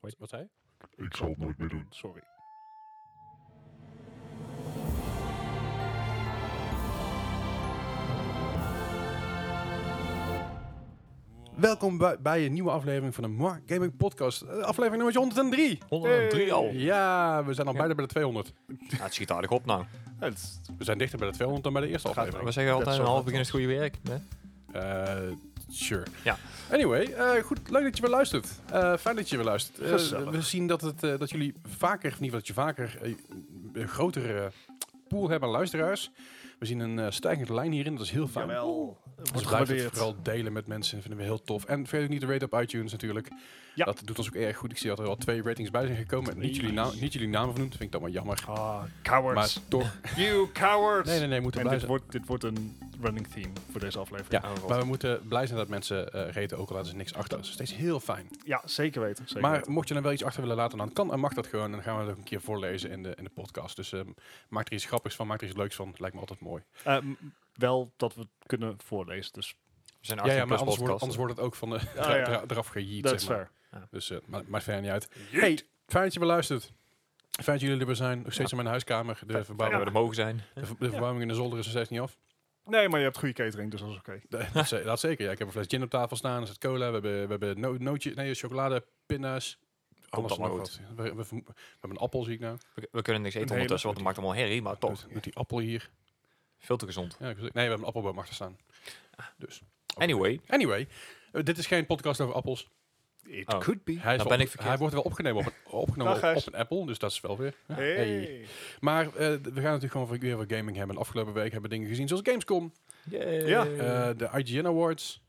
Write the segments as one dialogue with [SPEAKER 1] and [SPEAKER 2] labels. [SPEAKER 1] Wat, wat zei je?
[SPEAKER 2] Ik zal het nooit meer doen.
[SPEAKER 1] Sorry. Welkom bij, bij een nieuwe aflevering van de Mark Gaming Podcast. Eh, Aflevering nummer 103.
[SPEAKER 3] 103
[SPEAKER 2] Oh.
[SPEAKER 3] al.
[SPEAKER 1] Ja, we zijn al bijna bij de 200.
[SPEAKER 3] Ja, het schiet aardig op nou.
[SPEAKER 2] Ja, het is-
[SPEAKER 1] We zijn dichter bij de 200 dan bij de eerste aflevering.
[SPEAKER 3] We zeggen
[SPEAKER 2] Dat
[SPEAKER 3] altijd
[SPEAKER 2] is
[SPEAKER 3] een
[SPEAKER 2] wel
[SPEAKER 3] half begin is het goede werk. Hè?
[SPEAKER 1] Eh, sure.
[SPEAKER 3] Ja.
[SPEAKER 1] Anyway, eh, goed, leuk dat je weer luistert. Eh, fijn dat je weer luistert. Eh,
[SPEAKER 2] Gezellig.
[SPEAKER 1] we zien dat, het, eh, dat jullie vaker, of niet dat je vaker, eh, een grotere eh, pool hebben aan luisteraars. We zien een eh, stijgende lijn hierin, dat is heel fijn.
[SPEAKER 2] Jawel.
[SPEAKER 1] Dus
[SPEAKER 2] Wordt
[SPEAKER 1] blijf het
[SPEAKER 2] gewaardeerd.
[SPEAKER 1] vooral delen met mensen, vinden we heel tof. En vergeet ook niet de rate op iTunes natuurlijk.
[SPEAKER 2] Ja.
[SPEAKER 1] Dat doet ons ook erg goed. Ik zie dat er al twee ratings bij zijn gekomen. Niet jullie, naam, niet jullie namen vernoemd, vind ik dat maar jammer.
[SPEAKER 2] Ah,
[SPEAKER 1] Maar
[SPEAKER 2] cowards.
[SPEAKER 1] toch,
[SPEAKER 2] You cowards.
[SPEAKER 1] nee, nee, nee, moeten
[SPEAKER 2] En
[SPEAKER 1] blij
[SPEAKER 2] dit
[SPEAKER 1] zijn.
[SPEAKER 2] wordt, dit wordt een running theme voor deze aflevering.
[SPEAKER 1] Ja,
[SPEAKER 3] Oh, God.
[SPEAKER 1] maar we moeten blij zijn dat mensen eh reten, ook al laten ze niks achter. Dat is steeds heel fijn.
[SPEAKER 2] Ja, zeker weten. Zeker
[SPEAKER 1] maar
[SPEAKER 2] weten.
[SPEAKER 1] mocht je dan wel iets achter willen laten, dan kan en mag dat gewoon. En dan gaan we dat ook een keer voorlezen in de, in de podcast. Dus ehm, maak er iets grappigs van, maak er iets leuks van. Lijkt me altijd mooi.
[SPEAKER 2] Eh, m- wel dat we het kunnen voorlezen. Dus
[SPEAKER 3] We zijn
[SPEAKER 1] ja,
[SPEAKER 3] 18
[SPEAKER 1] ja, maar
[SPEAKER 3] plus
[SPEAKER 1] anders wordt,
[SPEAKER 3] podcast.
[SPEAKER 1] anders wordt het ook van de
[SPEAKER 2] Ah, ja.
[SPEAKER 1] dra- eraf gejiet,
[SPEAKER 2] dat is
[SPEAKER 1] zeg maar.
[SPEAKER 2] fair.
[SPEAKER 1] Dus eh, ma- maakt verder niet uit. Hey, fijn dat je beluistert. Fijn dat jullie er weer zijn. Nog steeds in mijn huiskamer. De
[SPEAKER 3] Waar
[SPEAKER 1] verbouwing,
[SPEAKER 3] we er mogen zijn.
[SPEAKER 1] de, ver- de verbouwing in de zolder is nog steeds niet af.
[SPEAKER 2] Nee, maar je hebt goede catering, dus dat is oké.
[SPEAKER 1] De- dat, ze- dat zeker. Ja, ik heb een fles gin op tafel staan. Er zit cola. We hebben, we hebben no- nootjes, nee, chocolade, pinda's. Alles
[SPEAKER 3] dat maar
[SPEAKER 1] nog
[SPEAKER 3] goed.
[SPEAKER 1] wat. We, we, we hebben een appel, zie ik nou.
[SPEAKER 3] We, we kunnen niks
[SPEAKER 2] Een
[SPEAKER 3] eten
[SPEAKER 2] hele-
[SPEAKER 3] ondertussen, want het maakt allemaal herrie, maar toch.
[SPEAKER 1] Doet, doet die appel hier.
[SPEAKER 3] Veel te gezond.
[SPEAKER 1] Ja, ik nee, we hebben een appelboom achter staan. Dus.
[SPEAKER 3] Anyway,
[SPEAKER 1] Anyway, eh, dit is geen podcast over appels.
[SPEAKER 2] It
[SPEAKER 3] Oh.
[SPEAKER 2] could be.
[SPEAKER 1] Hij, is
[SPEAKER 3] Dan
[SPEAKER 1] wel
[SPEAKER 3] ben
[SPEAKER 1] op-
[SPEAKER 3] ik verkeerd.
[SPEAKER 1] hij wordt wel opgenomen op een, opgenomen
[SPEAKER 2] Dag,
[SPEAKER 1] op-
[SPEAKER 2] Gijs.
[SPEAKER 1] op een Apple, dus dat is wel weer.
[SPEAKER 2] Hey.
[SPEAKER 1] Hey. Maar eh, d- we gaan natuurlijk gewoon voor- weer over gaming hebben. De afgelopen week hebben we dingen gezien zoals Gamescom,
[SPEAKER 3] Yay.
[SPEAKER 2] Ja.
[SPEAKER 1] eh, de IGN Awards.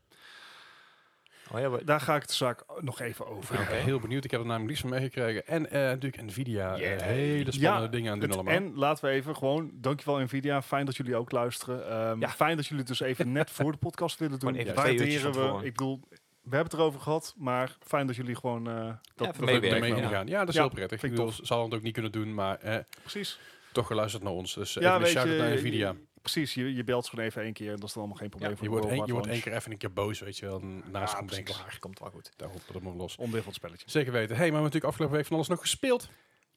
[SPEAKER 3] oh,
[SPEAKER 1] eh,
[SPEAKER 3] ja, we-
[SPEAKER 2] Daar ga ik de zaak nog even over.
[SPEAKER 1] Ik ben heel benieuwd, ik heb er namelijk niets van meegekregen. En eh, natuurlijk Nvidia, eh, hele spannende
[SPEAKER 2] Ja,
[SPEAKER 1] dingen aan het
[SPEAKER 2] Het-
[SPEAKER 1] doen allemaal.
[SPEAKER 2] en laten we even gewoon, dankjewel Nvidia, fijn dat jullie ook luisteren. Ehm,
[SPEAKER 3] Ja.
[SPEAKER 2] Fijn dat jullie het dus even net voor de podcast willen doen.
[SPEAKER 3] Gewoon even twee uurtjes
[SPEAKER 2] Waarderen
[SPEAKER 3] van
[SPEAKER 2] we.
[SPEAKER 3] tevoren.
[SPEAKER 2] Ik bedoel, we hebben het erover gehad, maar fijn dat jullie gewoon eh, dat,
[SPEAKER 3] even
[SPEAKER 1] dat we
[SPEAKER 3] meewerken,
[SPEAKER 1] ermee
[SPEAKER 3] ja.
[SPEAKER 1] kunnen gaan. Ja, dat is
[SPEAKER 2] Ja,
[SPEAKER 1] heel prettig. Ik
[SPEAKER 2] vind ik
[SPEAKER 1] bedoel, ze hadden het ook niet kunnen doen, maar eh,
[SPEAKER 2] Precies.
[SPEAKER 1] toch geluisterd naar ons. Dus eh,
[SPEAKER 2] Ja,
[SPEAKER 1] even een
[SPEAKER 2] weet
[SPEAKER 1] shout-out
[SPEAKER 2] je,
[SPEAKER 1] naar Nvidia.
[SPEAKER 2] Precies, je, je belt gewoon even één keer en dat is dan allemaal geen probleem voor
[SPEAKER 1] Je
[SPEAKER 2] de
[SPEAKER 1] wordt, één, je
[SPEAKER 2] Worldwide
[SPEAKER 1] wordt één
[SPEAKER 2] Launch.
[SPEAKER 1] keer even een keer boos, weet je wel. en Naast
[SPEAKER 2] Ja,
[SPEAKER 1] komt denk ik,
[SPEAKER 2] precies.
[SPEAKER 3] komt wel goed.
[SPEAKER 1] daar houdt het allemaal los.
[SPEAKER 2] Ondeugend spelletje.
[SPEAKER 1] Zeker weten. Hey, maar we hebben natuurlijk afgelopen week van alles nog gespeeld.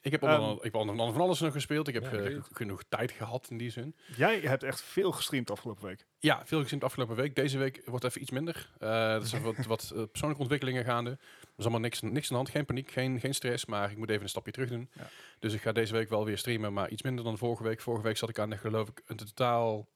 [SPEAKER 1] Ik heb onder
[SPEAKER 2] Ehm,
[SPEAKER 1] andere- ik heb onder andere van alles nog gespeeld. Ik heb
[SPEAKER 3] Ja,
[SPEAKER 1] eh,
[SPEAKER 3] ik weet
[SPEAKER 1] genoeg tijd gehad in die zin.
[SPEAKER 2] Jij hebt echt veel gestreamd afgelopen week.
[SPEAKER 1] Ja, veel gezien de afgelopen week. Deze week wordt even iets minder. Eh er zijn wat, wat eh, persoonlijke ontwikkelingen gaande. Er is allemaal niks, niks aan de hand. Geen paniek, geen, geen stress. Maar ik moet even een stapje terug doen.
[SPEAKER 2] Ja.
[SPEAKER 1] Dus ik ga deze week wel weer streamen. Maar iets minder dan vorige week. Vorige week zat ik aan, eh, geloof ik, een totaal...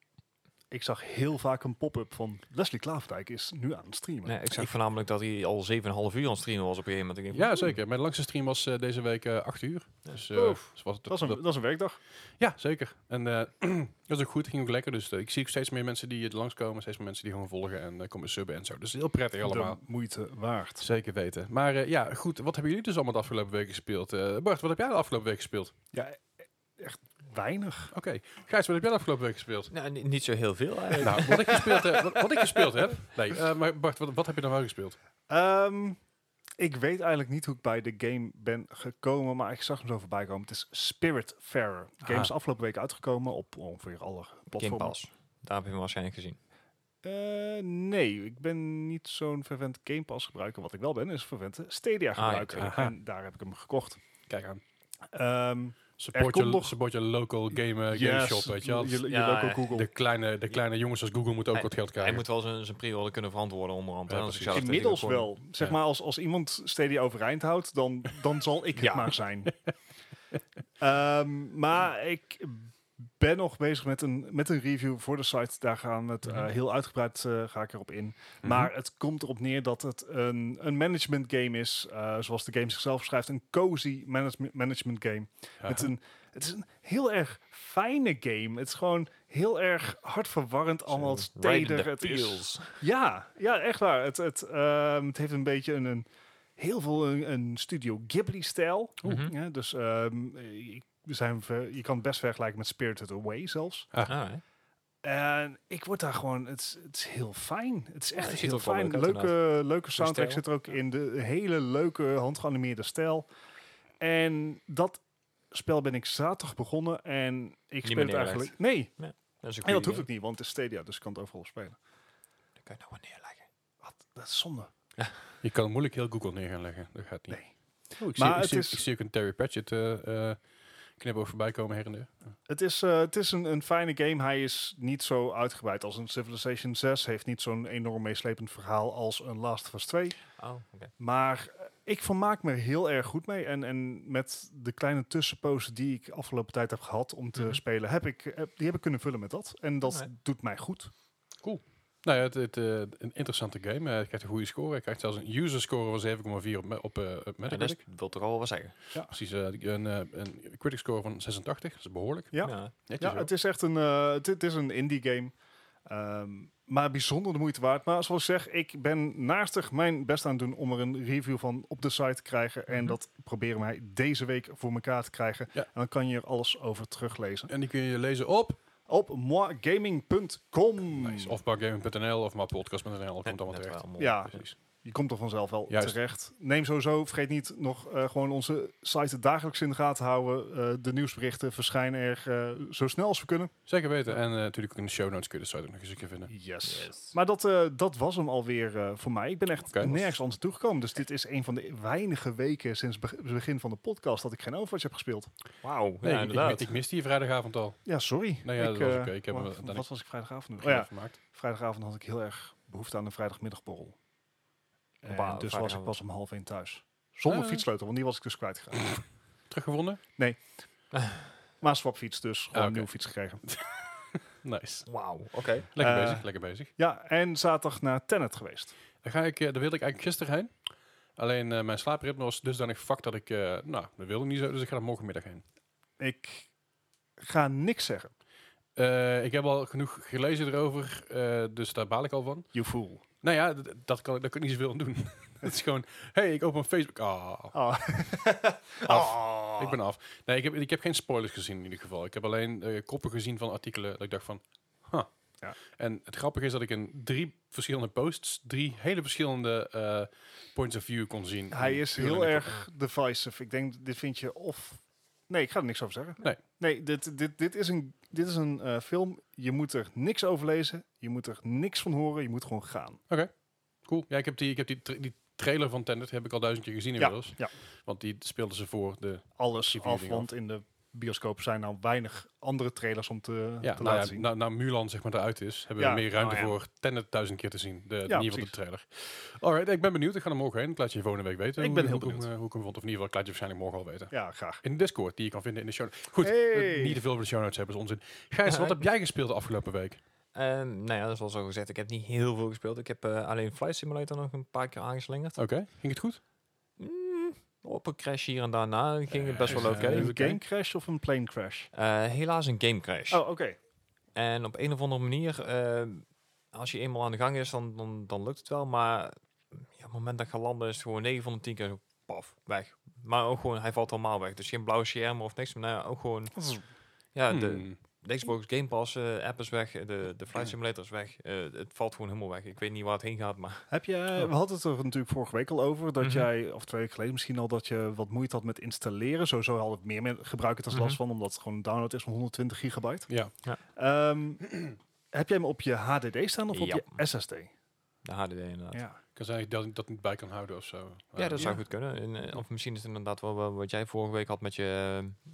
[SPEAKER 2] Ik zag heel vaak een pop-up van Leslie Klaafdijk is nu aan het streamen.
[SPEAKER 3] Nee, ik zag voornamelijk dat hij al 7,5 uur aan het streamen was op een gegeven moment. Ik denk,
[SPEAKER 1] Ja, zeker. Mijn langste stream was eh, deze week eh, acht uur.
[SPEAKER 3] Ja.
[SPEAKER 1] Dus, eh,
[SPEAKER 2] Oef.
[SPEAKER 1] dus was het-
[SPEAKER 2] Dat is, een, dat is een werkdag.
[SPEAKER 1] Ja, zeker. En eh, dat is ook goed, ging ook lekker. Dus eh, ik zie ook steeds meer mensen die het langskomen, steeds meer mensen die gewoon volgen en eh, komen subben en zo. Dus heel prettig allemaal.
[SPEAKER 2] De moeite waard.
[SPEAKER 1] Zeker weten. Maar eh, ja, goed, wat hebben jullie dus allemaal de afgelopen week gespeeld? Eh, Bart, wat heb jij de afgelopen week gespeeld?
[SPEAKER 2] Ja, e- echt weinig.
[SPEAKER 1] Oké. Gijs, wat heb jij de afgelopen week gespeeld?
[SPEAKER 3] Nou, ni- niet zo heel veel eigenlijk.
[SPEAKER 1] Nou, wat ik gespeeld, heb- wat, wat ik gespeeld heb. Nee, eh, maar Bart, wat, wat heb je dan wel gespeeld?
[SPEAKER 2] Ehm, ik weet eigenlijk niet hoe ik bij de game ben gekomen, maar ik zag hem zo voorbij komen. Het is Spiritfarer. De game is
[SPEAKER 3] Ah.
[SPEAKER 2] afgelopen week uitgekomen op ongeveer alle
[SPEAKER 3] Game
[SPEAKER 2] platformen.
[SPEAKER 3] Pass. Daar heb je hem waarschijnlijk gezien.
[SPEAKER 2] Eh, nee, ik ben niet zo'n vervent Game Pass gebruiker. Wat ik wel ben, is een vervente Stadia
[SPEAKER 3] Ah, ja,
[SPEAKER 2] gebruiker.
[SPEAKER 1] oké. Aha.
[SPEAKER 2] En daar heb ik hem gekocht.
[SPEAKER 1] Kijk aan.
[SPEAKER 2] Ehm Er
[SPEAKER 1] Support
[SPEAKER 2] komt
[SPEAKER 1] je,
[SPEAKER 2] nog-
[SPEAKER 1] support je local game, eh, game
[SPEAKER 2] yes,
[SPEAKER 1] shop, weet je wel.
[SPEAKER 2] Je, je
[SPEAKER 3] Ja,
[SPEAKER 2] local
[SPEAKER 3] ja.
[SPEAKER 2] Google.
[SPEAKER 1] De kleine, de kleine jongens als Google moeten ook wat geld
[SPEAKER 3] Hij
[SPEAKER 1] krijgen.
[SPEAKER 3] moet wel zijn zijn pre-order kunnen verantwoorden onderhand.
[SPEAKER 1] Ja,
[SPEAKER 3] hè, anders ik
[SPEAKER 1] precies.
[SPEAKER 3] zou het
[SPEAKER 2] Inmiddels
[SPEAKER 3] tegen
[SPEAKER 2] wel. Zeg
[SPEAKER 1] Ja.
[SPEAKER 2] maar, als, als iemand Stadia overeind houdt, dan, dan zal ik het
[SPEAKER 3] Ja.
[SPEAKER 2] maar zijn. Ehm, maar ik ben nog bezig met een, met een review voor de site. Daar gaan we het eh,
[SPEAKER 3] Mhm.
[SPEAKER 2] heel uitgebreid eh, ga ik erop in.
[SPEAKER 1] Mhm.
[SPEAKER 2] Maar het komt erop neer dat het een, een management game is. eh, zoals de game zichzelf schrijft. Een cozy manage- management game.
[SPEAKER 1] Ja.
[SPEAKER 2] Met een, het is een heel erg fijne game. Het is gewoon heel erg hartverwarrend. Allemaal het is
[SPEAKER 3] Zo, right in
[SPEAKER 2] teder.
[SPEAKER 3] the
[SPEAKER 2] Het is
[SPEAKER 3] feels.
[SPEAKER 2] ja, ja, echt waar. Het, het, ehm, het heeft een beetje een, een heel veel een, een Studio Ghibli-stijl.
[SPEAKER 3] Mhm.
[SPEAKER 2] Ja, dus ehm, ik- we zijn ver- je kan het best vergelijken met Spirited Away zelfs.
[SPEAKER 3] Ah, hè.
[SPEAKER 2] En ik word daar gewoon, het is, het is heel fijn. Het is
[SPEAKER 3] Ja,
[SPEAKER 2] echt
[SPEAKER 3] het ziet
[SPEAKER 2] heel
[SPEAKER 3] er ook wel
[SPEAKER 2] fijn.
[SPEAKER 3] leuk uit,
[SPEAKER 2] leuke, leuke soundtrack
[SPEAKER 3] stijl.
[SPEAKER 2] zit er ook in. De hele leuke handgeanimeerde stijl. En dat spel ben ik zaterdag begonnen en ik speel
[SPEAKER 3] meer
[SPEAKER 2] het eigenlijk... Nee,
[SPEAKER 3] Dat is een
[SPEAKER 2] en dat
[SPEAKER 3] goeie
[SPEAKER 2] hoeft
[SPEAKER 3] game.
[SPEAKER 2] ook niet, want het is Stadia, dus ik kan het overal op spelen.
[SPEAKER 3] Dat kan je nou wel neerleggen.
[SPEAKER 2] Wat, dat is zonde.
[SPEAKER 1] Je kan moeilijk heel Google neer gaan leggen. Dat gaat niet.
[SPEAKER 2] Nee.
[SPEAKER 1] Oh, ik,
[SPEAKER 2] Maar
[SPEAKER 1] zie, ik,
[SPEAKER 2] het
[SPEAKER 1] zie,
[SPEAKER 2] is-
[SPEAKER 1] ik zie ook een Terry Pratchett eh eh knipoog voorbij komen her en der.
[SPEAKER 2] Het is, eh, het is een, een fijne game. Hij is niet zo uitgebreid als een Civilization 6. Heeft niet zo'n enorm meeslepend verhaal als een Last of Us 2.
[SPEAKER 3] Oh, oké.
[SPEAKER 2] Maar eh, ik vermaak me er heel erg goed mee. En, en met de kleine tussenpozen die ik afgelopen tijd heb gehad om te
[SPEAKER 3] Mhm.
[SPEAKER 2] spelen, heb ik, heb- die heb ik kunnen vullen met dat. En dat
[SPEAKER 3] Alright.
[SPEAKER 2] doet mij goed.
[SPEAKER 1] Nou ja, het, het, eh, een interessante game. Eh, hij krijgt een goede score. Hij krijgt zelfs een user score van 7,4 op, me- op, eh, op
[SPEAKER 3] Ja,
[SPEAKER 1] Metacritic.
[SPEAKER 3] dat is- wil toch al wel wat zeggen.
[SPEAKER 1] Precies, eh, een, eh, een critic score van 86. Dat is behoorlijk.
[SPEAKER 2] Ja.
[SPEAKER 1] Netjes
[SPEAKER 2] Ja,
[SPEAKER 1] hoor.
[SPEAKER 2] het is echt een, eh, het, het is een indie game. Ehm, maar bijzonder de moeite waard. Maar zoals ik zeg, ik ben naastig mijn best aan het doen om er een review van op de site te krijgen. En
[SPEAKER 3] Mhm.
[SPEAKER 2] dat proberen wij deze week voor elkaar te krijgen.
[SPEAKER 1] Ja.
[SPEAKER 2] En dan kan je er alles over teruglezen.
[SPEAKER 1] En die kun je lezen op
[SPEAKER 2] Op moigaming.com.
[SPEAKER 1] nice. of bargaming.nl of maar podcast.nl. Komt
[SPEAKER 3] Net-
[SPEAKER 1] allemaal
[SPEAKER 3] net
[SPEAKER 1] terecht.
[SPEAKER 3] wel mooi.
[SPEAKER 2] Ja,
[SPEAKER 1] Precies.
[SPEAKER 2] je komt er vanzelf wel
[SPEAKER 1] Juist.
[SPEAKER 2] terecht. Neem sowieso, vergeet niet nog eh, gewoon onze site dagelijks in de gaten te houden. Eh, de nieuwsberichten verschijnen er eh, zo snel als we kunnen.
[SPEAKER 1] Zeker weten. En eh, natuurlijk ook in de show notes kun je de site ook nog eens een keer vinden.
[SPEAKER 3] Yes.
[SPEAKER 2] Maar dat, eh, dat was hem alweer eh, voor mij. Ik ben echt
[SPEAKER 1] Oké.
[SPEAKER 2] nergens anders toegekomen. Dus dit is een van de weinige weken sinds beg- het begin van de podcast dat ik geen Overwatch heb gespeeld.
[SPEAKER 3] Wauw,
[SPEAKER 1] Nee,
[SPEAKER 3] ja,
[SPEAKER 1] ik- ik,
[SPEAKER 3] inderdaad.
[SPEAKER 1] ik miste hier vrijdagavond al.
[SPEAKER 2] Ja, sorry.
[SPEAKER 1] Nee, ja, dat was
[SPEAKER 2] eh,
[SPEAKER 1] oké. Ik heb hem
[SPEAKER 2] wa-
[SPEAKER 1] uiteindelijk-
[SPEAKER 2] Wat was ik vrijdagavond doen?
[SPEAKER 1] Nog
[SPEAKER 2] Oh ja,
[SPEAKER 1] gemaakt.
[SPEAKER 2] vrijdagavond had ik heel erg behoefte aan een vrijdagmiddagborrel. En
[SPEAKER 3] Op a-
[SPEAKER 2] dus was ik
[SPEAKER 3] vrijdagavond.
[SPEAKER 2] pas om half één thuis. Zonder
[SPEAKER 1] Ah.
[SPEAKER 2] fietssleutel, want die was ik dus kwijtgeraakt.
[SPEAKER 1] Teruggevonden?
[SPEAKER 2] maar swapfiets dus, gewoon
[SPEAKER 1] Ah, oké.
[SPEAKER 2] een nieuwe fiets gekregen.
[SPEAKER 1] Nice.
[SPEAKER 3] Wauw, oké.
[SPEAKER 1] Lekker
[SPEAKER 2] Eh,
[SPEAKER 1] bezig, lekker bezig.
[SPEAKER 2] Ja, en zaterdag naar Tenet geweest.
[SPEAKER 1] Daar, ga ik, eh, daar wilde ik eigenlijk gisteren heen. Alleen eh, mijn slaapritme was dusdanig fucked dat ik... eh, nou, dat wilde ik niet zo, dus ik ga er morgenmiddag heen.
[SPEAKER 2] Ik ga niks zeggen.
[SPEAKER 1] Eh, ik heb al genoeg gelezen erover, eh, dus daar baal ik al van.
[SPEAKER 2] You fool.
[SPEAKER 1] Nou ja, d- dat kan, ik- daar kan ik niet zoveel aan doen. Het is gewoon, hey, ik open Facebook. Ah,
[SPEAKER 2] Oh. Oh.
[SPEAKER 1] ik ben af. Nee, ik heb, ik heb geen spoilers gezien in ieder geval. Ik heb alleen eh, koppen gezien van artikelen dat ik dacht van, huh.
[SPEAKER 2] Ja.
[SPEAKER 1] En het grappige is dat ik in drie verschillende posts drie hele verschillende eh, points of view kon zien.
[SPEAKER 2] Hij
[SPEAKER 1] En
[SPEAKER 2] is
[SPEAKER 1] puur in
[SPEAKER 2] heel
[SPEAKER 1] de
[SPEAKER 2] erg divisive. Ik denk, dit vind je of... Nee, ik ga er niks over zeggen.
[SPEAKER 1] Nee.
[SPEAKER 2] Nee, dit, dit, dit is een, dit is een eh, film. Je moet er niks over lezen. Je moet er niks van horen. Je moet gewoon gaan.
[SPEAKER 1] Cool. Ja, ik heb die, ik heb die, tra- die trailer van Tenet heb ik al duizend keer gezien inmiddels.
[SPEAKER 2] ja.
[SPEAKER 1] Want die speelden ze voor de...
[SPEAKER 2] Alles
[SPEAKER 1] Die
[SPEAKER 2] af,
[SPEAKER 1] viering
[SPEAKER 2] want in de bioscoop zijn nou weinig andere trailers om te,
[SPEAKER 1] Ja,
[SPEAKER 2] te
[SPEAKER 1] nou
[SPEAKER 2] laten
[SPEAKER 1] ja,
[SPEAKER 2] zien.
[SPEAKER 1] na, na Mulan zeg maar eruit is, hebben
[SPEAKER 2] Ja.
[SPEAKER 1] we meer ruimte
[SPEAKER 3] Oh, ja.
[SPEAKER 1] voor Tenet duizend keer te zien. De, in ieder geval de
[SPEAKER 2] precies.
[SPEAKER 1] trailer. Alright, ik ben benieuwd. Ik ga er morgen heen. Ik laat je volgende week weten.
[SPEAKER 2] Ik
[SPEAKER 1] hoe-
[SPEAKER 2] ben heel
[SPEAKER 1] hoe, hem,
[SPEAKER 2] benieuwd.
[SPEAKER 1] eh, Hoe ik hem vond. Of in ieder geval, ik laat je waarschijnlijk morgen al weten.
[SPEAKER 2] ja, graag.
[SPEAKER 1] In de Discord, die je kan vinden in de show notes. Goed,
[SPEAKER 2] Hey.
[SPEAKER 1] eh, niet te veel over de show notes hebben is onzin. Gijs, wat
[SPEAKER 3] Nee.
[SPEAKER 1] heb jij gespeeld de afgelopen week?
[SPEAKER 3] Ehm, nou ja, dat is al zo gezegd. Ik heb niet heel veel gespeeld. Ik heb eh, alleen Flight Simulator nog een paar keer aangeslingerd.
[SPEAKER 1] Oké, ging het goed?
[SPEAKER 3] Mm, op een crash hier en daarna ging het best wel
[SPEAKER 1] Eh,
[SPEAKER 3] oké.
[SPEAKER 1] is,
[SPEAKER 2] een
[SPEAKER 1] eh, oké.
[SPEAKER 2] game crash of een plane crash?
[SPEAKER 3] Eh, helaas een game crash.
[SPEAKER 2] Oh, oké.
[SPEAKER 3] En op een of andere manier, eh, als je eenmaal aan de gang is, dan, dan, dan lukt het wel. Maar ja, op het moment dat je gaat landen is het gewoon 9 van de 10 keer zo, paf, weg. Maar ook gewoon, hij valt allemaal weg. Dus geen blauwe schermen of niks. Maar nou ja, ook gewoon, ja, de,
[SPEAKER 1] Hmm.
[SPEAKER 3] de Xbox Game Pass eh, app is weg. De, de Flight Simulator is weg. Eh, het valt gewoon helemaal weg. Ik weet niet waar het heen gaat, maar
[SPEAKER 2] Heb je,
[SPEAKER 1] Oh.
[SPEAKER 2] we hadden het er natuurlijk vorige week al over dat
[SPEAKER 3] Mhm.
[SPEAKER 2] jij, of twee weken geleden misschien al, dat je wat moeite had met installeren. Sowieso had het meer men- gebruikers er last
[SPEAKER 3] Mhm.
[SPEAKER 2] van, omdat het gewoon een download is van 120 gigabyte.
[SPEAKER 1] Ja,
[SPEAKER 2] Ehm, heb jij hem op je HDD staan of op
[SPEAKER 3] Ja.
[SPEAKER 2] je SSD?
[SPEAKER 3] de HDD inderdaad. Ja,
[SPEAKER 2] Ja.
[SPEAKER 1] kan zijn dat ik dat niet bij kan houden of zo. Eh,
[SPEAKER 3] dat zou
[SPEAKER 2] Ja.
[SPEAKER 3] goed kunnen. En, eh, of misschien is het inderdaad wel, wel wat jij vorige week had met je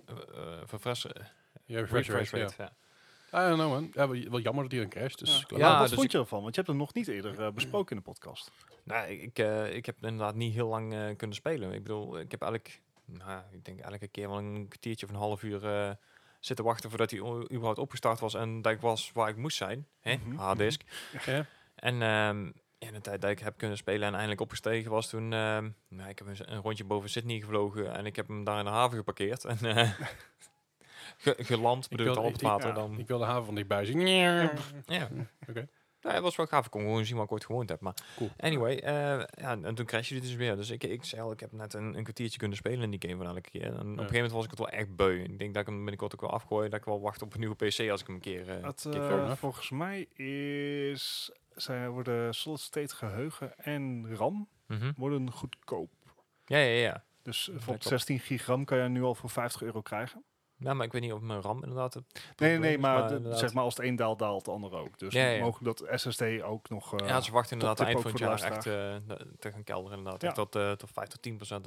[SPEAKER 3] eh, eh, verfres- eh,
[SPEAKER 1] ja, refresh
[SPEAKER 3] refresh
[SPEAKER 1] rate,
[SPEAKER 3] rate. ja.
[SPEAKER 1] ja. I don't know man. Ja, wel, wel jammer dat hij een crasht. Dus
[SPEAKER 2] Ja.
[SPEAKER 1] ik laat-
[SPEAKER 3] Ja,
[SPEAKER 2] Maar wat
[SPEAKER 3] dus
[SPEAKER 2] vond
[SPEAKER 3] ik-
[SPEAKER 2] je ervan? Want je hebt hem nog niet eerder eh, besproken in de podcast.
[SPEAKER 3] Nou, ik, ik, eh, ik heb inderdaad niet heel lang eh, kunnen spelen. Ik bedoel, ik heb elk, nou, ik denk elke keer wel een kwartiertje of een half uur eh, zitten wachten voordat hij o- überhaupt opgestart was en dat ik was waar ik moest zijn. Hè?
[SPEAKER 2] Mhm.
[SPEAKER 3] Harddisk.
[SPEAKER 1] Ja.
[SPEAKER 3] En ehm, in de tijd dat ik heb kunnen spelen en eindelijk opgestegen was toen, ehm, nou, ik heb eens een rondje boven Sydney gevlogen en ik heb hem daar in de haven geparkeerd en eh, ge- geland, bedoel ik
[SPEAKER 1] wil-
[SPEAKER 3] al op het
[SPEAKER 1] ik-
[SPEAKER 3] water.
[SPEAKER 2] ja,
[SPEAKER 3] dan,
[SPEAKER 1] Ik wil de haven van dichtbij zien.
[SPEAKER 3] ja.
[SPEAKER 1] Oké.
[SPEAKER 3] Nou, het was wel gaaf. Ik kon gewoon zien waar ik ooit gewoond heb. Maar
[SPEAKER 1] Cool.
[SPEAKER 3] anyway, eh, ja, en en toen crashte dit dus weer. Dus ik, ik zei al, ik heb net een, een kwartiertje kunnen spelen in die game van elke keer. En op een gegeven moment was ik het wel echt beu. Ik denk dat ik hem binnenkort ook wel afgooi. Dat ik wel wacht op een nieuwe PC als ik hem een keer... eh,
[SPEAKER 2] Het,
[SPEAKER 3] een keer
[SPEAKER 2] eh,
[SPEAKER 1] fair
[SPEAKER 3] koop.
[SPEAKER 1] enough.
[SPEAKER 2] volgens mij is, zij worden solid state geheugen en RAM
[SPEAKER 3] Mhm.
[SPEAKER 2] worden goedkoop.
[SPEAKER 3] Ja, ja, ja.
[SPEAKER 2] Dus eh,
[SPEAKER 3] Ja,
[SPEAKER 2] bijvoorbeeld
[SPEAKER 3] klopt.
[SPEAKER 2] 16 gigram kan je nu al voor 50 euro krijgen.
[SPEAKER 3] Nou, maar ik weet niet of mijn RAM inderdaad... het
[SPEAKER 2] Nee, nee,
[SPEAKER 3] probleem
[SPEAKER 2] nee,
[SPEAKER 3] is,
[SPEAKER 2] maar, de-
[SPEAKER 3] inderdaad-
[SPEAKER 2] zeg maar als het een daalt, daalt de ander ook. Dus
[SPEAKER 3] Ja, ja.
[SPEAKER 2] mogelijk dat SSD ook nog... eh,
[SPEAKER 3] ja, ze wachten inderdaad
[SPEAKER 2] tip
[SPEAKER 3] eind
[SPEAKER 2] ook
[SPEAKER 3] van het
[SPEAKER 2] voor de
[SPEAKER 3] jaar echt eh, te gaan kelderen inderdaad.
[SPEAKER 2] Ja.
[SPEAKER 3] Echt tot, eh, tot 5 tot 10 procent.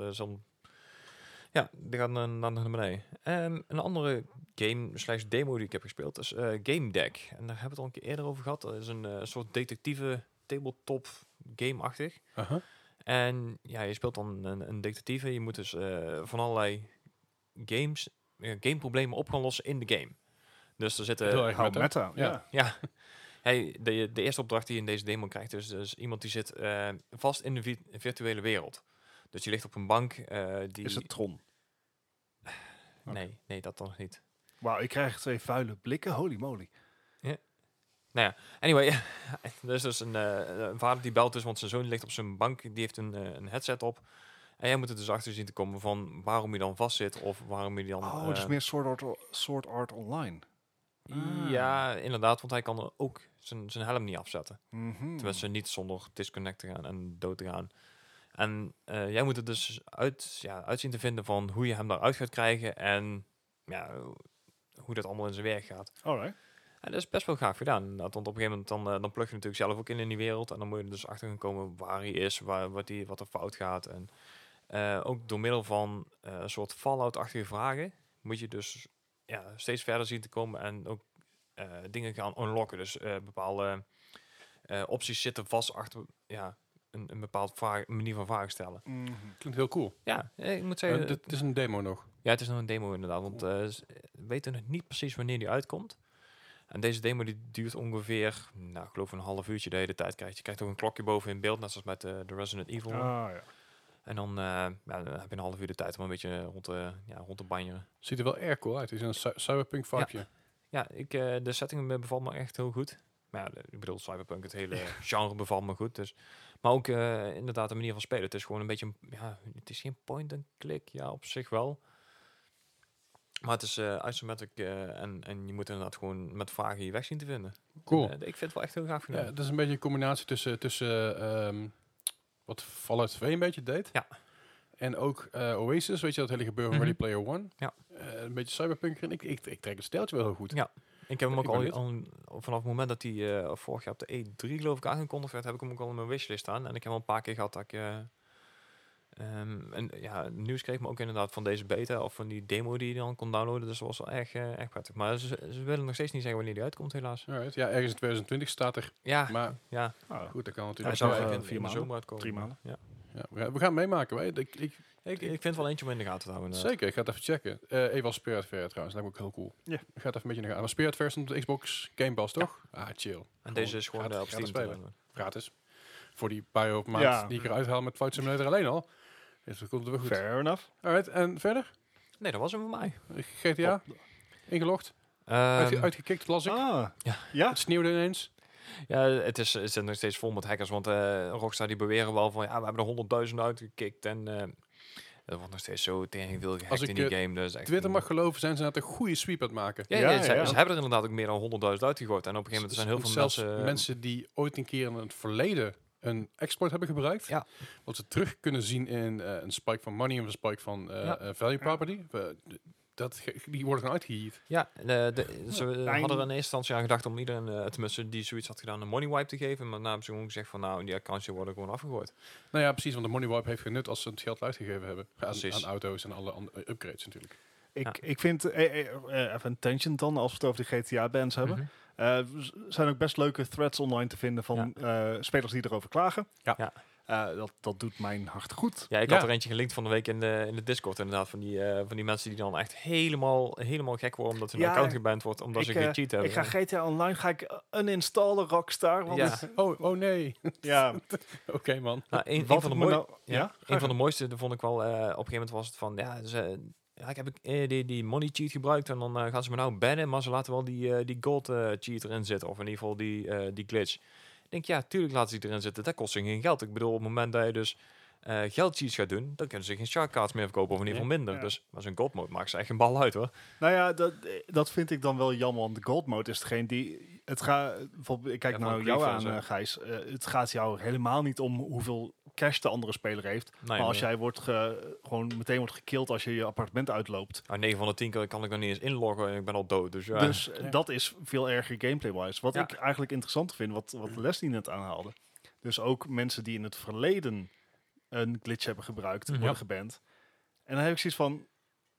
[SPEAKER 3] Ja, die gaat dan dan naar beneden. Ehm, een andere game slash demo die ik heb gespeeld is eh, Game Deck. En daar hebben we het al een keer eerder over gehad. Dat is een eh, soort detectieve tabletop game-achtig.
[SPEAKER 1] Aha.
[SPEAKER 3] En ja, je speelt dan een, een detectieve. Je moet dus eh, van allerlei games, eh, gameproblemen op gaan lossen in de game. Dus er zitten...
[SPEAKER 1] Heel erg
[SPEAKER 2] Hou
[SPEAKER 1] met hè?
[SPEAKER 2] meta.
[SPEAKER 1] Ja.
[SPEAKER 2] Ja.
[SPEAKER 3] Ja. Hey, de, de eerste opdracht die je in deze demo krijgt is dus iemand die zit eh, vast in de vi- virtuele wereld. Dus je ligt op een bank. eh, die...
[SPEAKER 2] Is het Tron?
[SPEAKER 3] Nee, nee, dat dan nog niet.
[SPEAKER 2] Wauw, ik krijg twee vuile blikken. Holy moly.
[SPEAKER 3] Anyway, er is dus een, eh, een vader die belt dus, want zijn zoon ligt op zijn bank. Die heeft een, eh, een headset op. En jij moet er dus achter zien te komen van waarom je dan vast zit of waarom je dan...
[SPEAKER 2] Oh, dus
[SPEAKER 3] eh,
[SPEAKER 2] meer Sword Art, O- Sword Art Online. Ah.
[SPEAKER 3] Ja, inderdaad, want hij kan er ook zijn, zijn helm niet afzetten.
[SPEAKER 2] Mhm.
[SPEAKER 3] Tenminste, niet zonder disconnect te gaan en dood te gaan. En eh, jij moet het dus uit, ja, uitzien te vinden van hoe je hem daaruit gaat krijgen en ja, hoe dat allemaal in zijn werk gaat.
[SPEAKER 2] Alright.
[SPEAKER 3] En dat is best wel gaaf gedaan. inderdaad, Want op een gegeven moment dan, eh, dan plug je natuurlijk zelf ook in in die wereld. En dan moet je er dus achter gaan komen waar hij is, waar, wat, die, wat er fout gaat. En eh, ook door middel van eh, een soort Fallout-achtige vragen moet je dus ja, steeds verder zien te komen en ook eh, dingen gaan unlocken. Dus eh, bepaalde eh, opties zitten vast achter ja, een, een bepaald vraag, manier van vragen stellen.
[SPEAKER 2] Mhm.
[SPEAKER 1] Klinkt heel cool.
[SPEAKER 3] Ja, eh, ik moet
[SPEAKER 1] Eh,
[SPEAKER 3] zeggen...
[SPEAKER 1] dit is een demo nog.
[SPEAKER 3] Ja, het is nog een demo inderdaad, want eh, z- we weten nog niet precies wanneer die uitkomt. En deze demo die duurt ongeveer, nou ik geloof een half uurtje de hele tijd krijgt. Je krijgt ook een klokje boven in beeld, net zoals met eh, de Resident Evil.
[SPEAKER 2] Ah, ja.
[SPEAKER 3] En dan, eh, ja, dan heb je een half uur de tijd om een beetje eh, rond te, ja, rond te banjeren.
[SPEAKER 1] Ziet er wel erg cool uit. Het is een cy- cyberpunk vibeje.
[SPEAKER 3] Ja, ik, eh, de setting eh, bevalt me echt heel goed. Maar ja, de- ik bedoel, Cyberpunk, het hele genre bevalt me goed. Dus. Maar ook eh, inderdaad de manier van spelen. Het is gewoon een beetje, een- ja, het is geen point-and-click. Ja, op zich wel. Maar het is eh isometric eh, en, en je moet inderdaad gewoon met vragen je weg zien te vinden.
[SPEAKER 1] Cool.
[SPEAKER 3] En, eh, ik vind het wel echt heel gaaf
[SPEAKER 1] Ja,
[SPEAKER 3] gedaan.
[SPEAKER 1] dat is een beetje een combinatie tussen, tussen ehm, wat Fallout 2 een beetje deed.
[SPEAKER 3] Ja.
[SPEAKER 1] En ook eh, Oasis, weet je dat hele gebeuren van
[SPEAKER 3] Mhm.
[SPEAKER 1] Ready Player One.
[SPEAKER 3] Ja.
[SPEAKER 1] Eh, een beetje cyberpunk. En ik, ik, ik trek het steltje wel heel goed.
[SPEAKER 3] Ja. Ik heb hem ook
[SPEAKER 1] Ik ben
[SPEAKER 3] al,
[SPEAKER 1] benieuwd.
[SPEAKER 3] al al vanaf het moment dat hij eh, vorig jaar op de E3 geloof ik aangekondigd werd, heb ik hem ook al in mijn wishlist staan. En ik heb al een paar keer gehad dat ik eh, ehm, en, ja, nieuws kreeg, maar ook inderdaad van deze beta of van die demo die je dan kon downloaden. Dus dat was wel echt, eh, echt prettig. Maar ze, ze willen nog steeds niet zeggen wanneer die uitkomt helaas.
[SPEAKER 1] Alright. Ja, ergens in 2020 staat er.
[SPEAKER 3] Ja,
[SPEAKER 1] Maar
[SPEAKER 3] ja.
[SPEAKER 2] Ah,
[SPEAKER 1] goed, dat kan
[SPEAKER 3] Hij
[SPEAKER 1] natuurlijk.
[SPEAKER 3] zou
[SPEAKER 2] nog,
[SPEAKER 1] Ja,
[SPEAKER 2] eh,
[SPEAKER 3] eigenlijk in,
[SPEAKER 2] vier
[SPEAKER 3] in de
[SPEAKER 2] maanden,
[SPEAKER 3] zomer uitkomen.
[SPEAKER 2] drie maanden.
[SPEAKER 3] Ja.
[SPEAKER 1] ja, we, gaan, we gaan het meemaken. Wij. Ik, ik,
[SPEAKER 3] Ik, ik vind wel eentje om in de gaten te houden. eh, inderdaad.
[SPEAKER 1] Zeker, ik ga het even checken. Eh even als Spirit Fair trouwens, dat lijkt me ook heel cool.
[SPEAKER 2] Ja.
[SPEAKER 1] Ik ga het even een beetje naar gaan. Maar Spirit Fair stond op de Xbox Game Pass, toch? Ah, chill.
[SPEAKER 3] En deze is gewoon
[SPEAKER 1] Gaat-
[SPEAKER 3] eh, op
[SPEAKER 1] gaat het
[SPEAKER 3] Steam te
[SPEAKER 1] spelen.
[SPEAKER 3] downloaden.
[SPEAKER 1] Gratis. Voor die paar op maand
[SPEAKER 2] Ja.
[SPEAKER 1] die ik eruit haal met Flight Simulator alleen al. Dus dat komt het wel goed.
[SPEAKER 2] Fair enough.
[SPEAKER 1] Alright, en verder?
[SPEAKER 3] Nee, dat was hem voor mij.
[SPEAKER 1] GTA? Ingelogd? Uitge-
[SPEAKER 3] Ehm,
[SPEAKER 1] uitgekikt, las ik.
[SPEAKER 2] Ah,
[SPEAKER 3] Ja.
[SPEAKER 2] ja.
[SPEAKER 1] Het sneeuwde ineens.
[SPEAKER 3] Ja, het is, het zit nog steeds vol met hackers. Want eh Rockstar die beweren wel van ja, we hebben er honderdduizenden uitgekikt. En eh, er wordt nog steeds zo tegen veel gehackt
[SPEAKER 1] Als ik,
[SPEAKER 3] in die
[SPEAKER 1] eh,
[SPEAKER 3] game. Dus echt,
[SPEAKER 1] Twitter
[SPEAKER 3] mm.
[SPEAKER 1] mag geloven, zijn ze net een goede sweep aan het maken.
[SPEAKER 3] Ja,
[SPEAKER 2] Ja,
[SPEAKER 3] ja, ze,
[SPEAKER 2] ja.
[SPEAKER 3] ze hebben er inderdaad ook meer dan honderdduizend uitgegooid. En op een gegeven moment zijn heel
[SPEAKER 1] Dus
[SPEAKER 3] veel
[SPEAKER 1] zelfs
[SPEAKER 3] mensen... eh,
[SPEAKER 1] mensen die ooit een keer in het verleden een exploit hebben gebruikt,
[SPEAKER 3] Ja.
[SPEAKER 1] wat ze terug kunnen zien in eh, een spike van money en een spike van eh,
[SPEAKER 3] Ja.
[SPEAKER 1] eh, value property, eh, d- dat, ge- die worden gewoon uitgehierd.
[SPEAKER 3] Ja, eh, de, ze hadden er in
[SPEAKER 2] eind-
[SPEAKER 3] eerste instantie aan gedacht om iedereen, eh, tenminste die zoiets had gedaan, een money wipe te geven. Maar daarna hebben ze gewoon gezegd van nou, die accounts die worden gewoon afgegooid.
[SPEAKER 1] Nou ja, precies, want de money wipe heeft genut als ze het geld uitgegeven hebben aan,
[SPEAKER 3] Precies.
[SPEAKER 1] aan auto's en alle andere upgrades natuurlijk.
[SPEAKER 2] Ik,
[SPEAKER 3] Ja.
[SPEAKER 2] ik vind, eh, eh, eh, even een tangent dan, als we het over die GTA-bands hebben.
[SPEAKER 3] Mhm.
[SPEAKER 2] Er zijn ook best leuke threads online te vinden van eh, spelers die erover klagen.
[SPEAKER 1] Ja.
[SPEAKER 3] Ja.
[SPEAKER 2] Eh, dat, dat doet mijn hart goed.
[SPEAKER 3] Ja, ik
[SPEAKER 1] Ja.
[SPEAKER 3] had er eentje gelinkt van de week in de, in de Discord inderdaad. Van die, eh, van die mensen die dan echt helemaal, helemaal gek worden omdat hun
[SPEAKER 2] Ja,
[SPEAKER 3] account geband wordt. Omdat
[SPEAKER 2] ik,
[SPEAKER 3] ze
[SPEAKER 2] eh,
[SPEAKER 3] gecheat hebben.
[SPEAKER 2] Ik ga GTA Online, ga ik eh, uninstallen Rockstar. Want
[SPEAKER 3] Ja.
[SPEAKER 2] het-
[SPEAKER 1] Oh, oh nee.
[SPEAKER 2] ja.
[SPEAKER 1] Oké man.
[SPEAKER 3] Nou, een, een
[SPEAKER 2] wat
[SPEAKER 3] van de
[SPEAKER 2] het me
[SPEAKER 3] mooie,
[SPEAKER 2] nou-
[SPEAKER 3] ja,
[SPEAKER 2] ja,
[SPEAKER 3] een van de mooiste dat vond ik wel. eh, op een gegeven moment was het van ja, ze, ja ik heb ik, eh, die, die money cheat gebruikt en dan eh, gaan ze me nou bannen, maar ze laten wel die, eh, die gold eh, cheat erin zitten. Of in ieder geval die, eh, die glitch. Ik denk ja, tuurlijk laten ze die erin zitten. Dat kost ze geen geld. Ik bedoel, op het moment dat je dus eh geld cheats gaat doen, dan kunnen ze geen shark cards meer verkopen of in ieder geval minder.
[SPEAKER 2] Ja.
[SPEAKER 3] Dus maar zo'n gold mode maakt ze echt een bal uit hoor.
[SPEAKER 2] Nou ja, dat, eh, dat vind ik dan wel jammer. Want de gold mode is degene die... Het ga, bijvoorbeeld, ik kijk
[SPEAKER 3] Ja,
[SPEAKER 2] nou
[SPEAKER 3] van
[SPEAKER 2] jou
[SPEAKER 3] Grieven
[SPEAKER 2] aan,
[SPEAKER 3] en zo.
[SPEAKER 2] eh, Gijs. Eh, het gaat jou helemaal niet om hoeveel cash de andere speler heeft.
[SPEAKER 3] Nee,
[SPEAKER 2] maar als jij wordt ge- gewoon meteen wordt gekild als je je appartement uitloopt.
[SPEAKER 3] nou, 9 van de 10 keer kan ik dan niet eens inloggen en ik ben al dood. Dus ja.
[SPEAKER 2] Dus
[SPEAKER 1] Ja.
[SPEAKER 2] dat is veel erger gameplay-wise. Wat
[SPEAKER 3] Ja.
[SPEAKER 2] ik eigenlijk interessant vind, wat, wat Leslie net aanhaalde. Dus ook mensen die in het verleden een glitch hebben gebruikt,
[SPEAKER 3] Mhm.
[SPEAKER 2] worden geband. En dan heb ik zoiets van,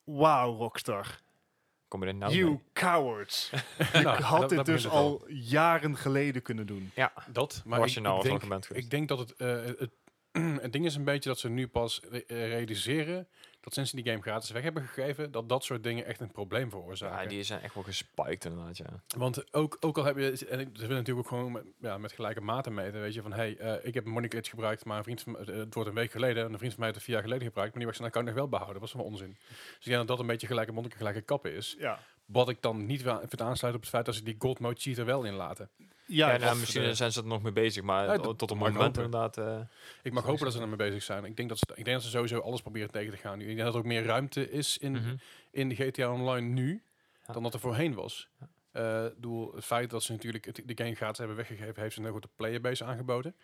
[SPEAKER 2] wauw Rockstar,
[SPEAKER 3] Kom je er nou
[SPEAKER 2] you
[SPEAKER 3] mee?
[SPEAKER 2] cowards.
[SPEAKER 1] Nou,
[SPEAKER 2] ik had
[SPEAKER 1] dat-
[SPEAKER 2] dit
[SPEAKER 1] dat
[SPEAKER 2] dus
[SPEAKER 1] begint het
[SPEAKER 2] al jaren geleden kunnen doen.
[SPEAKER 1] Dat, maar
[SPEAKER 3] Was
[SPEAKER 1] ik,
[SPEAKER 3] je nou
[SPEAKER 1] ik
[SPEAKER 3] als
[SPEAKER 1] denk,
[SPEAKER 3] argument geweest?
[SPEAKER 1] ik denk dat het, eh, het, het ding is een beetje dat ze nu pas re- eh, realiseren dat sinds ze die game gratis weg hebben gegeven, dat dat soort dingen echt een probleem veroorzaken.
[SPEAKER 3] Ja, die zijn echt wel gespiked inderdaad, ja.
[SPEAKER 1] Want ook, ook al heb je, en ik wil natuurlijk ook gewoon met, ja, met gelijke mate meten, weet je, van hey, eh, ik heb een Monikit gebruikt, maar een vriend van, mij- eh, het wordt een week geleden, en een vriend van mij heeft het vier jaar geleden gebruikt, maar die was zijn account nog wel behouden, dat was wel onzin. Dus ik denk dat dat een beetje gelijke monnik en gelijke kappen is.
[SPEAKER 2] Dus Ja,
[SPEAKER 1] Wat ik dan niet wa- vind aansluiten op het feit dat ze die gold mode cheat er wel in laten.
[SPEAKER 3] Ja,
[SPEAKER 2] ja,
[SPEAKER 3] nou,
[SPEAKER 2] dat-
[SPEAKER 3] misschien
[SPEAKER 1] eh,
[SPEAKER 3] zijn ze er nog mee bezig, maar
[SPEAKER 1] Ja,
[SPEAKER 3] tot-
[SPEAKER 1] dat
[SPEAKER 3] tot een
[SPEAKER 1] mag
[SPEAKER 3] moment
[SPEAKER 1] hopen.
[SPEAKER 3] inderdaad. eh,
[SPEAKER 1] Ik mag hopen dat ze ermee bezig zijn. Ik denk dat ze, ik denk dat ze sowieso alles proberen tegen te gaan. nu. Ik denk dat er ook meer ruimte is in,
[SPEAKER 3] mhm.
[SPEAKER 1] in de GTA Online nu
[SPEAKER 3] Ja.
[SPEAKER 1] dan dat er voorheen was.
[SPEAKER 3] Ja.
[SPEAKER 1] Eh, ik bedoel, het feit dat ze natuurlijk het, de game gratis hebben weggegeven, heeft ze een hele goede playerbase aangeboden.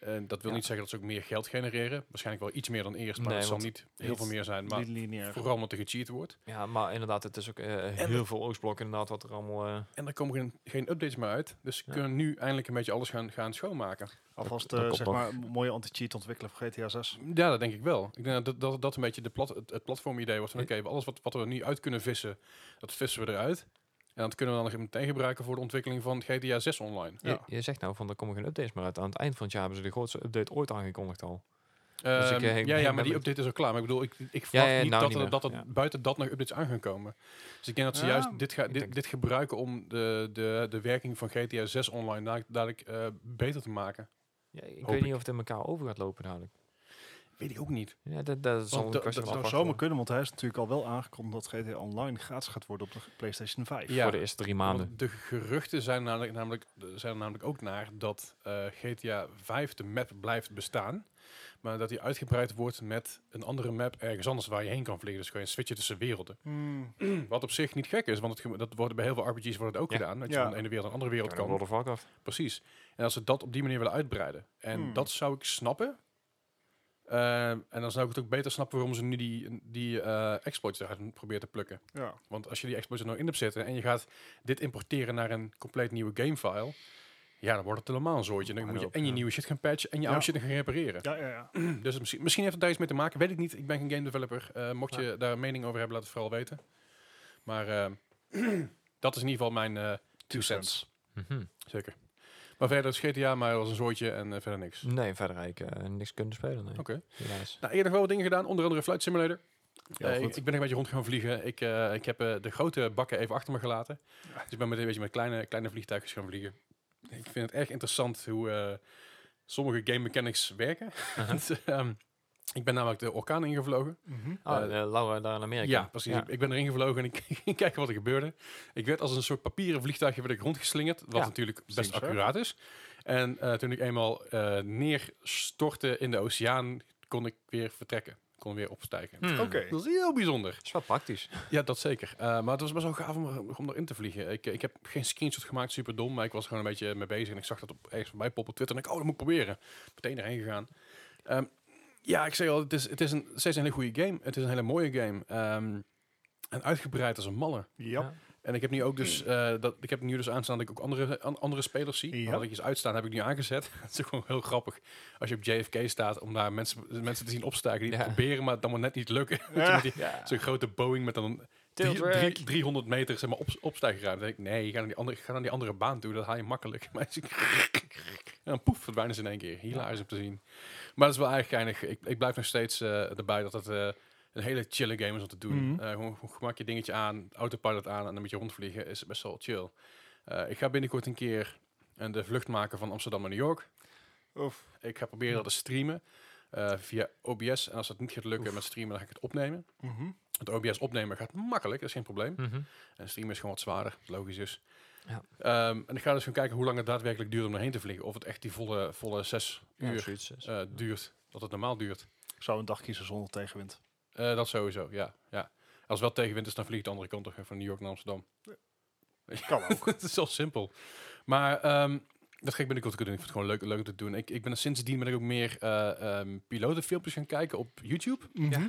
[SPEAKER 1] En dat wil
[SPEAKER 3] Ja.
[SPEAKER 1] niet zeggen dat ze ook meer geld genereren. Waarschijnlijk wel iets meer dan eerst, maar
[SPEAKER 3] Nee,
[SPEAKER 1] het zal
[SPEAKER 3] want
[SPEAKER 1] niet heel
[SPEAKER 2] niet-
[SPEAKER 1] veel meer zijn. Maar
[SPEAKER 2] niet lineair.
[SPEAKER 1] vooral omdat er gecheat wordt.
[SPEAKER 3] Ja, maar inderdaad, het is ook eh, heel veel oogstblokken inderdaad, wat er allemaal... eh,
[SPEAKER 1] En er komen geen, geen updates meer uit. Dus ze
[SPEAKER 3] Ja.
[SPEAKER 1] kunnen nu eindelijk een beetje alles gaan, gaan schoonmaken.
[SPEAKER 2] Alvast
[SPEAKER 3] dat
[SPEAKER 2] eh,
[SPEAKER 3] klopt
[SPEAKER 2] zeg
[SPEAKER 3] nog.
[SPEAKER 2] maar een mooie anti-cheat ontwikkelen voor GTA 6.
[SPEAKER 1] Ja, dat denk ik wel. Ik denk dat dat, dat een beetje de plat, het, het platformidee wordt van oké, alles wat, wat we nu uit kunnen vissen, dat vissen we eruit. En dat kunnen we dan nog meteen gebruiken voor de ontwikkeling van GTA 6 online.
[SPEAKER 2] Ja.
[SPEAKER 3] je, je zegt nou van, er komen geen updates meer uit. Aan het eind van het jaar hebben ze de grootste update ooit aangekondigd al. Dus ik,
[SPEAKER 1] Ehm,
[SPEAKER 3] eh, ik
[SPEAKER 1] ja, ja, maar
[SPEAKER 3] ben benieuwd.
[SPEAKER 1] die update is al klaar. Maar ik bedoel, ik, ik verwacht
[SPEAKER 3] ja,
[SPEAKER 1] niet
[SPEAKER 3] nou
[SPEAKER 1] dat,
[SPEAKER 3] niet
[SPEAKER 1] er,
[SPEAKER 3] meer.
[SPEAKER 1] dat er
[SPEAKER 3] Ja.
[SPEAKER 1] buiten dat nog updates aan gaan komen. Dus ik denk dat ze
[SPEAKER 2] Ja,
[SPEAKER 1] juist dit, ga,
[SPEAKER 3] ik denk
[SPEAKER 1] dit, dit gebruiken om de, de, de werking van GTA 6 online da- dadelijk eh, beter te maken.
[SPEAKER 3] Ja, ik
[SPEAKER 1] Hoop
[SPEAKER 3] weet
[SPEAKER 1] ik.
[SPEAKER 3] niet of het in elkaar over gaat lopen dadelijk.
[SPEAKER 1] Weet ik ook niet.
[SPEAKER 3] Ja, dat, dat is al
[SPEAKER 1] Want
[SPEAKER 3] een
[SPEAKER 1] dat- dat
[SPEAKER 3] kwestie van
[SPEAKER 2] zou
[SPEAKER 3] afwachten,
[SPEAKER 2] zomaar kunnen, want hij is natuurlijk al wel aangekondigd dat GTA Online gratis gaat worden op de PlayStation 5.
[SPEAKER 1] Ja.
[SPEAKER 3] Voor de eerste drie maanden.
[SPEAKER 1] Want de geruchten zijn, namelijk, namelijk, zijn er namelijk ook naar dat eh, GTA 5 de map blijft bestaan. Maar dat die uitgebreid wordt met een andere map ergens anders waar je heen kan vliegen. Dus kun je switchen tussen werelden. Hm,
[SPEAKER 2] Hmm.
[SPEAKER 1] Wat op zich niet gek is, want het, ge- dat wordt bij heel veel RPG's wordt het ook
[SPEAKER 3] Ja.
[SPEAKER 1] gedaan. Dat je
[SPEAKER 2] Ja.
[SPEAKER 1] van de ene wereld naar de andere wereld
[SPEAKER 3] Ja, dan
[SPEAKER 1] kan.
[SPEAKER 3] World of Warcraft.
[SPEAKER 1] Precies. En als ze dat op die manier willen uitbreiden. En
[SPEAKER 2] Hmm.
[SPEAKER 1] dat zou ik snappen. Ehm, en dan zou ik het ook beter snappen waarom ze nu die, die eh exploits eruit proberen te plukken.
[SPEAKER 2] Ja.
[SPEAKER 1] Want als je die exploits er nou in hebt zitten en je gaat dit importeren naar een compleet nieuwe gamefile, ja, dan wordt het helemaal een zooitje. Dan moet je
[SPEAKER 3] Puinhoop,
[SPEAKER 1] en je
[SPEAKER 3] ja.
[SPEAKER 1] nieuwe shit gaan patchen en je
[SPEAKER 2] Ja.
[SPEAKER 1] oude shit gaan repareren.
[SPEAKER 2] Ja, ja, ja.
[SPEAKER 1] Dus het misschien, misschien heeft het daar iets mee te maken, weet ik niet. Ik ben geen game developer. Eh, mocht je daar een mening over hebben, laat het vooral weten. Maar eh, dat is in ieder geval mijn eh two cents.
[SPEAKER 3] Mhm.
[SPEAKER 1] Zeker. Maar verder is GTA maar was een zooitje en eh, verder niks.
[SPEAKER 3] Nee, verder heb ik eh, niks kunnen spelen. Nee.
[SPEAKER 1] Oké.
[SPEAKER 3] Helaas.
[SPEAKER 1] Nou, eerder wel wat dingen gedaan, onder andere Flight Simulator.
[SPEAKER 2] Heel
[SPEAKER 1] Eh, ik,
[SPEAKER 2] goed.
[SPEAKER 1] ik ben nog een beetje rond gaan vliegen. Ik, eh, ik heb eh, de grote bakken even achter me gelaten.
[SPEAKER 2] Ja.
[SPEAKER 1] Dus ik ben met een beetje met kleine, kleine vliegtuigjes gaan vliegen. Ik vind het erg interessant hoe eh, sommige game mechanics werken. Want, ehm, ik ben namelijk de orkaan ingevlogen.
[SPEAKER 2] Mhm.
[SPEAKER 3] Ah,
[SPEAKER 1] Eh,
[SPEAKER 3] eh, Laura daar in Amerika.
[SPEAKER 1] Ja, precies. Ik- Ik ben erin gevlogen en ik ging kijken wat er gebeurde. Ik werd als een soort papieren vliegtuigje werd ik rondgeslingerd, wat
[SPEAKER 3] Ja,
[SPEAKER 1] natuurlijk best
[SPEAKER 2] precies, hè?
[SPEAKER 1] accuraat is. En eh, toen ik eenmaal eh, neerstortte in de oceaan, kon ik weer vertrekken. Kon weer opstijgen.
[SPEAKER 3] Hmm.
[SPEAKER 2] Oké.
[SPEAKER 1] Dat is heel bijzonder.
[SPEAKER 3] is wel praktisch.
[SPEAKER 1] Ja, dat zeker. Eh, maar het was best wel gaaf om, er- om erin te vliegen. Ik, ik heb geen screenshot gemaakt, super dom. Maar ik was gewoon een beetje mee bezig. En ik zag dat op, ergens voorbij poppen op Twitter. En ik, oh, dat moet ik proberen. Meteen erheen gegaan. Ehm, ja, ik zeg al, het is, het is een, steeds een hele goede game. Het is een hele mooie game. Ehm, en uitgebreid als een malle.
[SPEAKER 2] Ja.
[SPEAKER 1] En ik heb nu ook dus, eh, dat, ik heb nu dus aanstaan dat ik ook andere, an- andere spelers zie.
[SPEAKER 2] Ja.
[SPEAKER 1] Wat ik eens uitstaan heb ik nu aangezet. Het is ook gewoon heel grappig als je op JFK staat om daar mensen, mensen te zien opstijgen die het
[SPEAKER 3] Ja.
[SPEAKER 1] proberen, maar het dan maar net niet lukken. Weet je, met die- Zo'n grote Boeing met dan een drie-
[SPEAKER 3] Tilt-rack.
[SPEAKER 1] drie- 300 meter zeg maar, op, opstijgruimte. Dan denk ik, nee, ga naar, die andere, ga naar die andere baan toe, dat haal je makkelijk. Maar als ik- en dan poef, verdwijnen ze in één keer. Hilarisch om te zien. Maar dat is wel erg geinig. Ik, ik blijf nog steeds eh, erbij dat het eh, een hele chille game is om te doen.
[SPEAKER 2] Mhm.
[SPEAKER 1] Eh, gewoon, gewoon gemak je dingetje aan, autopilot aan en dan met je rondvliegen is best wel chill. Eh, ik ga binnenkort een keer eh, de vlucht maken van Amsterdam naar New York.
[SPEAKER 2] Oef.
[SPEAKER 1] Ik ga proberen dat te streamen eh, via OBS. En als dat niet gaat lukken met streamen, dan ga ik het opnemen.
[SPEAKER 2] Mhm.
[SPEAKER 1] Het OBS opnemen gaat makkelijk, dat is geen probleem.
[SPEAKER 3] Mhm.
[SPEAKER 1] En streamen is gewoon wat zwaarder, logisch dus.
[SPEAKER 3] Ja.
[SPEAKER 1] Ehm, en ik ga dus gaan kijken hoe lang het daadwerkelijk duurt om erheen te vliegen. Of het echt die volle, volle zes
[SPEAKER 3] Ja,
[SPEAKER 1] uur
[SPEAKER 3] zoiets is.
[SPEAKER 1] eh, duurt, dat het normaal duurt.
[SPEAKER 2] Ik zou een dag kiezen zonder tegenwind.
[SPEAKER 1] Eh, dat sowieso, ja. ja. Als wel tegenwind is, dan vlieg ik de andere kant toch weer van New York naar Amsterdam.
[SPEAKER 2] Kan ook.
[SPEAKER 1] Het is zo simpel. Maar ehm, dat ga ik binnenkort kunnen doen. Ik vind het gewoon leuk, leuk om te doen. Ik, ik ben er sindsdien ben ik ook meer eh, ehm, pilotenfilmpjes gaan kijken op YouTube.
[SPEAKER 2] Mhm.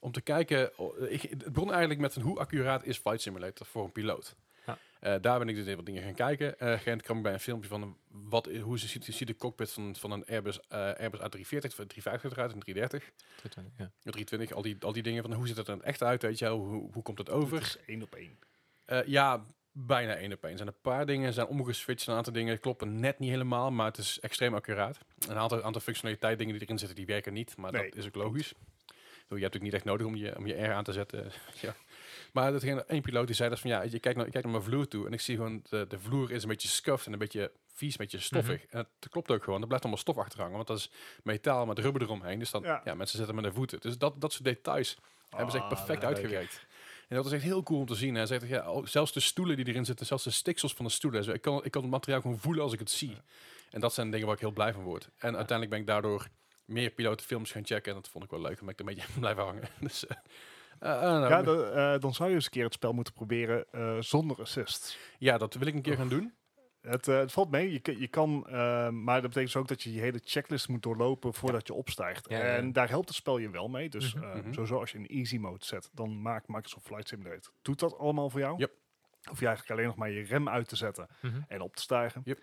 [SPEAKER 1] om te kijken. o- Ik, het begon eigenlijk met een, hoe accuraat is Flight Simulator voor een piloot.
[SPEAKER 3] Ja.
[SPEAKER 1] Eh, daar ben ik dus even wat dingen gaan kijken. Eh Gent kwam ik bij een filmpje van een- wat, hoe ze ziet, ziet de cockpit van, van een Airbus, eh, Airbus A340, 350 eruit, een 330,
[SPEAKER 3] Ja.
[SPEAKER 1] een 320, al die, al die dingen. Van, hoe ziet dat er in het echt uit, weet je wel? Hoe, hoe komt het over?
[SPEAKER 2] Het is één op één.
[SPEAKER 1] Eh, ja, bijna één op één. Zijn een paar dingen zijn omgeswitcht. Een aantal dingen kloppen net niet helemaal, maar het is extreem accuraat. Een aantal, aantal functionaliteit dingen die erin zitten, die werken niet. Maar
[SPEAKER 2] Nee.
[SPEAKER 1] dat is ook logisch. Ik bedoel, Je hebt natuurlijk niet echt nodig om je, om je R aan te zetten. ja. Maar dat ging één piloot die zei dat van ja, je kijkt, naar, je kijkt naar mijn vloer toe en ik zie gewoon de, de vloer is een beetje scuffed en een beetje vies, een beetje stoffig.
[SPEAKER 2] Mhm.
[SPEAKER 1] En dat klopt ook gewoon. Er blijft allemaal stof achter hangen, want dat is metaal met rubber eromheen. Dus dan,
[SPEAKER 2] Ja.
[SPEAKER 1] ja. mensen zetten met hun voeten. Dus dat, dat soort details hebben ze echt
[SPEAKER 2] Ah,
[SPEAKER 1] perfect
[SPEAKER 2] leuk.
[SPEAKER 1] uitgewerkt. En dat is echt heel cool om te zien. Hij zegt, ja, al- zelfs de stoelen die erin zitten, zelfs de stiksels van de stoelen. zo, ik, kan, ik kan het materiaal gewoon voelen als ik het zie. En dat zijn dingen waar ik heel blij van word. En uiteindelijk ben ik daardoor meer pilotenfilms gaan checken. En dat vond ik wel leuk, omdat ik er een beetje aan blijf hangen. Dus, eh, eh, I don't know.
[SPEAKER 2] Ja, dan, eh, dan zou je eens een keer het spel moeten proberen eh, zonder assists.
[SPEAKER 1] ja, dat wil ik een
[SPEAKER 2] Oh.
[SPEAKER 1] keer gaan doen.
[SPEAKER 2] Het, eh, het valt mee, je, kan- je kan, eh, maar dat betekent dus ook dat je je hele checklist moet doorlopen voordat je opstijgt.
[SPEAKER 3] Ja, ja, ja.
[SPEAKER 2] En daar helpt het spel je wel mee. Dus
[SPEAKER 3] Mhm.
[SPEAKER 2] eh,
[SPEAKER 1] Mhm.
[SPEAKER 2] sowieso als je in easy mode zet, dan maakt Microsoft Flight Simulator. Doet dat allemaal voor jou?
[SPEAKER 1] Yep.
[SPEAKER 2] Hoef je eigenlijk alleen nog maar je rem uit te zetten
[SPEAKER 3] Mhm.
[SPEAKER 2] en op te stijgen.
[SPEAKER 1] Yep.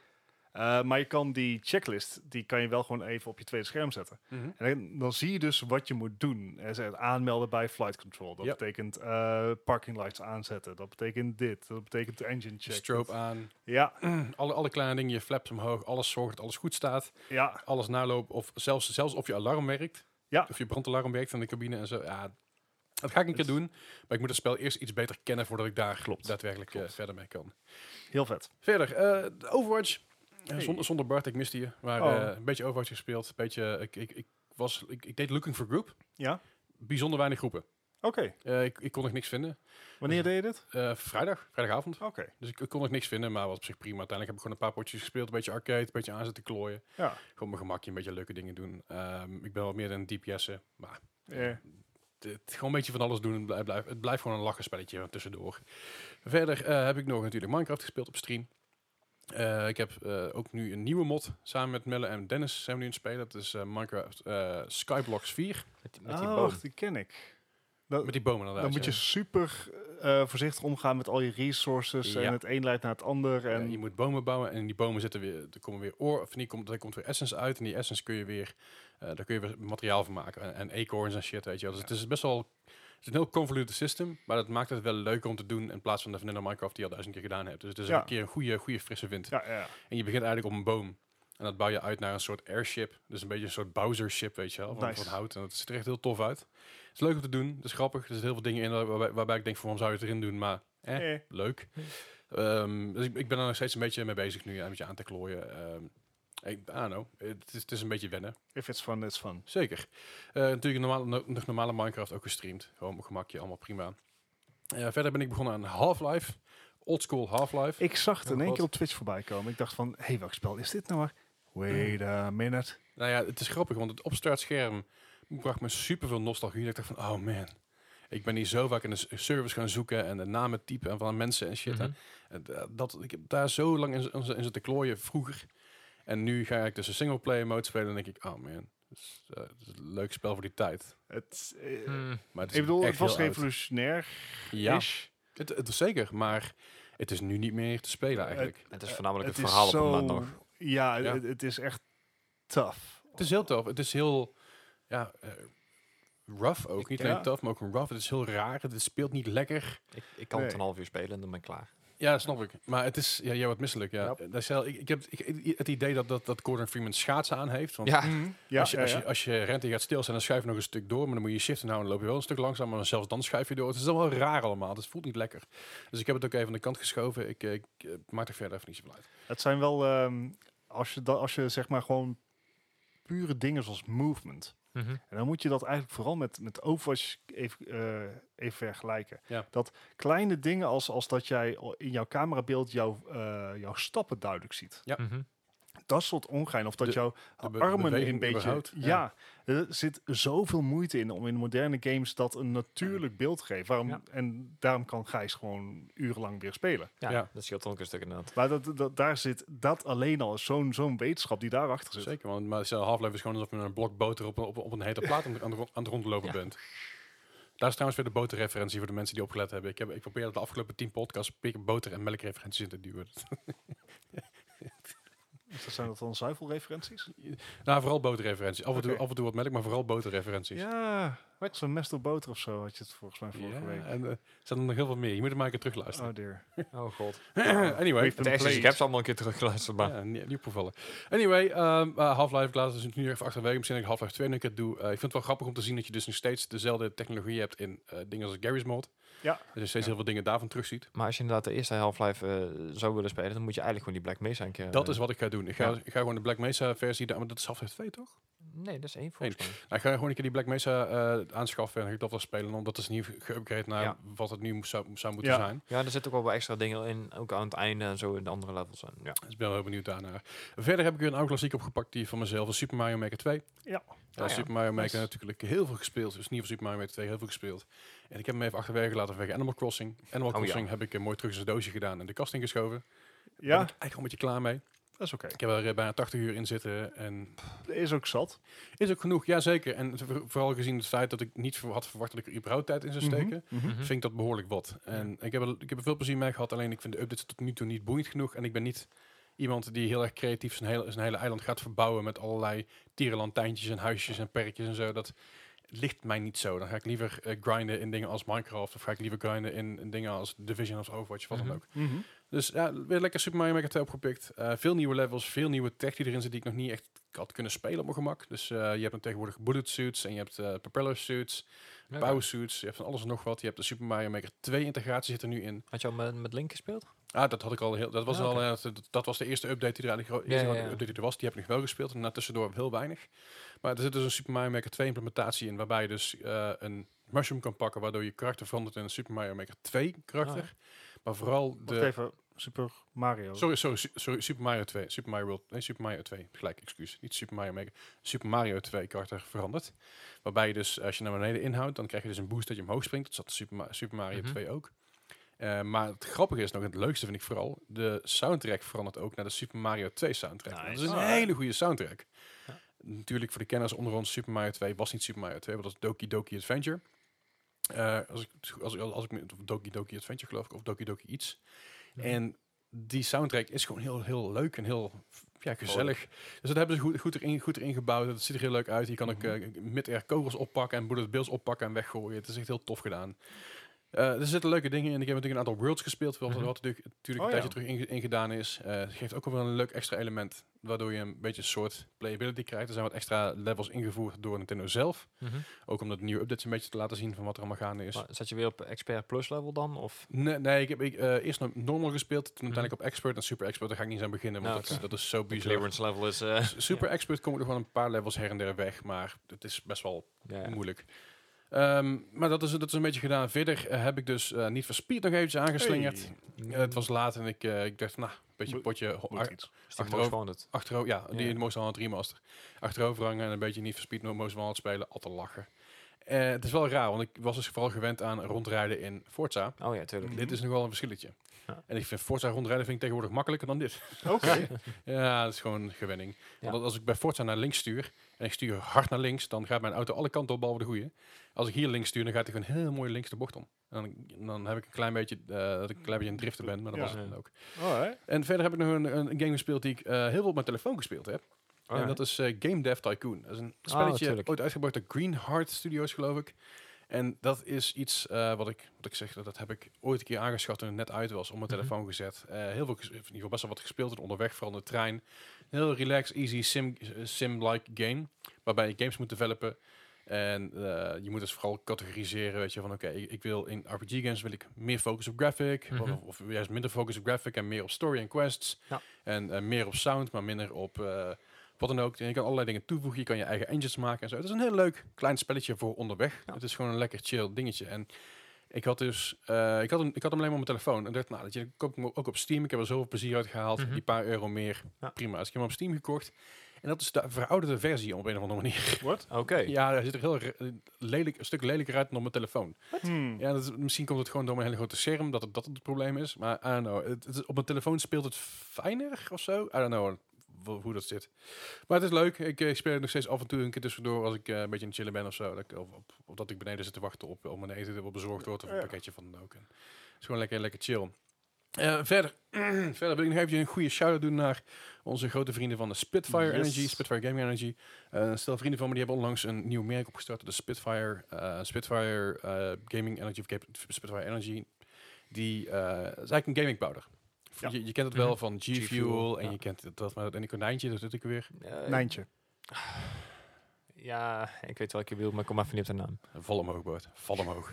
[SPEAKER 2] Eh, maar je kan die checklist, die kan je wel gewoon even op je tweede scherm zetten. En dan, dan zie je dus wat je moet doen. Er staat aanmelden bij flight control. Dat
[SPEAKER 1] Ja.
[SPEAKER 2] betekent eh, parking lights aanzetten. Dat betekent dit. Dat betekent engine check.
[SPEAKER 1] Strobe aan.
[SPEAKER 2] Ja,
[SPEAKER 1] Alle, alle kleine dingen, je flaps omhoog. Alles zorgt dat alles goed staat.
[SPEAKER 2] ja.
[SPEAKER 1] Alles nalopen. Of zelfs, zelfs of je alarm werkt.
[SPEAKER 2] Ja.
[SPEAKER 1] Of je brandalarm werkt in de cabine en zo. Ja, dat ga ik een keer doen. Maar ik moet het spel eerst iets beter kennen voordat ik daar
[SPEAKER 2] Klopt.
[SPEAKER 1] daadwerkelijk eh,
[SPEAKER 2] Klopt.
[SPEAKER 1] verder mee kan.
[SPEAKER 2] Heel vet.
[SPEAKER 1] Verder, eh, de Overwatch. Eh,
[SPEAKER 2] Hey.
[SPEAKER 1] Zonder, zonder Bart, ik miste je. Maar
[SPEAKER 2] Oh.
[SPEAKER 1] eh, een beetje Overwatch gespeeld. Een beetje, eh, ik, ik, ik, was, ik, ik deed Looking for Group.
[SPEAKER 2] Ja.
[SPEAKER 1] Bijzonder weinig groepen.
[SPEAKER 2] Oké.
[SPEAKER 1] Eh, ik, ik kon nog niks vinden.
[SPEAKER 2] Wanneer deed je dit?
[SPEAKER 1] Eh, vrijdag, vrijdagavond.
[SPEAKER 2] Oké.
[SPEAKER 1] Dus ik, ik kon nog niks vinden, maar was op zich prima. Uiteindelijk heb ik gewoon een paar potjes gespeeld. Een beetje arcade, een beetje aan zitten klooien.
[SPEAKER 2] Ja.
[SPEAKER 1] Gewoon mijn gemakje, een beetje leuke dingen doen. Ehm, ik ben wat meer een DPS'en, maar
[SPEAKER 2] Eh,
[SPEAKER 1] het, gewoon een beetje van alles doen. Het blijft, blijft- het blijft gewoon een lachenspelletje tussendoor. Verder eh, heb ik nog natuurlijk Minecraft gespeeld op stream. Eh, ik heb eh, ook nu een nieuwe mod. Samen met Melle en Dennis zijn we nu aan het spelen. Dat is eh, Minecraft eh, Skyblocks 4.
[SPEAKER 3] Met, die- met die
[SPEAKER 2] ah,
[SPEAKER 3] boom.
[SPEAKER 2] wacht, die ken ik. Dat,
[SPEAKER 1] Met die bomen inderdaad.
[SPEAKER 2] Oh. dan moet je
[SPEAKER 1] ja.
[SPEAKER 2] super eh, voorzichtig omgaan met al je resources.
[SPEAKER 1] Ja.
[SPEAKER 2] En het een leidt naar het ander.
[SPEAKER 1] Ja,
[SPEAKER 2] En
[SPEAKER 1] je moet bomen bouwen en in die bomen zitten weer, er komen weer oor, of niet, komt, er komt weer essence uit en die essence kun je weer, eh, daar kun je weer materiaal van maken en, en acorns en shit, weet je wel. Dus het is best wel, het is een heel convoluted system, maar dat maakt het wel leuk om te doen in plaats van de vanilla Minecraft die je al duizend keer gedaan hebt. Dus het is
[SPEAKER 2] Ja.
[SPEAKER 1] een keer een goede, goede frisse wind.
[SPEAKER 2] ja, ja.
[SPEAKER 1] En je begint eigenlijk op een boom en dat bouw je uit naar een soort airship, dus een beetje een soort Bowser-ship, weet je wel, van,
[SPEAKER 2] Nice.
[SPEAKER 1] van hout. En dat ziet er echt heel tof uit. Het is leuk om te doen, het is grappig, er zitten heel veel dingen in waarbij, waarbij ik denk van waarom zou je het erin doen, maar eh,
[SPEAKER 2] Eh,
[SPEAKER 1] leuk. Ehm, dus ik, ik ben er nog steeds een beetje mee bezig nu, ja, een beetje aan te klooien. Ehm, ik, I don't know, het is, het is een beetje wennen,
[SPEAKER 2] if it's fun, it's fun.
[SPEAKER 1] zeker. Eh, natuurlijk normaal, no- nog normale Minecraft ook gestreamd, gewoon op gemakje, allemaal prima. Eh, verder ben ik begonnen aan Half-Life, oldschool Half-Life.
[SPEAKER 2] Ik zag het
[SPEAKER 1] Oh,
[SPEAKER 2] in één
[SPEAKER 1] God.
[SPEAKER 2] keer op Twitch voorbij komen. Ik dacht van, hé, hey, welk spel is dit nou maar? Wait a minute.
[SPEAKER 1] Nou ja, het is grappig, want het opstartscherm bracht me super veel nostalgie. Dat ik dacht van, oh man, ik ben hier zo vaak in de s- service gaan zoeken en de namen typen en van mensen en shit.
[SPEAKER 3] Mhm.
[SPEAKER 1] En da- dat, ik heb daar zo lang in, z- in z- in zitten klooien vroeger. En nu ga ik dus een singleplayer mode spelen en denk ik, oh man, dat is, eh, dat is een leuk spel voor die tijd.
[SPEAKER 2] Het, eh,
[SPEAKER 3] Hmm.
[SPEAKER 1] Maar het is
[SPEAKER 2] ik bedoel, het
[SPEAKER 1] echt heel
[SPEAKER 2] was
[SPEAKER 1] oud.
[SPEAKER 2] revolutionair.
[SPEAKER 1] Ja,
[SPEAKER 2] Ish.
[SPEAKER 1] het, het is zeker, maar het is nu niet meer te spelen eigenlijk.
[SPEAKER 3] Het is voornamelijk het,
[SPEAKER 2] Eh, is
[SPEAKER 3] verhaal op het
[SPEAKER 2] zo-
[SPEAKER 3] moment nog.
[SPEAKER 2] Ja,
[SPEAKER 1] Ja.
[SPEAKER 2] Het, het is echt tough.
[SPEAKER 1] Het is heel tof. Het is heel ja, eh, rough ook. Niet alleen
[SPEAKER 2] Ja.
[SPEAKER 1] tof, maar ook een rough. Het is heel raar. Het speelt niet lekker.
[SPEAKER 3] Ik, ik kan het
[SPEAKER 2] Nee.
[SPEAKER 3] een half uur spelen en dan ben ik klaar.
[SPEAKER 1] Ja, snap ik. Maar het is, ja, jij wordt misselijk. Ja.
[SPEAKER 2] Ja.
[SPEAKER 1] Dat is heel- ik, ik heb ik- ik- het idee dat, dat, dat Gordon Freeman schaatsen aan heeft. Want
[SPEAKER 3] Ja,
[SPEAKER 2] Ja,
[SPEAKER 1] als, je,
[SPEAKER 2] ja,
[SPEAKER 1] als,
[SPEAKER 2] ja.
[SPEAKER 1] je, als je rent en je gaat stilstaan, dan schuif je nog een stuk door. Maar dan moet je je shift inhouden. Dan loop je wel een stuk langzamer. Maar zelfs dan schuif je door. Het is wel raar allemaal. Het voelt niet lekker. Dus ik heb het ook even aan de kant geschoven. Ik, eh, ik eh, maak er verder even niet zoveel uit.
[SPEAKER 2] Het zijn wel, ehm, als, je da- als je zeg maar gewoon pure dingen zoals movement.
[SPEAKER 3] Mhm.
[SPEAKER 2] En dan moet je dat eigenlijk vooral met, met Overwatch even, eh, even vergelijken.
[SPEAKER 1] Ja.
[SPEAKER 2] Dat kleine dingen als, als dat jij o- in jouw camerabeeld jouw, eh, jouw stappen duidelijk ziet.
[SPEAKER 1] Ja.
[SPEAKER 3] Mhm.
[SPEAKER 2] Dat soort ongein. Of dat
[SPEAKER 1] De-
[SPEAKER 2] jouw
[SPEAKER 1] de be-
[SPEAKER 2] armen
[SPEAKER 1] beweging
[SPEAKER 2] een beetje...
[SPEAKER 1] überhaupt,
[SPEAKER 2] ja. er zit zoveel moeite in om in moderne games dat een natuurlijk beeld te geven. Waarom,
[SPEAKER 3] Ja.
[SPEAKER 2] En daarom kan Gijs gewoon urenlang weer spelen.
[SPEAKER 3] ja,
[SPEAKER 1] Ja.
[SPEAKER 3] dat scheelt dan ook een stuk inderdaad.
[SPEAKER 2] Maar dat, dat, daar zit dat alleen al is zo'n zo'n wetenschap die daarachter zit.
[SPEAKER 1] Zeker, want maar zelf Half-Life is gewoon alsof je met een blok boter op, een- op, een- op een hete plaat aan, de- aan de rond- aan het rondlopen
[SPEAKER 3] Ja.
[SPEAKER 1] bent. Daar is trouwens weer de boterreferentie voor de mensen die opgelet hebben. Ik, heb, ik probeer de afgelopen tien podcasts pik- boter- en melkreferenties in te duwen.
[SPEAKER 2] Dus dat zijn dat dan zuivelreferenties?
[SPEAKER 1] nou, vooral boterreferenties. Af en, toe,
[SPEAKER 2] Oké.
[SPEAKER 1] af en toe wat melk, maar vooral boterreferenties.
[SPEAKER 2] Ja, wat zo'n mest op boter of zo had je het volgens mij vorige
[SPEAKER 1] Ja,
[SPEAKER 2] week.
[SPEAKER 1] en eh, er zijn er nog heel veel meer. Je moet er maar een keer terugluisteren.
[SPEAKER 2] Oh dear.
[SPEAKER 3] Oh god.
[SPEAKER 1] anyway.
[SPEAKER 2] We've
[SPEAKER 3] Het
[SPEAKER 2] been
[SPEAKER 3] ergste is, ik
[SPEAKER 2] played.
[SPEAKER 3] heb ze allemaal een keer teruggeluisterd, maar...
[SPEAKER 1] Ja, nie- nieuw provallen. Anyway, ehm, eh, Half-Life, ik laat dus nu even achterwege. Misschien dat ik Half-Life 2 nog een keer doe. Eh, ik vind het wel grappig om te zien dat je dus nog steeds dezelfde technologie hebt in eh, dingen als Garry's Mod.
[SPEAKER 2] Ja.
[SPEAKER 1] Dat je steeds
[SPEAKER 2] Ja.
[SPEAKER 1] heel veel dingen daarvan terugziet.
[SPEAKER 3] Maar als je inderdaad de eerste Half-Life eh, zou willen spelen, dan moet je eigenlijk gewoon die Black Mesa een keer...
[SPEAKER 1] Dat
[SPEAKER 3] eh,
[SPEAKER 1] is wat ik ga doen. Ik ga,
[SPEAKER 3] Ja.
[SPEAKER 1] ik ga gewoon de Black Mesa versie, da- maar dat is Half-Life 2 toch?
[SPEAKER 3] Nee, dat is één volgens mij.
[SPEAKER 1] Nou, ik ga gewoon een keer die Black Mesa eh, aanschaffen en ga ik dat wel spelen. Omdat dat is nieuw geüpgrade naar
[SPEAKER 3] Ja.
[SPEAKER 1] wat het nu moest- zou, zou moeten
[SPEAKER 2] Ja.
[SPEAKER 1] zijn.
[SPEAKER 3] Ja, er zitten ook wel wat extra dingen in, ook aan het einde en zo in de andere levels. En, ja.
[SPEAKER 1] Dus ik ben wel heel benieuwd daarnaar. Verder heb ik weer een oude klassiek opgepakt die van mezelf is Super Mario Maker 2. Eh,
[SPEAKER 2] Ja.
[SPEAKER 3] Ah, ja.
[SPEAKER 1] Super Mario Maker
[SPEAKER 2] Nice.
[SPEAKER 1] natuurlijk heel veel gespeeld. Dus in ieder geval Super Mario Maker 2 heel veel gespeeld. En ik heb hem even achterwege laten vanwege Animal Crossing. Animal
[SPEAKER 3] Oh, ja.
[SPEAKER 1] Crossing heb ik eh, mooi terug in zijn doosje gedaan en de kast ingeschoven.
[SPEAKER 2] Ja,
[SPEAKER 1] Ben ik eigenlijk al een beetje klaar mee.
[SPEAKER 2] dat is oké.
[SPEAKER 1] Ik heb er eh, bijna 80 uur in zitten en
[SPEAKER 2] Is ook zat.
[SPEAKER 1] is ook genoeg. Jazeker. En voor- vooral gezien het feit dat ik niet ver- had verwacht dat ik er überhaupt tijd in zou steken
[SPEAKER 2] Mhm, mhm.
[SPEAKER 3] Hm.
[SPEAKER 1] vind ik dat behoorlijk wat. En ik, heb er, ik heb er veel plezier mee gehad, alleen ik vind de updates tot nu toe niet boeiend genoeg. En ik ben niet iemand die heel erg creatief zijn hele, zijn hele eiland gaat verbouwen met allerlei tierenlantijntjes en huisjes en perkjes en zo. Dat ligt mij niet zo. Dan ga ik liever eh, grinden in dingen als Minecraft of ga ik liever grinden in, in dingen als Division of Overwatch of wat
[SPEAKER 3] Mhm.
[SPEAKER 1] dan ook. Dus ja, weer lekker Super Mario Maker 2 opgepikt. Eh, veel nieuwe levels, veel nieuwe tech die erin zit die ik nog niet echt had kunnen spelen op mijn gemak. Dus eh, je hebt dan tegenwoordig bullet suits en je hebt eh, propeller suits.
[SPEAKER 3] Oké.
[SPEAKER 1] Power Suits, je hebt van alles en nog wat. Je hebt de Super Mario Maker 2 integratie zit er nu in.
[SPEAKER 3] Had je al met, met Link gespeeld?
[SPEAKER 1] Ah, dat had ik al heel. Dat was
[SPEAKER 3] Ah, oké.
[SPEAKER 1] al. eh, dat, dat was de eerste update die er eigenlijk
[SPEAKER 3] Ja,
[SPEAKER 1] eerste
[SPEAKER 3] ja, ja.
[SPEAKER 1] update die er was. Die heb ik nog wel gespeeld en na tussendoor heel weinig. Maar er zit dus een Super Mario Maker 2 implementatie in, waarbij je dus eh, een mushroom kan pakken, waardoor je karakter verandert in een Super Mario Maker 2 karakter.
[SPEAKER 3] Ah,
[SPEAKER 1] Maar vooral
[SPEAKER 2] Wacht
[SPEAKER 1] de.
[SPEAKER 2] even, Super Mario.
[SPEAKER 1] Sorry, sorry, su- sorry, Super Mario 2. Super Mario World. Nee, Super Mario 2. Gelijk, excuus. Niet Super Mario Maker. Super Mario 2 karakter veranderd. Waarbij je dus, als je naar beneden inhoudt, dan krijg je dus een boost dat je omhoog springt. Dat zat in Super, Ma- Super Mario
[SPEAKER 3] Mhm.
[SPEAKER 1] 2 ook. Eh, maar het grappige is nog, en het leukste vind ik vooral, de soundtrack verandert ook naar de Super Mario 2 soundtrack.
[SPEAKER 3] Nice.
[SPEAKER 1] Dat is een
[SPEAKER 2] Ah.
[SPEAKER 1] hele goede soundtrack.
[SPEAKER 3] Ja.
[SPEAKER 1] Natuurlijk, voor de kenners onder ons, Super Mario 2 was niet Super Mario 2, maar dat was Doki Doki Adventure. Eh, als, ik, het go- als, ik- als ik me of Doki Doki Adventure geloof ik, of Doki Doki iets.
[SPEAKER 3] Ja.
[SPEAKER 1] En die soundtrack is gewoon heel, heel leuk en heel ja, gezellig.
[SPEAKER 3] Vrolijk.
[SPEAKER 1] Dus dat hebben ze goed, goed, erin, goed erin gebouwd. Dat ziet er heel leuk uit. Je kan ook
[SPEAKER 3] Mhm.
[SPEAKER 1] eh, mid-air kogels oppakken en bullet bills oppakken en weggooien. Het is echt heel tof gedaan. Eh, er zitten leuke dingen in. Ik heb natuurlijk een aantal worlds gespeeld, wat,
[SPEAKER 3] Mhm.
[SPEAKER 1] wat natuurlijk natuurlijk
[SPEAKER 2] Oh,
[SPEAKER 1] een
[SPEAKER 2] ja.
[SPEAKER 1] tijdje terug inge- ingedaan is. Eh, het geeft ook wel een leuk extra element, waardoor je een beetje een soort playability krijgt. Er zijn wat extra levels ingevoerd door Nintendo zelf.
[SPEAKER 3] mhm.
[SPEAKER 1] Ook om dat nieuwe updates een beetje te laten zien van wat er allemaal gaande is.
[SPEAKER 3] Maar zat je weer op Expert Plus level dan? Of?
[SPEAKER 1] Nee, nee, ik heb ik, eh, eerst nog normal gespeeld, toen
[SPEAKER 3] Mhm.
[SPEAKER 1] uiteindelijk op expert en super expert. Daar ga ik niet eens aan beginnen, want
[SPEAKER 3] Nou,
[SPEAKER 1] dat,
[SPEAKER 3] oké.
[SPEAKER 1] dat is zo
[SPEAKER 3] De
[SPEAKER 1] bizar.
[SPEAKER 3] clearance level is... eh,
[SPEAKER 1] S- Super expert kom ik nog wel een paar levels her en der weg, maar het is best wel
[SPEAKER 3] ja, ja.
[SPEAKER 1] moeilijk. Ehm, maar dat is, dat is een beetje gedaan. Verder eh, heb ik dus niet Need for Speed nog eventjes aangeslingerd.
[SPEAKER 2] Hey,
[SPEAKER 1] Eh, het was laat en ik, eh, ik dacht, nou, een beetje
[SPEAKER 2] Moet-
[SPEAKER 1] potje ho-
[SPEAKER 2] moet iets.
[SPEAKER 3] Is die
[SPEAKER 1] achterover-
[SPEAKER 3] Most Wanted?
[SPEAKER 1] Achterover, ja, die
[SPEAKER 3] Ja.
[SPEAKER 1] in Most Wanted Remaster. Achterover hangen en een beetje niet verspied met Most Wanted spelen. Al te lachen. Eh, het is wel raar, want ik was dus vooral gewend aan rondrijden in Forza.
[SPEAKER 3] Oh ja, tuurlijk.
[SPEAKER 2] Mhm.
[SPEAKER 1] Dit is nog wel een verschilletje.
[SPEAKER 3] Ja.
[SPEAKER 1] En ik vind Forza rondrijden vind ik tegenwoordig makkelijker dan dit.
[SPEAKER 2] Oké.
[SPEAKER 1] Ja, dat is gewoon gewenning.
[SPEAKER 3] Ja.
[SPEAKER 1] Want als ik bij Forza naar links stuur en ik stuur hard naar links, dan gaat mijn auto alle kanten op, behalve de goede. Als ik hier links stuur, dan gaat hij gewoon heel mooi links de bocht om. En dan, dan heb ik een klein beetje eh, dat ik een klein beetje een drifter ben, maar dat
[SPEAKER 2] Ja.
[SPEAKER 1] was het dan ook.
[SPEAKER 2] Alright.
[SPEAKER 1] En verder heb ik nog een, een game gespeeld die ik eh, heel veel op mijn telefoon gespeeld heb. En dat
[SPEAKER 3] Alright.
[SPEAKER 1] is eh, Game Dev Tycoon. Dat is een spelletje
[SPEAKER 3] Ah, tuurlijk.
[SPEAKER 1] ooit uitgebracht door Green Heart Studios, geloof ik. En dat is iets eh, wat, ik, wat ik zeg, dat, dat heb ik ooit een keer aangeschaft toen het net uit was, op mijn
[SPEAKER 3] Mhm.
[SPEAKER 1] telefoon gezet. Eh, heel veel, ges- in ieder geval best wel wat gespeeld, en onderweg vooral in de trein. Een heel relaxed, easy sim- eh, sim-like game, waarbij je games moet developen. En eh, je moet dus vooral categoriseren, weet je, van oké, ik, ik wil in RPG-games wil ik meer focus op graphic,
[SPEAKER 3] Mhm.
[SPEAKER 1] of, of juist minder focus op graphic en meer op story en quests.
[SPEAKER 3] Ja.
[SPEAKER 1] En eh, meer op sound, maar minder op... eh, wat dan ook. En je kan allerlei dingen toevoegen. Je kan je eigen engines maken en zo. Het is een heel leuk klein spelletje voor onderweg.
[SPEAKER 3] Ja.
[SPEAKER 1] Het is gewoon een lekker chill dingetje. En ik had dus, eh, ik, had hem, ik had hem alleen maar op mijn telefoon. En dacht, nou, dat je koop ik hem ook op Steam. Ik heb er zoveel plezier uit gehaald.
[SPEAKER 3] Mhm.
[SPEAKER 1] Die paar euro meer.
[SPEAKER 3] Ja.
[SPEAKER 1] Prima. Dus ik heb hem op Steam gekocht. En dat is de verouderde versie op een of andere manier.
[SPEAKER 2] What?
[SPEAKER 3] Oké.
[SPEAKER 1] Ja, hij ziet er heel re- lelijk, een stuk lelijker uit dan op mijn telefoon.
[SPEAKER 2] Hmm.
[SPEAKER 1] Ja, dat is- misschien komt het gewoon door mijn hele grote scherm dat het, dat het, het probleem is. Maar I don't know. Het, het is- op mijn telefoon speelt het fijner of zo. I don't know. w- hoe dat zit. Maar het is leuk. Ik, eh, speel het nog steeds af en toe een keer tussendoor als ik eh, een beetje aan het chillen ben of zo. Dat ik, of, op- of dat ik beneden zit te wachten op om mijn eten wat bezorgd wordt of een
[SPEAKER 2] Ja.
[SPEAKER 1] pakketje van dan ook. En het is gewoon lekker, lekker chill. Eh, verder, verder wil ik nog even een goede shout-out doen naar onze grote vrienden van de Spitfire
[SPEAKER 2] Yes.
[SPEAKER 1] Energy, Spitfire Gaming Energy. Eh, een stel vrienden van me, die hebben onlangs een nieuw merk opgestart, de Spitfire, eh, Spitfire eh, Gaming Energy, of Cap- Spitfire Energy. Die eh, is eigenlijk een gaming powder.
[SPEAKER 2] Ja.
[SPEAKER 1] Je, je kent het
[SPEAKER 3] Mhm.
[SPEAKER 1] wel van G-Fuel,
[SPEAKER 3] G-Fuel,
[SPEAKER 1] en
[SPEAKER 3] ja.
[SPEAKER 1] je kent dat, dat met een konijntje, dat zit ik weer.
[SPEAKER 3] Eh,
[SPEAKER 2] Nijntje.
[SPEAKER 3] Ja, ik weet welke je bedoelt, maar ik kom even niet op de naam.
[SPEAKER 1] Val omhoog, Bart. Val omhoog.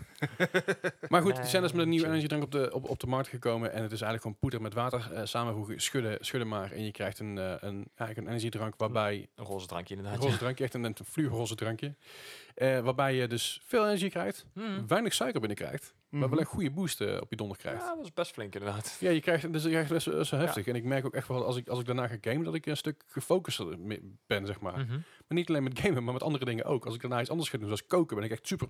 [SPEAKER 1] maar goed, die zijn dus met een nieuwe
[SPEAKER 3] Nee,
[SPEAKER 1] energiedrank op de, op, op de markt gekomen. En het is eigenlijk gewoon poeder met water eh, samenvoegen. Schudden, schudden maar. En je krijgt een, eh, een, eigenlijk een energiedrank waarbij...
[SPEAKER 3] Een roze drankje
[SPEAKER 1] Een
[SPEAKER 3] inderdaad.
[SPEAKER 1] roze drankje, echt een, een fluorroze drankje. eh, waarbij je dus veel energie krijgt.
[SPEAKER 3] ja. Mhm.
[SPEAKER 1] Weinig suiker binnenkrijgt. Maar
[SPEAKER 2] Mhm.
[SPEAKER 1] wel een goede boost eh, op je donder krijgt.
[SPEAKER 3] Hm. Ja, dat is best flink inderdaad.
[SPEAKER 1] Ja, je krijgt, dus je krijgt best, best wel heftig. En ik merk ook echt wel, als ik, als ik daarna ga gamen, dat ik een stuk gefocuster me- ben, zeg maar.
[SPEAKER 3] Mhm.
[SPEAKER 1] Maar niet alleen met gamen, maar met andere dingen ook. Als ik daarna iets anders ga doen, zoals koken, ben ik echt super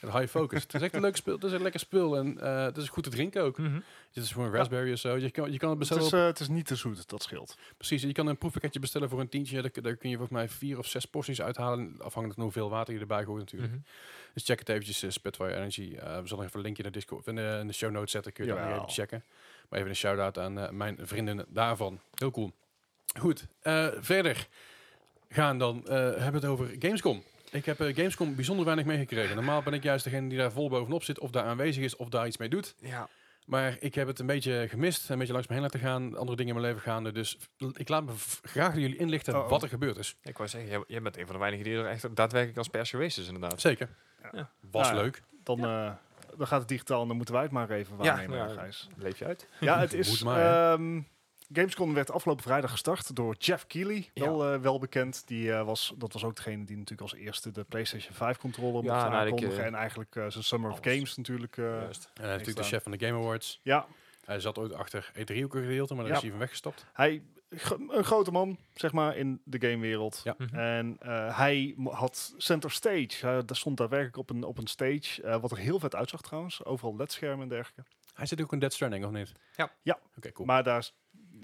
[SPEAKER 1] en high focus. Het is echt een leuk speel. Het is een lekker spul en eh, het is goed te drinken ook.
[SPEAKER 3] Mhm.
[SPEAKER 1] Dit is voor een raspberry of zo. Je kan, je kan het
[SPEAKER 2] Het
[SPEAKER 1] bestellen.
[SPEAKER 2] is,
[SPEAKER 1] op-
[SPEAKER 2] eh, het is niet te zoet, dat scheelt.
[SPEAKER 1] precies, je kan een proefpakketje bestellen voor een tientje. Daar, daar kun je volgens mij vier of zes porties uithalen, afhankelijk van hoeveel water je erbij gooit natuurlijk.
[SPEAKER 3] Mhm.
[SPEAKER 1] Dus check het eventjes, eh, Spitfire Energy. Eh, we zullen even een linkje naar Discord of in de, in de show notes zetten. Kun je dat nog
[SPEAKER 2] Jawel.
[SPEAKER 1] even checken. Maar even een shout-out aan eh, mijn vrienden daarvan. Heel cool. Goed, eh, verder gaan dan. eh, hebben we het over Gamescom. Ik heb eh, Gamescom bijzonder weinig meegekregen. Normaal ben ik juist degene die daar vol bovenop zit, of daar aanwezig is, of daar iets mee doet.
[SPEAKER 3] Ja.
[SPEAKER 1] Maar ik heb het een beetje gemist, een beetje langs me heen laten gaan, andere dingen in mijn leven gaande. Dus ik laat me v- graag door jullie inlichten
[SPEAKER 2] Oh, oh.
[SPEAKER 1] wat er gebeurd is.
[SPEAKER 3] Ik wou zeggen, jij, jij bent een van de weinigen die er echt daadwerkelijk als pers geweest is inderdaad.
[SPEAKER 1] Zeker.
[SPEAKER 3] Ja.
[SPEAKER 1] Was
[SPEAKER 2] Nou ja.
[SPEAKER 1] leuk.
[SPEAKER 2] Dan, eh, dan gaat het digitaal en dan moeten wij het maar even
[SPEAKER 3] Ja,
[SPEAKER 2] waarnemen,
[SPEAKER 3] nou ja.
[SPEAKER 2] Gijs.
[SPEAKER 3] Leef je uit?
[SPEAKER 2] Ja, het
[SPEAKER 1] Moet
[SPEAKER 2] is.
[SPEAKER 1] maar, hè.
[SPEAKER 2] ehm, Gamescom werd afgelopen vrijdag gestart door Jeff Keighley,
[SPEAKER 3] Ja.
[SPEAKER 2] wel, eh, wel bekend. Die, eh, was, dat was ook degene die natuurlijk als eerste de PlayStation 5 controller
[SPEAKER 3] Ja,
[SPEAKER 2] mocht
[SPEAKER 3] nou, ik,
[SPEAKER 2] aankondigen.
[SPEAKER 3] eh,
[SPEAKER 2] en eigenlijk eh, zijn Summer of
[SPEAKER 3] alles.
[SPEAKER 2] Games natuurlijk. eh,
[SPEAKER 3] Juist.
[SPEAKER 1] En hij is natuurlijk de
[SPEAKER 2] staan.
[SPEAKER 1] chef van de Game Awards.
[SPEAKER 2] ja,
[SPEAKER 1] Hij zat ooit achter E3 ook een gedeelte, maar daar
[SPEAKER 2] Ja.
[SPEAKER 1] is hij van weggestapt.
[SPEAKER 2] hij gro- een grote man, zeg maar, in de gamewereld.
[SPEAKER 1] Ja.
[SPEAKER 3] Mhm.
[SPEAKER 2] En eh, hij mo- had center stage. Hij daar stond daadwerkelijk op een, op een stage. eh, wat er heel vet uitzag trouwens. Overal ledschermen en dergelijke.
[SPEAKER 1] Hij zit ook in Dead Stranding, of niet?
[SPEAKER 3] Ja.
[SPEAKER 2] Ja.
[SPEAKER 1] Oké, cool.
[SPEAKER 2] Maar daar s-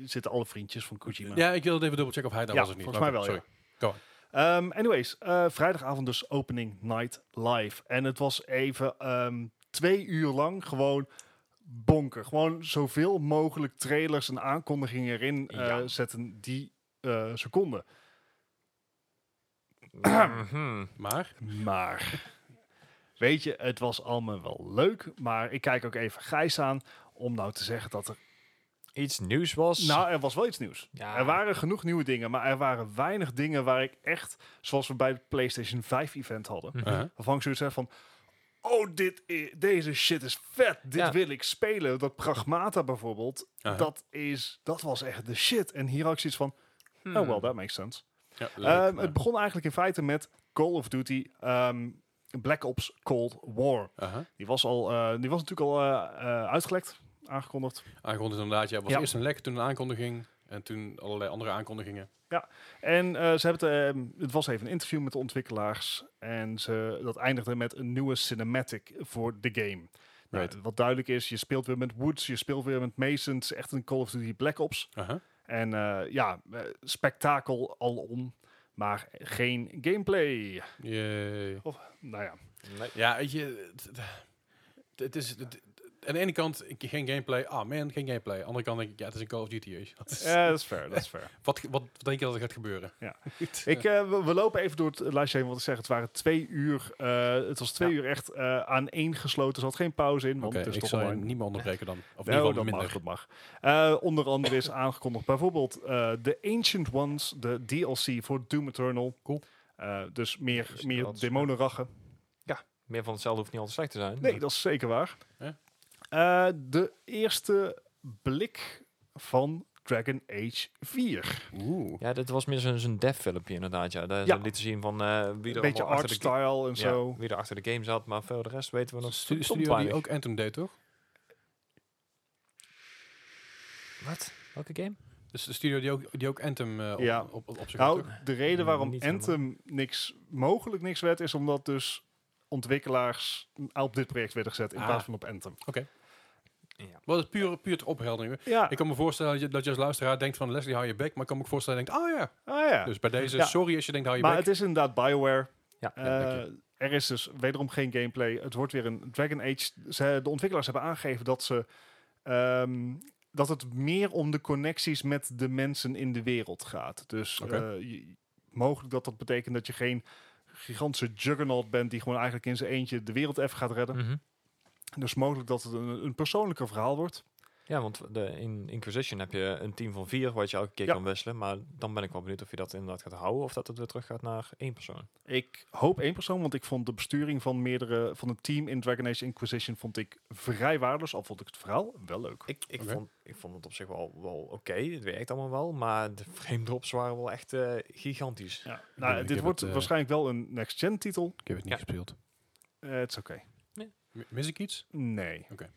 [SPEAKER 2] zitten alle vriendjes van Kojima.
[SPEAKER 1] ja, ik wilde even dubbelchecken of hij daar
[SPEAKER 2] Ja,
[SPEAKER 1] was of niet.
[SPEAKER 2] volgens mij
[SPEAKER 1] Maar oké,
[SPEAKER 2] wel,
[SPEAKER 1] Sorry.
[SPEAKER 2] Ehm, anyways, eh, vrijdagavond dus opening night live. En het was even ehm, twee uur lang gewoon bonken. Gewoon zoveel mogelijk trailers en aankondigingen erin eh,
[SPEAKER 3] Ja.
[SPEAKER 2] zetten die eh seconden.
[SPEAKER 3] Mhm.
[SPEAKER 1] Maar,
[SPEAKER 2] Maar, weet je, het was allemaal wel leuk. Maar ik kijk ook even Gijs aan om nou te zeggen dat er...
[SPEAKER 3] Iets nieuws was.
[SPEAKER 2] Nou, er was wel iets nieuws.
[SPEAKER 3] ja.
[SPEAKER 2] Er waren genoeg nieuwe dingen, maar er waren weinig dingen waar ik echt... Zoals we bij het PlayStation 5 event hadden.
[SPEAKER 3] Mhm.
[SPEAKER 1] uh-huh.
[SPEAKER 2] Waarvan ik zoiets heb van... Oh, dit i- deze shit is vet. Dit
[SPEAKER 3] Ja.
[SPEAKER 2] wil ik spelen. Dat Pragmata bijvoorbeeld,
[SPEAKER 1] Uh-huh.
[SPEAKER 2] dat, is, dat was echt de shit. En hier had ik zoiets van...
[SPEAKER 3] Hmm.
[SPEAKER 2] Oh, well, that makes sense.
[SPEAKER 1] ja, leuk, nou.
[SPEAKER 2] Ehm,
[SPEAKER 1] maar-
[SPEAKER 2] Het begon eigenlijk in feite met Call of Duty ehm, Black Ops Cold War.
[SPEAKER 1] uh-huh.
[SPEAKER 2] Die was, al, eh, die was natuurlijk al eh eh, uitgelekt, aangekondigd.
[SPEAKER 1] Aangekondigd inderdaad, ja. Het was
[SPEAKER 2] Ja.
[SPEAKER 1] eerst een lek, toen een aankondiging en toen allerlei andere aankondigingen.
[SPEAKER 2] En eh, ze hebben het, ehm, het was even een interview met de ontwikkelaars. En ze, dat eindigde met een nieuwe cinematic voor de game. Nou,
[SPEAKER 1] Right.
[SPEAKER 2] Wat duidelijk is, je speelt weer met Woods, je speelt weer met Mason. Het is echt een Call of Duty Black Ops.
[SPEAKER 1] Uh-huh.
[SPEAKER 2] En eh, ja, eh, spektakel alom, maar geen gameplay.
[SPEAKER 1] Yay.
[SPEAKER 2] Nou ja,
[SPEAKER 3] Nee.
[SPEAKER 1] Ja, weet je, het, het- het is... het- het- aan de ene kant ik- geen gameplay. Ah man, geen gameplay. Aan de andere kant denk ik, ja, het is een Call of Duty. weet je. Dat is-
[SPEAKER 2] Eh, dat is fair, dat is fair.
[SPEAKER 1] Wat, wat, wat denk je dat er gaat gebeuren?
[SPEAKER 2] Ja. Ik, eh, we, we lopen even door het lijstje heen, want ik zeg, het waren twee uur. eh, het was twee uur echt eh aan één gesloten. Er zat geen pauze in, want
[SPEAKER 1] Oké,
[SPEAKER 2] het is
[SPEAKER 1] ik
[SPEAKER 2] dus toch
[SPEAKER 1] zal je
[SPEAKER 2] online.
[SPEAKER 1] niet meer onderbreken dan. Of in
[SPEAKER 2] Nou,
[SPEAKER 1] ieder
[SPEAKER 2] dat
[SPEAKER 1] geval
[SPEAKER 2] mag,
[SPEAKER 1] minder.
[SPEAKER 2] dat mag. Eh, onder andere is aangekondigd bijvoorbeeld eh The Ancient Ones, de DLC voor Doom Eternal.
[SPEAKER 1] Cool.
[SPEAKER 2] Eh, dus meer,
[SPEAKER 3] Dus
[SPEAKER 2] meer
[SPEAKER 3] dat is-
[SPEAKER 2] demonenrachen.
[SPEAKER 3] Meer van hetzelfde hoeft niet altijd slecht te zijn.
[SPEAKER 2] Nee, dat is zeker waar.
[SPEAKER 1] Ja.
[SPEAKER 2] Eh, de eerste blik van Dragon Age 4.
[SPEAKER 1] Oeh.
[SPEAKER 3] Ja, dit was meer zo'n zo'n dev filmpje inderdaad. Ja. Daar
[SPEAKER 2] Ja.
[SPEAKER 3] ja. lieten zien van eh wie er
[SPEAKER 2] Een beetje
[SPEAKER 3] allemaal achter de ga-
[SPEAKER 2] artstyle en
[SPEAKER 3] ja,
[SPEAKER 2] zo.
[SPEAKER 3] wie er achter de game zat, maar voor de rest weten we nog
[SPEAKER 1] Stu-
[SPEAKER 3] verdomd
[SPEAKER 1] Studio die
[SPEAKER 3] weinig.
[SPEAKER 1] ook Anthem deed, toch?
[SPEAKER 3] Wat? Welke game?
[SPEAKER 1] Dus de studio die ook, die ook Anthem eh, op,
[SPEAKER 2] Ja.
[SPEAKER 1] op, op, op zich had,
[SPEAKER 2] Nou,
[SPEAKER 1] toch?
[SPEAKER 2] de reden
[SPEAKER 3] Nee,
[SPEAKER 2] waarom
[SPEAKER 3] Mm, niet helemaal.
[SPEAKER 2] Anthem niks, mogelijk niks werd, is omdat dus ontwikkelaars op dit project werden gezet in
[SPEAKER 1] Ah.
[SPEAKER 2] plaats van op Anthem.
[SPEAKER 1] Oké.
[SPEAKER 3] Ja.
[SPEAKER 1] Wat is puur, puur ter opheldering.
[SPEAKER 2] Ja,
[SPEAKER 1] Ik kan me voorstellen dat je, dat je als luisteraar denkt van Leslie, hou je bek. Maar ik kan me ook voorstellen dat je denkt, oh ja.
[SPEAKER 2] ah, ja.
[SPEAKER 1] Dus bij deze,
[SPEAKER 2] Ja.
[SPEAKER 1] sorry als je denkt, hou je
[SPEAKER 2] maar
[SPEAKER 1] bek.
[SPEAKER 2] het is inderdaad Bioware.
[SPEAKER 3] Ja,
[SPEAKER 2] Eh,
[SPEAKER 3] dank je.
[SPEAKER 2] er is dus wederom geen gameplay. Het wordt weer een Dragon Age. Ze, de ontwikkelaars hebben aangegeven dat ze ehm, dat het meer om de connecties met de mensen in de wereld gaat. Dus
[SPEAKER 1] Oké.
[SPEAKER 2] eh, je- mogelijk dat dat betekent dat je geen gigantische juggernaut bent die gewoon eigenlijk in zijn eentje de wereld even gaat redden.
[SPEAKER 3] Mhm.
[SPEAKER 2] Dus mogelijk dat het een, een persoonlijker verhaal wordt.
[SPEAKER 3] Ja, want de, in Inquisition heb je een team van vier wat je elke keer
[SPEAKER 2] Ja.
[SPEAKER 3] kan wisselen. Maar dan ben ik wel benieuwd of je dat inderdaad gaat houden of dat het weer terug gaat naar één persoon.
[SPEAKER 2] Ik hoop één persoon, want ik vond de besturing van meerdere van het team in Dragon Age Inquisition vond ik vrij waardeloos. Al vond ik het verhaal wel leuk.
[SPEAKER 3] Ik, ik,
[SPEAKER 1] Oké.
[SPEAKER 3] vond, ik vond het op zich wel, wel oké. Het werkt allemaal wel. Maar de frame drops waren wel echt eh, gigantisch.
[SPEAKER 2] Ja,
[SPEAKER 1] bedoel,
[SPEAKER 2] nou,
[SPEAKER 1] ik
[SPEAKER 2] dit
[SPEAKER 1] heb
[SPEAKER 2] wordt
[SPEAKER 1] het, eh,
[SPEAKER 2] waarschijnlijk wel een next-gen titel.
[SPEAKER 1] Ik heb het niet
[SPEAKER 3] Ja.
[SPEAKER 1] gespeeld.
[SPEAKER 2] Eh, Het is oké.
[SPEAKER 1] M- Mis ik iets?
[SPEAKER 2] Nee.
[SPEAKER 1] Oké.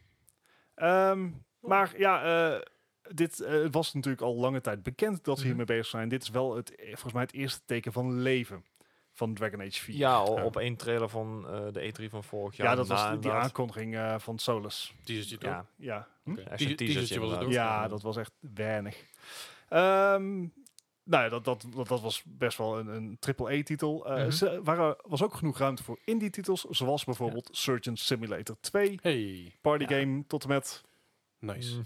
[SPEAKER 2] Ehm, maar ja, eh, dit eh, was natuurlijk al lange tijd bekend dat ze
[SPEAKER 3] Mhm.
[SPEAKER 2] hiermee bezig zijn. Dit is wel het, eh, volgens mij het eerste teken van leven van Dragon Age 4.
[SPEAKER 3] Ja, o-
[SPEAKER 1] Ja.
[SPEAKER 3] op één trailer van eh, de E3 van vorig
[SPEAKER 2] Ja,
[SPEAKER 3] jaar.
[SPEAKER 2] dat was
[SPEAKER 3] na
[SPEAKER 2] die- die
[SPEAKER 3] inderdaad.
[SPEAKER 2] aankondiging eh, van Solus.
[SPEAKER 1] Teasertje toch?
[SPEAKER 3] Ja,
[SPEAKER 2] Ja. Hm?
[SPEAKER 1] Oké.
[SPEAKER 3] Echt een
[SPEAKER 1] Teaser-
[SPEAKER 3] teasertje
[SPEAKER 1] was het ook.
[SPEAKER 3] inderdaad.
[SPEAKER 2] Ja, dat was echt weinig. Ehm, nou ja, dat, dat, dat, dat was best wel een, een triple-A-titel. Eh
[SPEAKER 3] Mhm.
[SPEAKER 2] ze waren, was ook genoeg ruimte voor indie-titels, zoals bijvoorbeeld Surgeon Simulator 2,
[SPEAKER 1] Hey,
[SPEAKER 2] partygame tot en met... Hm.
[SPEAKER 1] nice.
[SPEAKER 3] Mm.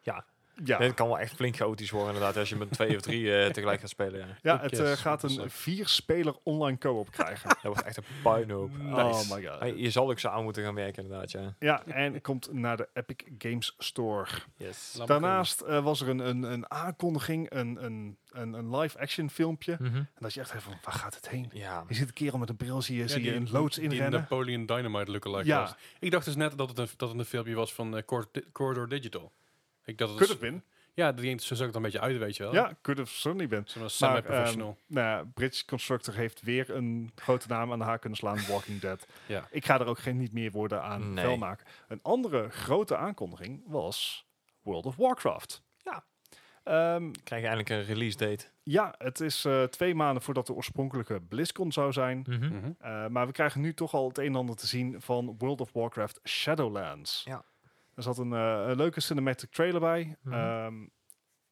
[SPEAKER 2] Ja,
[SPEAKER 3] Nee, het kan wel echt flink chaotisch worden inderdaad als je met twee of drie eh, tegelijk gaat spelen. Ja.
[SPEAKER 2] ja
[SPEAKER 1] ik,
[SPEAKER 2] het
[SPEAKER 1] eh,
[SPEAKER 2] eh, gaat
[SPEAKER 1] snap het,
[SPEAKER 2] een vier-speler online co-op krijgen.
[SPEAKER 3] Dat wordt echt een puinhoop.
[SPEAKER 2] Oh my god.
[SPEAKER 3] Hey, je zal ook zo aan moeten gaan werken inderdaad, ja.
[SPEAKER 2] Ja, en komt naar de Epic Games Store.
[SPEAKER 3] Yes.
[SPEAKER 1] Laat maar
[SPEAKER 2] Daarnaast eh, was er een, een, een aankondiging, een, een, een, een live-action filmpje.
[SPEAKER 3] Mhm.
[SPEAKER 2] En dat je echt even van, waar gaat het heen?
[SPEAKER 3] Ja,
[SPEAKER 2] Je ziet een kerel met een bril, zie je,
[SPEAKER 1] Ja,
[SPEAKER 2] zie je
[SPEAKER 1] die-
[SPEAKER 2] een loods
[SPEAKER 1] Die
[SPEAKER 2] inrennen.
[SPEAKER 1] Napoleon Dynamite lookalike
[SPEAKER 2] Ja.
[SPEAKER 1] was. Ik dacht dus net dat het een, dat het een filmpje was van eh, Cor- Di- Corridor Digital. Ik dacht dat
[SPEAKER 2] Could
[SPEAKER 1] het,
[SPEAKER 2] have been.
[SPEAKER 1] ja, die, zo zag ik het een beetje uit, weet je wel.
[SPEAKER 2] Ja, could have certainly been.
[SPEAKER 1] Zo'n semi-professional.
[SPEAKER 2] Nou ja, Bridge Constructor heeft weer een grote naam aan de haak kunnen slaan, Walking Dead.
[SPEAKER 1] Ja.
[SPEAKER 2] Ik ga er ook geen niet meer woorden aan
[SPEAKER 3] Nee.
[SPEAKER 2] vuil maken. Een andere grote aankondiging was World of Warcraft.
[SPEAKER 3] Ja.
[SPEAKER 2] Ehm,
[SPEAKER 3] krijg je eindelijk een release date.
[SPEAKER 2] ja, het is eh, twee maanden voordat de oorspronkelijke BlizzCon zou zijn.
[SPEAKER 1] Mhm.
[SPEAKER 2] Eh, maar we krijgen nu toch al het een en ander te zien van World of Warcraft Shadowlands.
[SPEAKER 3] Ja.
[SPEAKER 2] Er zat een, eh, een leuke cinematic trailer bij.
[SPEAKER 3] Mhm.
[SPEAKER 2] Ehm,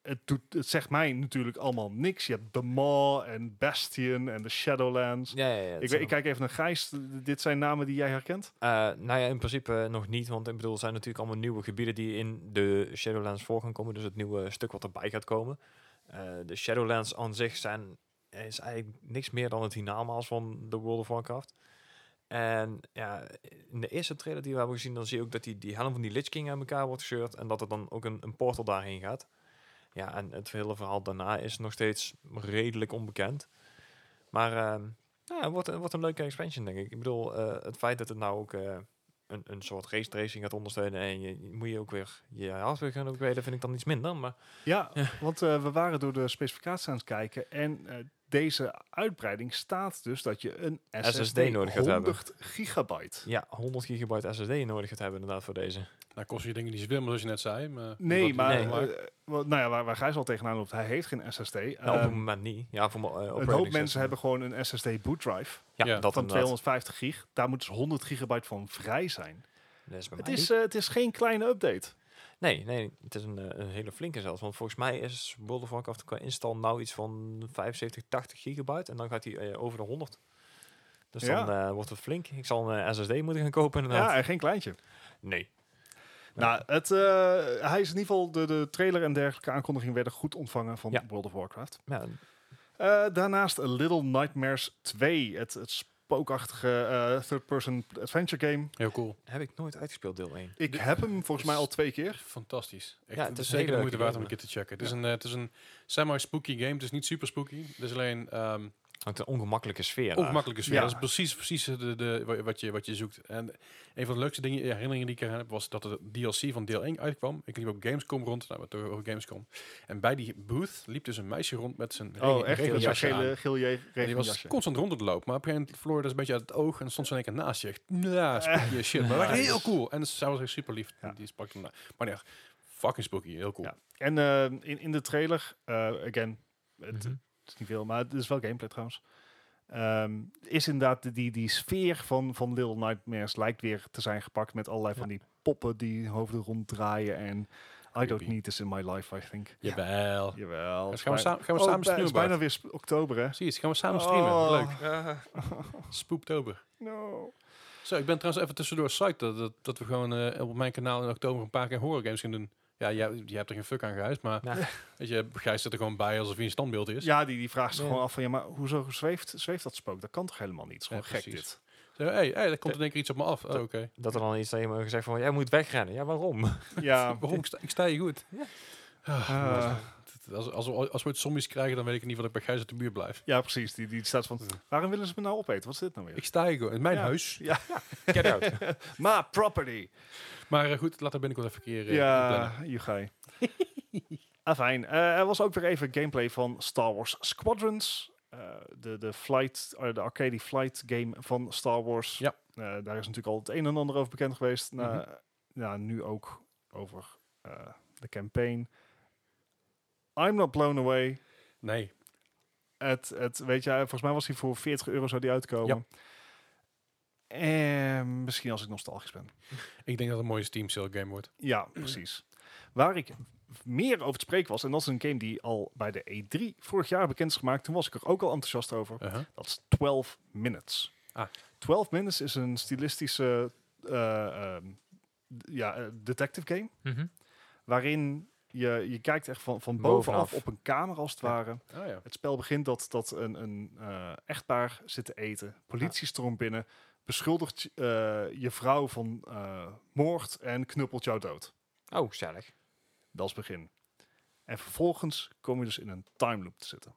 [SPEAKER 2] het, doet, het zegt mij natuurlijk allemaal niks. Je hebt The Maw en Bastion en de Shadowlands.
[SPEAKER 3] Ja, ja, ja, het
[SPEAKER 2] ik, weet-
[SPEAKER 3] zijn
[SPEAKER 2] ik kijk even naar Gijs. D- Dit zijn namen die jij herkent?
[SPEAKER 3] Eh, nou ja, in principe eh, nog niet, want ik bedoel, het zijn natuurlijk allemaal nieuwe gebieden die in de Shadowlands voor gaan komen, dus het nieuwe stuk wat erbij gaat komen. Eh, de Shadowlands aan zich zijn, is eigenlijk niks meer dan het hiernamaals van de World of Warcraft. En ja, in de eerste trailer die we hebben gezien, dan zie je ook dat die, die helm van die Lich King aan elkaar wordt gescheurd en dat er dan ook een, een portal daarheen gaat. Ja, en het hele verhaal daarna is nog steeds redelijk onbekend. Maar ehm, ja, het wordt, een- wordt een leuke expansion, denk ik. Ik bedoel, eh, het feit dat het nou ook eh, een, een soort race tracing gaat ondersteunen en je, je moet je ook weer je hardware gaan upgraden, vind ik dan iets minder. Maar
[SPEAKER 2] Ja, want eh, we waren door de specificaties aan het kijken. En eh, deze uitbreiding staat dus dat je een SSD,
[SPEAKER 3] nodig gaat hebben.
[SPEAKER 2] 100 gigabyte.
[SPEAKER 3] ja, 100 gigabyte SSD nodig gaat hebben inderdaad voor deze.
[SPEAKER 1] Nou, kost je dingen niet zoveel, maar zoals je net zei. Maar
[SPEAKER 2] Nee,
[SPEAKER 1] Wat-
[SPEAKER 2] maar
[SPEAKER 3] Nee.
[SPEAKER 2] eh, wat- nou ja, waar, waar Gijs al tegenaan loopt, hij heeft geen SSD.
[SPEAKER 3] Nou, op
[SPEAKER 2] Ehm,
[SPEAKER 3] het moment niet. Ja, voor mijn, eh,
[SPEAKER 2] een
[SPEAKER 3] operating
[SPEAKER 2] hoop
[SPEAKER 3] system.
[SPEAKER 2] mensen hebben gewoon een SSD boot drive
[SPEAKER 1] Ja,
[SPEAKER 3] ja, dat
[SPEAKER 2] van
[SPEAKER 3] inderdaad.
[SPEAKER 2] 250 gig. Daar moet dus 100 gigabyte van vrij zijn.
[SPEAKER 3] Dat is bij
[SPEAKER 2] Het
[SPEAKER 3] mij
[SPEAKER 2] is,
[SPEAKER 3] niet.
[SPEAKER 2] eh, het is geen kleine update.
[SPEAKER 3] nee, nee, het is een, eh, een hele flinke zelfs. Want volgens mij is World of Warcraft qua install nou iets van 75, 80 gigabyte en dan gaat hij eh, over de 100. Dus
[SPEAKER 2] Ja.
[SPEAKER 3] dan eh, wordt het flink. Ik zal een eh, SSD moeten gaan kopen inderdaad.
[SPEAKER 2] Ja, en geen kleintje.
[SPEAKER 3] Nee.
[SPEAKER 2] Nou, het, eh, hij is in ieder geval, de, de trailer en dergelijke aankondigingen werden goed ontvangen van
[SPEAKER 3] Ja.
[SPEAKER 2] World of Warcraft.
[SPEAKER 3] Ja,
[SPEAKER 2] Eh, daarnaast Little Nightmares 2, het, het spookachtige eh, third-person adventure game.
[SPEAKER 1] Heel cool.
[SPEAKER 3] heb ik nooit uitgespeeld, deel 1.
[SPEAKER 2] Ik heb hem volgens mij al twee keer.
[SPEAKER 1] Fantastisch. Echt,
[SPEAKER 3] Ja, het
[SPEAKER 1] het
[SPEAKER 3] is
[SPEAKER 1] is
[SPEAKER 3] een hele
[SPEAKER 1] zeker de moeite
[SPEAKER 3] leuke
[SPEAKER 1] waard om een keer
[SPEAKER 3] game,
[SPEAKER 1] te checken. Het is een, eh, het is een semi-spooky game. Het is niet super spooky. Het is alleen ehm
[SPEAKER 3] Hangt een ongemakkelijke sfeer.
[SPEAKER 1] ongemakkelijke sfeer.
[SPEAKER 2] Ja.
[SPEAKER 1] Dat is precies, precies de, de, wa- wat, je, wat je zoekt. En een van de leukste dingen, herinneringen die ik eraan heb, was dat de DLC van deel 1 uitkwam. Ik liep op Gamescom rond, nou, wat over Gamescom. En bij die booth liep dus een meisje rond met zijn
[SPEAKER 2] Oh, echt?
[SPEAKER 1] regen-
[SPEAKER 2] Met zo'n
[SPEAKER 1] regenjasje aan.
[SPEAKER 2] gele, geel je-
[SPEAKER 1] En die was
[SPEAKER 2] regenjasje.
[SPEAKER 1] constant rond het lopen, maar op een gegeven moment verloor je dat een beetje uit het oog en stond ze in één keer naast je. Echt, ja, spooky as shit. Maar
[SPEAKER 2] Nice.
[SPEAKER 1] echt heel cool. En dus zij was echt super lief.
[SPEAKER 2] Eh. Ja.
[SPEAKER 1] Die sprak hem na. Maar nee, echt, fucking spooky. Heel cool.
[SPEAKER 2] Ja. En eh, in, in de trailer, eh, again, het,
[SPEAKER 3] Mhm.
[SPEAKER 2] het is niet veel, maar het is wel gameplay trouwens. Eh, Ehm, is inderdaad die- die, die sfeer van, van Little Nightmares lijkt weer te zijn gepakt met allerlei van die poppen die hun hoofden ronddraaien. En I don't
[SPEAKER 1] Creepy.
[SPEAKER 2] need this in my life, I think.
[SPEAKER 1] Jawel.
[SPEAKER 2] Jawel.
[SPEAKER 1] Dus gaan we,
[SPEAKER 2] samen
[SPEAKER 1] sa- gaan we samen
[SPEAKER 2] Het
[SPEAKER 1] streamen,
[SPEAKER 2] is bijna
[SPEAKER 1] Bart?
[SPEAKER 2] weer sp- oktober, hè?
[SPEAKER 1] Precies, gaan we samen streamen.
[SPEAKER 2] Oh.
[SPEAKER 1] Leuk. Spooktober.
[SPEAKER 2] No.
[SPEAKER 1] Zo, ik ben trouwens even tussendoor site dat, dat, dat we gewoon eh, op mijn kanaal in oktober een paar keer horror games gaan doen. Ja, jij, jij hebt er geen fuck aan gehuisd, maar
[SPEAKER 3] Ja.
[SPEAKER 1] weet je, Gijs zit er gewoon bij alsof hij een standbeeld is.
[SPEAKER 2] Ja, die, die vraagt zich
[SPEAKER 3] Ja.
[SPEAKER 2] gewoon af van, ja, maar hoezo zweeft, zweeft dat spook? Dat kan toch helemaal niet? Het is
[SPEAKER 1] Ja,
[SPEAKER 2] gewoon gek
[SPEAKER 1] precies.
[SPEAKER 2] dit.
[SPEAKER 1] Zo, hey, hey, daar komt in één keer iets op me af. Oh, Oké.
[SPEAKER 3] Dat er dan iets tegen me gezegd van, jij moet wegrennen. Ja, waarom?
[SPEAKER 2] Ja,
[SPEAKER 1] Waarom? Ik sta, ik sta je goed.
[SPEAKER 3] Ja.
[SPEAKER 1] Ah, als, als, we, als we het zombies krijgen, dan weet ik in ieder geval dat ik bij Gijs uit de buurt blijf.
[SPEAKER 2] ja precies. Die, die staat van, waarom willen ze me nou opeten? Wat is dit nou weer?
[SPEAKER 1] Ik sta hier gewoon in mijn
[SPEAKER 2] Ja.
[SPEAKER 1] huis.
[SPEAKER 3] Get out.
[SPEAKER 2] Ma, property!
[SPEAKER 1] Maar eh, goed, laten we binnenkort even een keer eh, plannen.
[SPEAKER 2] Ja, Jugai. ah, fijn. Eh, er was ook weer even gameplay van Star Wars Squadrons. Eh, de, de, flight, eh, de arcade flight game van Star Wars.
[SPEAKER 1] Ja.
[SPEAKER 2] Eh, daar is natuurlijk al het een en ander over bekend geweest. Nou,
[SPEAKER 1] Mhm.
[SPEAKER 2] nou, nu ook over eh, de campaign. I'm not blown away.
[SPEAKER 1] Nee,
[SPEAKER 2] Het, het, weet je, volgens mij was hij voor 40 euro zou die uitkomen. En misschien als ik nostalgisch ben.
[SPEAKER 1] ik denk dat het een mooie Steam sale game wordt.
[SPEAKER 2] Ja, precies. Waar ik meer over te spreken was, en dat is een game die al bij de E3 vorig jaar bekend is gemaakt, toen was ik er ook al enthousiast over.
[SPEAKER 1] Uh-huh.
[SPEAKER 2] Dat is 12 Minutes.
[SPEAKER 1] Ah.
[SPEAKER 2] 12 Minutes is een stilistische eh, ehm, d- ja, eh, detective game,
[SPEAKER 3] Mhm.
[SPEAKER 2] waarin je, je kijkt echt van, van
[SPEAKER 3] Bovenaf.
[SPEAKER 2] bovenaf op een kamer als het
[SPEAKER 1] Ja.
[SPEAKER 2] ware.
[SPEAKER 1] Oh ja.
[SPEAKER 2] Het spel begint dat, dat een, een eh, echtpaar zit te eten. Politie stroomt binnen, beschuldigt eh, je vrouw van eh, moord en knuppelt jou dood.
[SPEAKER 3] Oh, gezellig.
[SPEAKER 2] Dat is het begin. En vervolgens kom je dus in een time loop te zitten.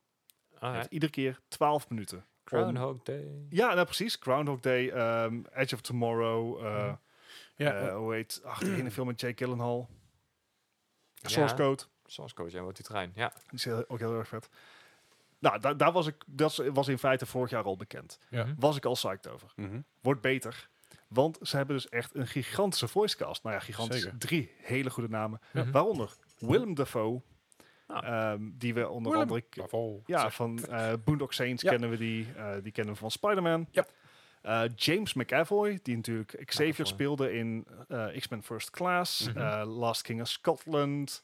[SPEAKER 2] Met
[SPEAKER 3] Alright.
[SPEAKER 2] iedere keer 12 minuten.
[SPEAKER 3] Groundhog Day.
[SPEAKER 2] Ja, nou precies. Groundhog Day, ehm, Edge of Tomorrow. eh,
[SPEAKER 3] Mhm.
[SPEAKER 1] Ja,
[SPEAKER 2] eh, hoe heet ach, die ene film met Jake Gyllenhaal.
[SPEAKER 3] Ja.
[SPEAKER 2] Source Code.
[SPEAKER 3] Zoals coach, en wat die trein. Ja.
[SPEAKER 2] Die is heel- ook heel erg vet. Nou, da- daar was ik, dat is- was in feite vorig jaar al bekend.
[SPEAKER 1] Ja.
[SPEAKER 3] Mhm.
[SPEAKER 2] Was ik al psyched over.
[SPEAKER 1] mhm.
[SPEAKER 2] Wordt beter. Want ze hebben dus echt een gigantische voicecast. Nou ja, gigantisch.
[SPEAKER 1] Zeker.
[SPEAKER 2] Drie hele goede namen.
[SPEAKER 3] Mhm.
[SPEAKER 2] Waaronder Willem Dafoe.
[SPEAKER 3] Ah.
[SPEAKER 2] ehm, die we onder
[SPEAKER 1] Willem
[SPEAKER 2] andere
[SPEAKER 1] Bravo.
[SPEAKER 2] Ja, van eh, Boondock Saints
[SPEAKER 1] Ja.
[SPEAKER 2] kennen we die. eh, die kennen we van Spider-Man.
[SPEAKER 1] Ja.
[SPEAKER 2] Eh, James McAvoy, die natuurlijk Xavier
[SPEAKER 3] McAvoy.
[SPEAKER 2] speelde in eh, X-Men First Class,
[SPEAKER 1] Mhm.
[SPEAKER 2] eh, Last King of Scotland.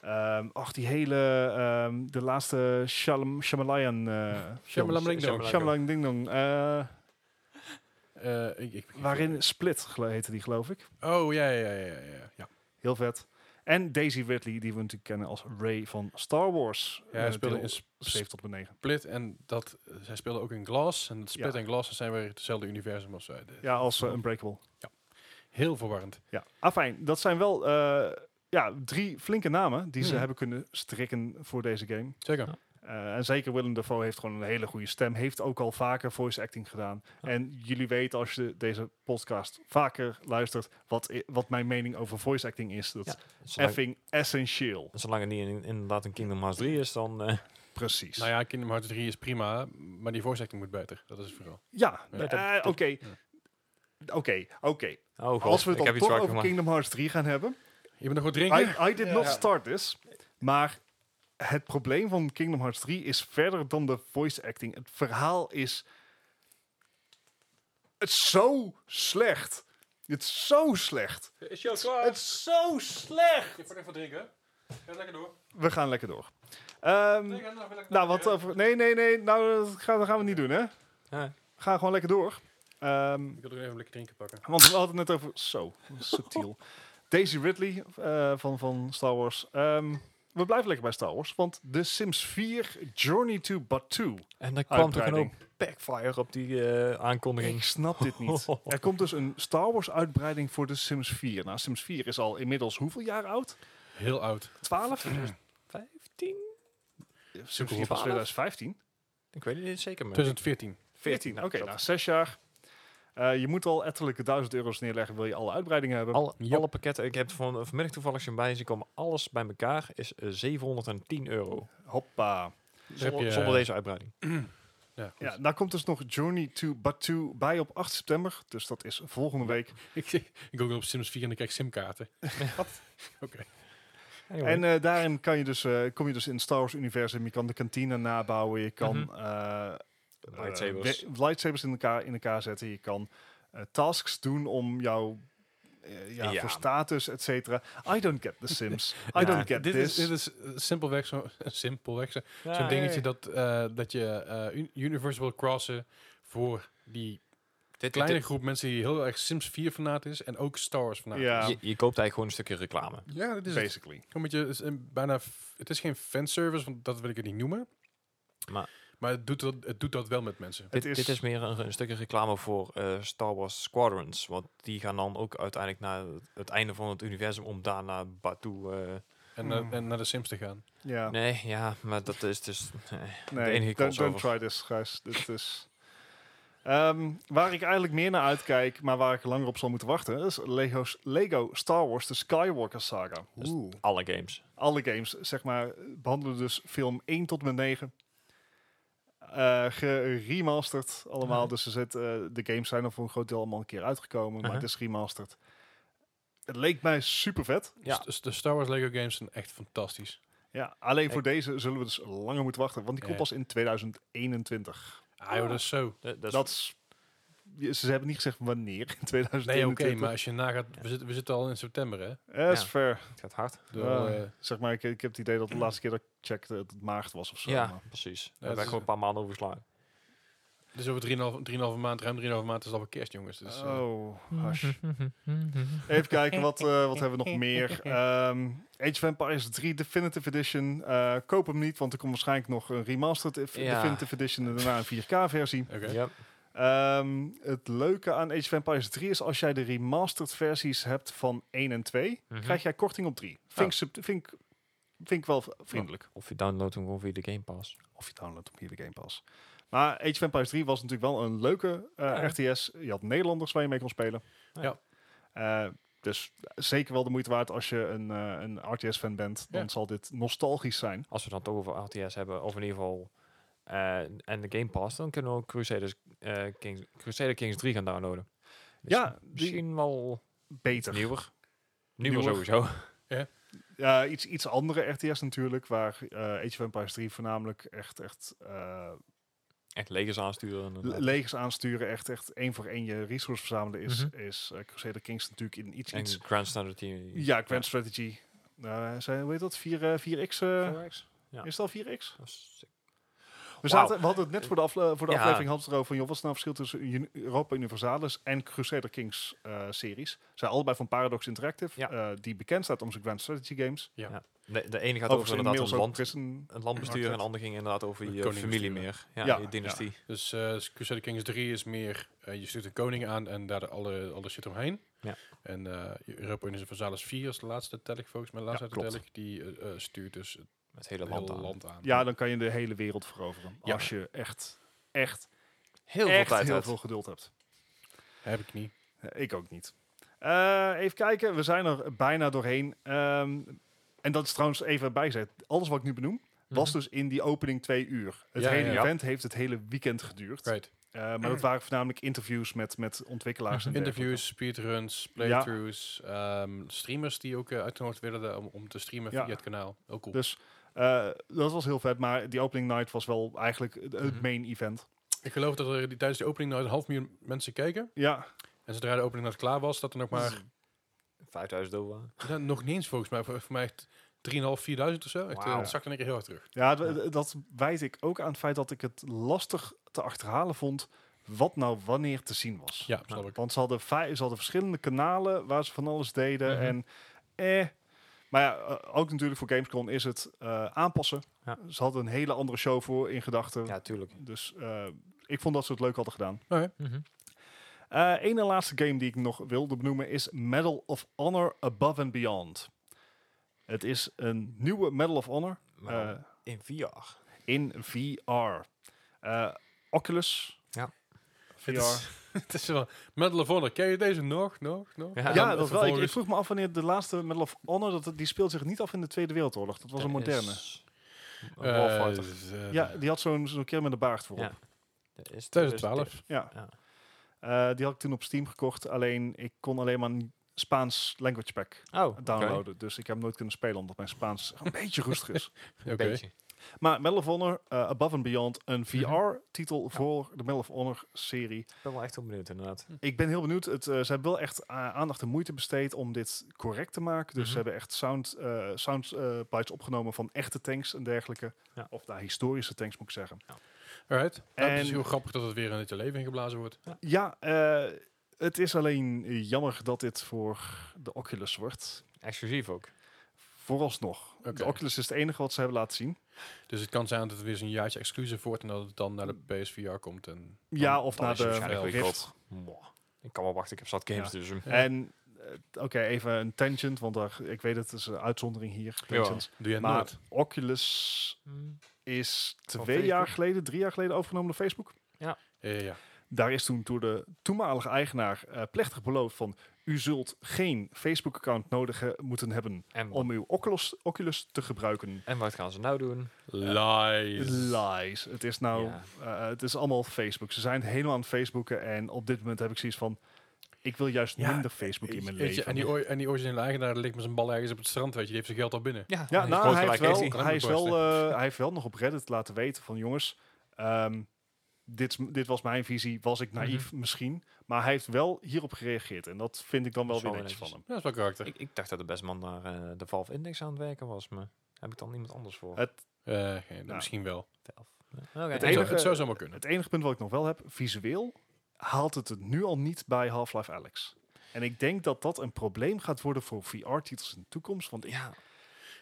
[SPEAKER 2] Ehm ach, die hele, ehm, de laatste Shalom, Shamalayan eh
[SPEAKER 1] Shyamalan Ding Dong.
[SPEAKER 3] Shyamalan.
[SPEAKER 2] Shamalayan Ding Dong. eh,
[SPEAKER 1] Eh, ik, ik, ik-
[SPEAKER 2] waarin Split gelo- heette die, geloof ik.
[SPEAKER 1] Oh, ja, ja, ja, ja, ja. ja.
[SPEAKER 2] Heel vet. En Daisy Ridley, die we natuurlijk kennen als Ray van Star Wars.
[SPEAKER 1] Ja, hij
[SPEAKER 2] eh,
[SPEAKER 1] speelde
[SPEAKER 2] deel
[SPEAKER 1] in
[SPEAKER 2] 7 tot en met 9.
[SPEAKER 1] Split en dat... eh, zij speelde ook in Glass. En Split
[SPEAKER 2] Ja.
[SPEAKER 1] en Glass zijn weer hetzelfde universum als zij.
[SPEAKER 2] Ja, als eh, Unbreakable.
[SPEAKER 1] Heel verwarrend.
[SPEAKER 2] Ja, afijn. Dat zijn wel eh, ja, drie flinke namen die ze
[SPEAKER 1] Mhm.
[SPEAKER 2] hebben kunnen strikken voor deze game.
[SPEAKER 1] Zeker.
[SPEAKER 3] Ja.
[SPEAKER 2] Eh, en zeker Willem Dafoe heeft gewoon een hele goede stem. Heeft ook al vaker voice acting gedaan.
[SPEAKER 3] Ja.
[SPEAKER 2] En jullie weten als je deze podcast vaker luistert... wat, i- wat mijn mening over voice acting is. Dat
[SPEAKER 3] Ja,
[SPEAKER 2] is
[SPEAKER 3] Zolang,
[SPEAKER 2] effing essentieel.
[SPEAKER 3] zolang het niet in, inderdaad een Kingdom Hearts 3 is, dan... eh,
[SPEAKER 2] Precies.
[SPEAKER 1] Nou ja, Kingdom Hearts 3 is prima, maar die voice acting moet beter. Dat is het vooral.
[SPEAKER 2] ja,
[SPEAKER 1] Ja,
[SPEAKER 2] eh,
[SPEAKER 3] dat- dat-
[SPEAKER 2] oké. Oké, oké.
[SPEAKER 3] Oh god,
[SPEAKER 2] Als we
[SPEAKER 3] ik eh,
[SPEAKER 2] het
[SPEAKER 3] heb
[SPEAKER 2] dan
[SPEAKER 3] iets
[SPEAKER 2] toch
[SPEAKER 3] fout
[SPEAKER 2] over
[SPEAKER 3] gemaakt.
[SPEAKER 2] Kingdom Hearts 3 gaan hebben...
[SPEAKER 1] Je bent nog wat drinken?
[SPEAKER 2] I, I did not
[SPEAKER 1] Ja.
[SPEAKER 2] start this. Maar het probleem van Kingdom Hearts 3 is verder dan de voice acting. Het verhaal is. Het is zo slecht. Het is zo slecht.
[SPEAKER 1] Is jou klaar?
[SPEAKER 2] Het is zo slecht.
[SPEAKER 1] Je moet even drinken. Ga lekker door.
[SPEAKER 2] We gaan lekker door. Ehm, nou, wat over. Nee, nee, nee. Nou, dat gaan, dat gaan we niet doen, hè?
[SPEAKER 3] Ja.
[SPEAKER 2] We gaan gewoon lekker door. Ehm,
[SPEAKER 1] Ik wil nog even een lekker drinken pakken.
[SPEAKER 2] want we hadden het net over. Zo, subtiel. Daisy Ridley eh, van, van Star Wars. Ehm, we blijven lekker bij Star Wars, want The Sims 4 Journey to Batuu.
[SPEAKER 3] En dan kwam er
[SPEAKER 2] Uitbreiding.
[SPEAKER 3] gewoon backfire op die eh, aankondiging.
[SPEAKER 2] Ik snap dit niet. Er komt dus een Star Wars uitbreiding voor The Sims 4. Nou, Sims 4 is al inmiddels hoeveel jaar oud?
[SPEAKER 1] Heel oud.
[SPEAKER 2] 12?
[SPEAKER 3] 15?
[SPEAKER 2] Sims 4 was
[SPEAKER 3] 12?
[SPEAKER 2] 2015.
[SPEAKER 3] Ik weet het niet zeker, maar...
[SPEAKER 1] 2014.
[SPEAKER 2] 14, oké.
[SPEAKER 3] nou,
[SPEAKER 2] nou, 6 jaar. Eh, je moet al etterlijke duizend euro's neerleggen, wil je alle uitbreidingen hebben.
[SPEAKER 3] Alle,
[SPEAKER 1] Ja.
[SPEAKER 3] alle pakketten, ik heb van, vanmiddag toevallig zijn bij, ze komen alles bij elkaar, is eh, 710 euro.
[SPEAKER 2] Hoppa.
[SPEAKER 1] heb
[SPEAKER 3] Zonder,
[SPEAKER 1] je,
[SPEAKER 3] zonder
[SPEAKER 1] eh,
[SPEAKER 3] deze uitbreiding.
[SPEAKER 1] Ja, goed.
[SPEAKER 2] Ja, daar komt dus nog Journey to Batuu bij op 8 september. Dus dat is volgende week.
[SPEAKER 1] ik, ik google op Sims 4 en ik krijg simkaarten.
[SPEAKER 3] Anyway.
[SPEAKER 2] En eh, daarin kan je dus, eh, kom je dus in het Star Wars universum. Je kan de kantine nabouwen. Je kan
[SPEAKER 3] Mhm.
[SPEAKER 2] eh,
[SPEAKER 3] lightsabers.
[SPEAKER 2] eh, we- lightsabers in elkaar, in elkaar zetten. Je kan eh, tasks doen om jouw eh, ja,
[SPEAKER 3] Ja.
[SPEAKER 2] voor status, et cetera. I don't get the Sims. I
[SPEAKER 3] Ja,
[SPEAKER 2] don't get
[SPEAKER 1] dit,
[SPEAKER 2] this. Ah,
[SPEAKER 1] is, dit is eh, simpelweg zo- simpelweg zo-
[SPEAKER 3] Ja,
[SPEAKER 1] zo'n dingetje
[SPEAKER 3] ja,
[SPEAKER 1] dat, eh, dat je eh, un- Universe wil crossen voor die
[SPEAKER 3] ja. Dit-
[SPEAKER 1] kleine
[SPEAKER 3] dit-
[SPEAKER 1] groep mensen die heel erg Sims 4 fanaat is en ook Star Wars fanaat
[SPEAKER 2] Ja.
[SPEAKER 1] is.
[SPEAKER 3] je, je koopt eigenlijk gewoon een stukje reclame.
[SPEAKER 1] Ja, dat is het.
[SPEAKER 2] basically.
[SPEAKER 1] Gewoon een beetje, is een bijna, f- het is geen fanservice, want dat wil ik het niet noemen.
[SPEAKER 3] Maar-
[SPEAKER 1] maar het, doet dat, het doet dat wel met mensen.
[SPEAKER 3] Dit,
[SPEAKER 2] is-
[SPEAKER 3] dit is meer een, een stukje reclame voor eh, Star Wars Squadrons. Want die gaan dan ook uiteindelijk naar het, het einde van het universum om daar naar Batuu... eh,
[SPEAKER 1] En, eh,
[SPEAKER 2] Hmm.
[SPEAKER 1] en naar de Sims te gaan.
[SPEAKER 2] Ja, nee,
[SPEAKER 3] Nee, ja, maar dat is dus... eh, enige
[SPEAKER 2] don't, don't
[SPEAKER 3] crossover.
[SPEAKER 2] try this, guys. Dit is... Ehm, waar ik eigenlijk meer naar uitkijk, maar waar ik langer op zal moeten wachten, is Lego's, Lego Star Wars The Skywalker Saga.
[SPEAKER 3] Dus- alle games.
[SPEAKER 2] alle games, zeg maar, behandelen dus film 1 tot en met 9. Eh geremasterd allemaal.
[SPEAKER 3] Aha.
[SPEAKER 2] Dus er zit, eh, de games zijn er voor een groot deel allemaal een keer uitgekomen, maar
[SPEAKER 3] Aha.
[SPEAKER 2] het is remastered. Het leek mij super vet.
[SPEAKER 3] Ja.
[SPEAKER 1] Dus de Star Wars Lego games zijn echt fantastisch.
[SPEAKER 2] Ja, alleen voor deze zullen we dus langer moeten wachten, want die komt
[SPEAKER 1] Ja.
[SPEAKER 2] pas in 2021.
[SPEAKER 1] Ah joh, dat is zo.
[SPEAKER 3] Dat, dat is-
[SPEAKER 2] Dat is, je- ze hebben niet gezegd wanneer in
[SPEAKER 1] Nee, oké,
[SPEAKER 2] 2021.
[SPEAKER 1] maar als je nagaat, we zitten, we zitten al in september, hè?
[SPEAKER 2] Ja, Eh, is
[SPEAKER 3] Ja.
[SPEAKER 2] fair.
[SPEAKER 3] het gaat hard.
[SPEAKER 1] Door,
[SPEAKER 2] Ja.
[SPEAKER 1] eh,
[SPEAKER 2] Zeg maar, ik, ik heb het idee dat de laatste keer dat ik checkte het maart was of zo.
[SPEAKER 3] ja,
[SPEAKER 2] maar-
[SPEAKER 3] precies. Daar
[SPEAKER 1] het
[SPEAKER 3] ben ik
[SPEAKER 1] is-
[SPEAKER 3] gewoon een paar maanden overgeslagen.
[SPEAKER 1] dus over 3,5 maand, ruim 3,5 maand is het alweer kerst, jongens. Dus, eh,
[SPEAKER 2] oh, hash. Even kijken, wat, eh, wat hebben we nog meer? Ehm Age of Empires 3 Definitive Edition. Eh, koop hem niet, want er komt waarschijnlijk nog een remastered if-
[SPEAKER 3] Ja.
[SPEAKER 2] Definitive Edition en daarna een 4K-versie.
[SPEAKER 1] oké.
[SPEAKER 3] Ja.
[SPEAKER 2] Ehm, het leuke aan Age of Empires 3 is als jij de remastered versies hebt van 1 en 2,
[SPEAKER 3] Mhm.
[SPEAKER 2] krijg jij korting op 3. Vind, ik sub- vind, ik- vind ik wel v- vriendelijk.
[SPEAKER 3] Of je downloadt hem gewoon via de Game Pass.
[SPEAKER 2] Of je downloadt op de Game Pass. Maar Age of Empires 3 was natuurlijk wel een leuke eh,
[SPEAKER 3] Ja.
[SPEAKER 2] RTS. Je had Nederlanders waar je mee kon spelen.
[SPEAKER 1] Ja.
[SPEAKER 2] Eh, dus zeker wel de moeite waard als je een, eh, een RTS-fan bent. Dan
[SPEAKER 1] Ja.
[SPEAKER 2] zal dit nostalgisch zijn.
[SPEAKER 3] Als we dan toch over RTS hebben, of in ieder geval... eh, en de Game Pass, dan kunnen we ook Crusaders, eh, Kings, Crusader Kings 3 gaan downloaden. Is
[SPEAKER 2] Ja, die-
[SPEAKER 3] Misschien wel
[SPEAKER 2] Beter.
[SPEAKER 3] nieuwer. Nieuwer
[SPEAKER 2] Nieuwer.
[SPEAKER 3] sowieso.
[SPEAKER 2] Ja, iets, iets andere RTS natuurlijk. Waar eh, Age of Empires 3 voornamelijk echt, echt eh,
[SPEAKER 3] Echt legers aansturen.
[SPEAKER 2] le-
[SPEAKER 3] en eh,
[SPEAKER 2] legers aansturen. Echt, echt één voor één je resource verzamelen is. Is eh, Crusader Kings natuurlijk in iets...
[SPEAKER 3] en
[SPEAKER 2] iets
[SPEAKER 3] Grand Standard Team.
[SPEAKER 2] ja, Grand Strategy. Eh zijn, hoe heet dat? 4, eh, 4X? eh,
[SPEAKER 3] Ja.
[SPEAKER 2] Is het al 4X?
[SPEAKER 3] Dat is-
[SPEAKER 2] We, zaten, we hadden het net voor de, afle- voor de
[SPEAKER 3] Ja.
[SPEAKER 2] aflevering hadden we het erover. Joh, wat is nou het verschil tussen Uni- Europa Universalis en Crusader Kings eh, series? Zijn allebei van Paradox Interactive,
[SPEAKER 3] Ja.
[SPEAKER 2] eh, die bekend staat om zijn Grand Strategy Games.
[SPEAKER 3] De, de ene gaat over
[SPEAKER 2] Overigens
[SPEAKER 3] inderdaad
[SPEAKER 2] inmiddels
[SPEAKER 3] een
[SPEAKER 2] ook
[SPEAKER 3] land,
[SPEAKER 2] Prison.
[SPEAKER 3] een land besturen en de
[SPEAKER 2] Inderdaad.
[SPEAKER 3] ander ging inderdaad over
[SPEAKER 1] Een
[SPEAKER 3] je
[SPEAKER 1] koning
[SPEAKER 3] familie meer.
[SPEAKER 1] besturen.
[SPEAKER 3] Ja,
[SPEAKER 2] Ja,
[SPEAKER 3] je dynastie.
[SPEAKER 1] Dus eh Crusader Kings 3 is meer, eh, je stuurt een koning aan en daar de alle, alles zit omheen.
[SPEAKER 3] Ja.
[SPEAKER 1] En eh Europa Universalis 4 is de laatste tel ik volgens mij, de laatste
[SPEAKER 2] Ja, klopt.
[SPEAKER 1] tel ik, die eh, eh, stuurt dus het
[SPEAKER 3] Het hele land
[SPEAKER 1] hele
[SPEAKER 3] aan.
[SPEAKER 1] land aan.
[SPEAKER 2] Ja, dan kan je de hele wereld veroveren.
[SPEAKER 1] Ja.
[SPEAKER 2] Als je echt, echt,
[SPEAKER 3] Heel
[SPEAKER 2] echt
[SPEAKER 3] veel tijd
[SPEAKER 2] heel
[SPEAKER 3] uit.
[SPEAKER 2] veel geduld hebt.
[SPEAKER 1] Heb ik niet.
[SPEAKER 2] Eh, Ik ook niet. Eh, even kijken, we zijn er bijna doorheen. Ehm, en dat is trouwens even bijgezet. Alles wat ik nu benoem,
[SPEAKER 3] Mhm.
[SPEAKER 2] was dus in die opening twee uur. Het
[SPEAKER 1] Ja,
[SPEAKER 2] hele
[SPEAKER 1] ja.
[SPEAKER 2] event heeft het hele weekend geduurd.
[SPEAKER 1] Right.
[SPEAKER 2] Eh, maar dat waren voornamelijk interviews met, met ontwikkelaars. en
[SPEAKER 1] Interviews, speedruns, playthroughs, ehm, streamers die ook eh, uitgenodigd werden om, om te streamen
[SPEAKER 2] Ja.
[SPEAKER 1] via het kanaal. Heel cool.
[SPEAKER 2] Dus dergelijke. Eh, dat was heel vet, maar die opening night was wel eigenlijk het het
[SPEAKER 3] Mhm.
[SPEAKER 2] main event.
[SPEAKER 1] ik geloof dat er die, tijdens de opening nog een half miljoen mensen keken.
[SPEAKER 2] Ja,
[SPEAKER 1] En zodra de opening nog klaar was, dat er nog maar,
[SPEAKER 3] 5000 dollar.
[SPEAKER 1] nou, nog niet eens volgens mij, voor, voor mij echt 3.500, 4.000 of zo. Echt, eh,
[SPEAKER 3] Wauw.
[SPEAKER 1] het zakte in één keer heel erg terug.
[SPEAKER 2] ja, d- d- dat wijt ik ook aan het feit dat ik het lastig te achterhalen vond wat nou wanneer te zien was.
[SPEAKER 1] Ja, snap ik.
[SPEAKER 2] Want ze hadden, vij- ze hadden verschillende kanalen waar ze van alles deden
[SPEAKER 3] Mhm.
[SPEAKER 2] en eh. Maar ja, eh, ook natuurlijk voor Gamescom is het eh, aanpassen.
[SPEAKER 3] Ja.
[SPEAKER 2] Ze hadden een hele andere show voor in gedachten.
[SPEAKER 3] Ja, tuurlijk.
[SPEAKER 2] Dus eh, ik vond dat ze het leuk hadden gedaan.
[SPEAKER 3] Mhm.
[SPEAKER 2] Eh Eén en laatste game die ik nog wilde benoemen is Medal of Honor Above and Beyond. Het is een nieuwe Medal of Honor
[SPEAKER 3] Maar
[SPEAKER 2] eh,
[SPEAKER 3] dan in VR.
[SPEAKER 2] in VR. Eh, Oculus.
[SPEAKER 3] Ja.
[SPEAKER 2] VR.
[SPEAKER 1] Het is- Het is wel Medal of Honor. Ken je deze nog, nog, nog?
[SPEAKER 3] Ja,
[SPEAKER 2] Ja,
[SPEAKER 1] En
[SPEAKER 3] dan
[SPEAKER 1] dan
[SPEAKER 2] dat wel. Ik, ik
[SPEAKER 1] vervolgens-
[SPEAKER 2] vroeg me af wanneer de laatste Medal of Honor, dat, het- die speelt zich niet af in de Tweede Wereldoorlog. Dat was een
[SPEAKER 3] Dat
[SPEAKER 2] moderne.
[SPEAKER 3] is Een warfighter.
[SPEAKER 1] Eh, eh,
[SPEAKER 2] Ja, die had zo'n zo'n keer met een baard voorop.
[SPEAKER 3] Ja. Dat is
[SPEAKER 1] 2012.
[SPEAKER 2] Ja.
[SPEAKER 3] Ja.
[SPEAKER 2] Eh, die had ik toen op Steam gekocht. Alleen, ik kon alleen maar een Spaans language pack
[SPEAKER 3] Oh, oké.
[SPEAKER 2] downloaden. Dus ik heb hem nooit kunnen spelen, omdat mijn Spaans een beetje rustig is.
[SPEAKER 1] Oké.
[SPEAKER 3] Een beetje.
[SPEAKER 2] Maar Medal of Honor eh, Above and Beyond,
[SPEAKER 3] Mhm.
[SPEAKER 2] een VR-titel voor de Medal of Honor-serie.
[SPEAKER 3] Ik ben wel echt heel benieuwd inderdaad.
[SPEAKER 2] Ik ben heel benieuwd. Het, eh, ze hebben wel echt eh, aandacht en moeite besteed om dit correct te maken. Dus
[SPEAKER 3] Mhm.
[SPEAKER 2] ze hebben echt sound, eh sound eh, bites opgenomen van echte tanks en dergelijke.
[SPEAKER 3] Ja.
[SPEAKER 2] Of nou, historische tanks moet ik zeggen.
[SPEAKER 1] Alright. Nou, het is
[SPEAKER 2] En-
[SPEAKER 1] heel grappig dat het weer in het leven ingeblazen wordt.
[SPEAKER 2] Ja, eh, het is alleen jammer dat dit voor de Oculus wordt.
[SPEAKER 3] Exclusief ook.
[SPEAKER 2] Vooralsnog.
[SPEAKER 1] Oké.
[SPEAKER 2] De Oculus is het enige wat ze hebben laten zien.
[SPEAKER 1] Dus het kan zijn dat het weer eens een jaartje exclusief wordt en dat het dan naar de PSVR komt. En
[SPEAKER 2] ja, of
[SPEAKER 3] Dan
[SPEAKER 2] naar
[SPEAKER 3] is het
[SPEAKER 2] de
[SPEAKER 3] waarschijnlijk
[SPEAKER 2] Rift.
[SPEAKER 3] goedkoop. Mwah. Ik kan wel wachten, ik heb zat games
[SPEAKER 2] Ja.
[SPEAKER 3] dus. hm.
[SPEAKER 2] En eh, oké, even een tangent, want daar, ik weet het, het is een uitzondering hier. Tangents.
[SPEAKER 1] doe je het
[SPEAKER 2] Maar
[SPEAKER 1] nooit.
[SPEAKER 2] Oculus
[SPEAKER 3] Hm.
[SPEAKER 2] is twee
[SPEAKER 3] Facebook.
[SPEAKER 2] jaar geleden, drie jaar geleden overgenomen door Facebook.
[SPEAKER 1] Ja, ja, ja.
[SPEAKER 2] Daar is toen door de toenmalige eigenaar eh, plechtig beloofd van... U zult geen Facebook-account nodig eh, moeten hebben
[SPEAKER 3] En, wat,
[SPEAKER 2] om uw Oculus, Oculus te gebruiken.
[SPEAKER 3] en wat gaan ze nou doen?
[SPEAKER 1] Lies.
[SPEAKER 2] Lies. Het is nou,
[SPEAKER 3] Ja.
[SPEAKER 2] eh, het is allemaal Facebook. Ze zijn helemaal aan het Facebooken en op dit moment heb ik zoiets van, ik wil juist
[SPEAKER 1] Ja,
[SPEAKER 2] minder Facebook in mijn
[SPEAKER 1] Weet
[SPEAKER 2] leven.
[SPEAKER 1] Je, en, die oi- en die originele eigenaar ligt met zijn bal ergens op het strand, weet je. Die heeft zijn geld al binnen.
[SPEAKER 3] Ja,
[SPEAKER 2] Ja,
[SPEAKER 3] is
[SPEAKER 2] nou,
[SPEAKER 3] groot
[SPEAKER 2] hij heeft,
[SPEAKER 3] gelijk, heeft
[SPEAKER 2] wel,
[SPEAKER 3] hij.
[SPEAKER 1] hij.
[SPEAKER 2] hij, is wel, eh, hij heeft wel nog op Reddit laten weten van jongens, ehm, dit, is m- dit was mijn visie, was ik naïef
[SPEAKER 3] Mhm.
[SPEAKER 2] misschien. Maar hij heeft wel hierop gereageerd en dat vind ik dan wel
[SPEAKER 3] Dat is
[SPEAKER 2] weer
[SPEAKER 3] wel
[SPEAKER 2] netjes van
[SPEAKER 3] netjes.
[SPEAKER 2] hem.
[SPEAKER 1] Dat is wel karakter.
[SPEAKER 3] Ik, ik dacht dat de beste man naar eh, de Valve Index aan het werken was, maar heb ik dan iemand anders voor?
[SPEAKER 2] Het-
[SPEAKER 1] Eh, geen-
[SPEAKER 2] Nou.
[SPEAKER 1] Misschien wel.
[SPEAKER 3] Valve. Ja, oké.
[SPEAKER 2] het
[SPEAKER 1] Het,
[SPEAKER 2] enige-
[SPEAKER 1] zou, het zou zomaar kunnen.
[SPEAKER 2] Het enige punt wat ik nog wel heb, visueel haalt het het nu al niet bij Half-Life Alex. En ik denk dat dat een probleem gaat worden voor VR-titels in de toekomst. Want ik-
[SPEAKER 3] ja,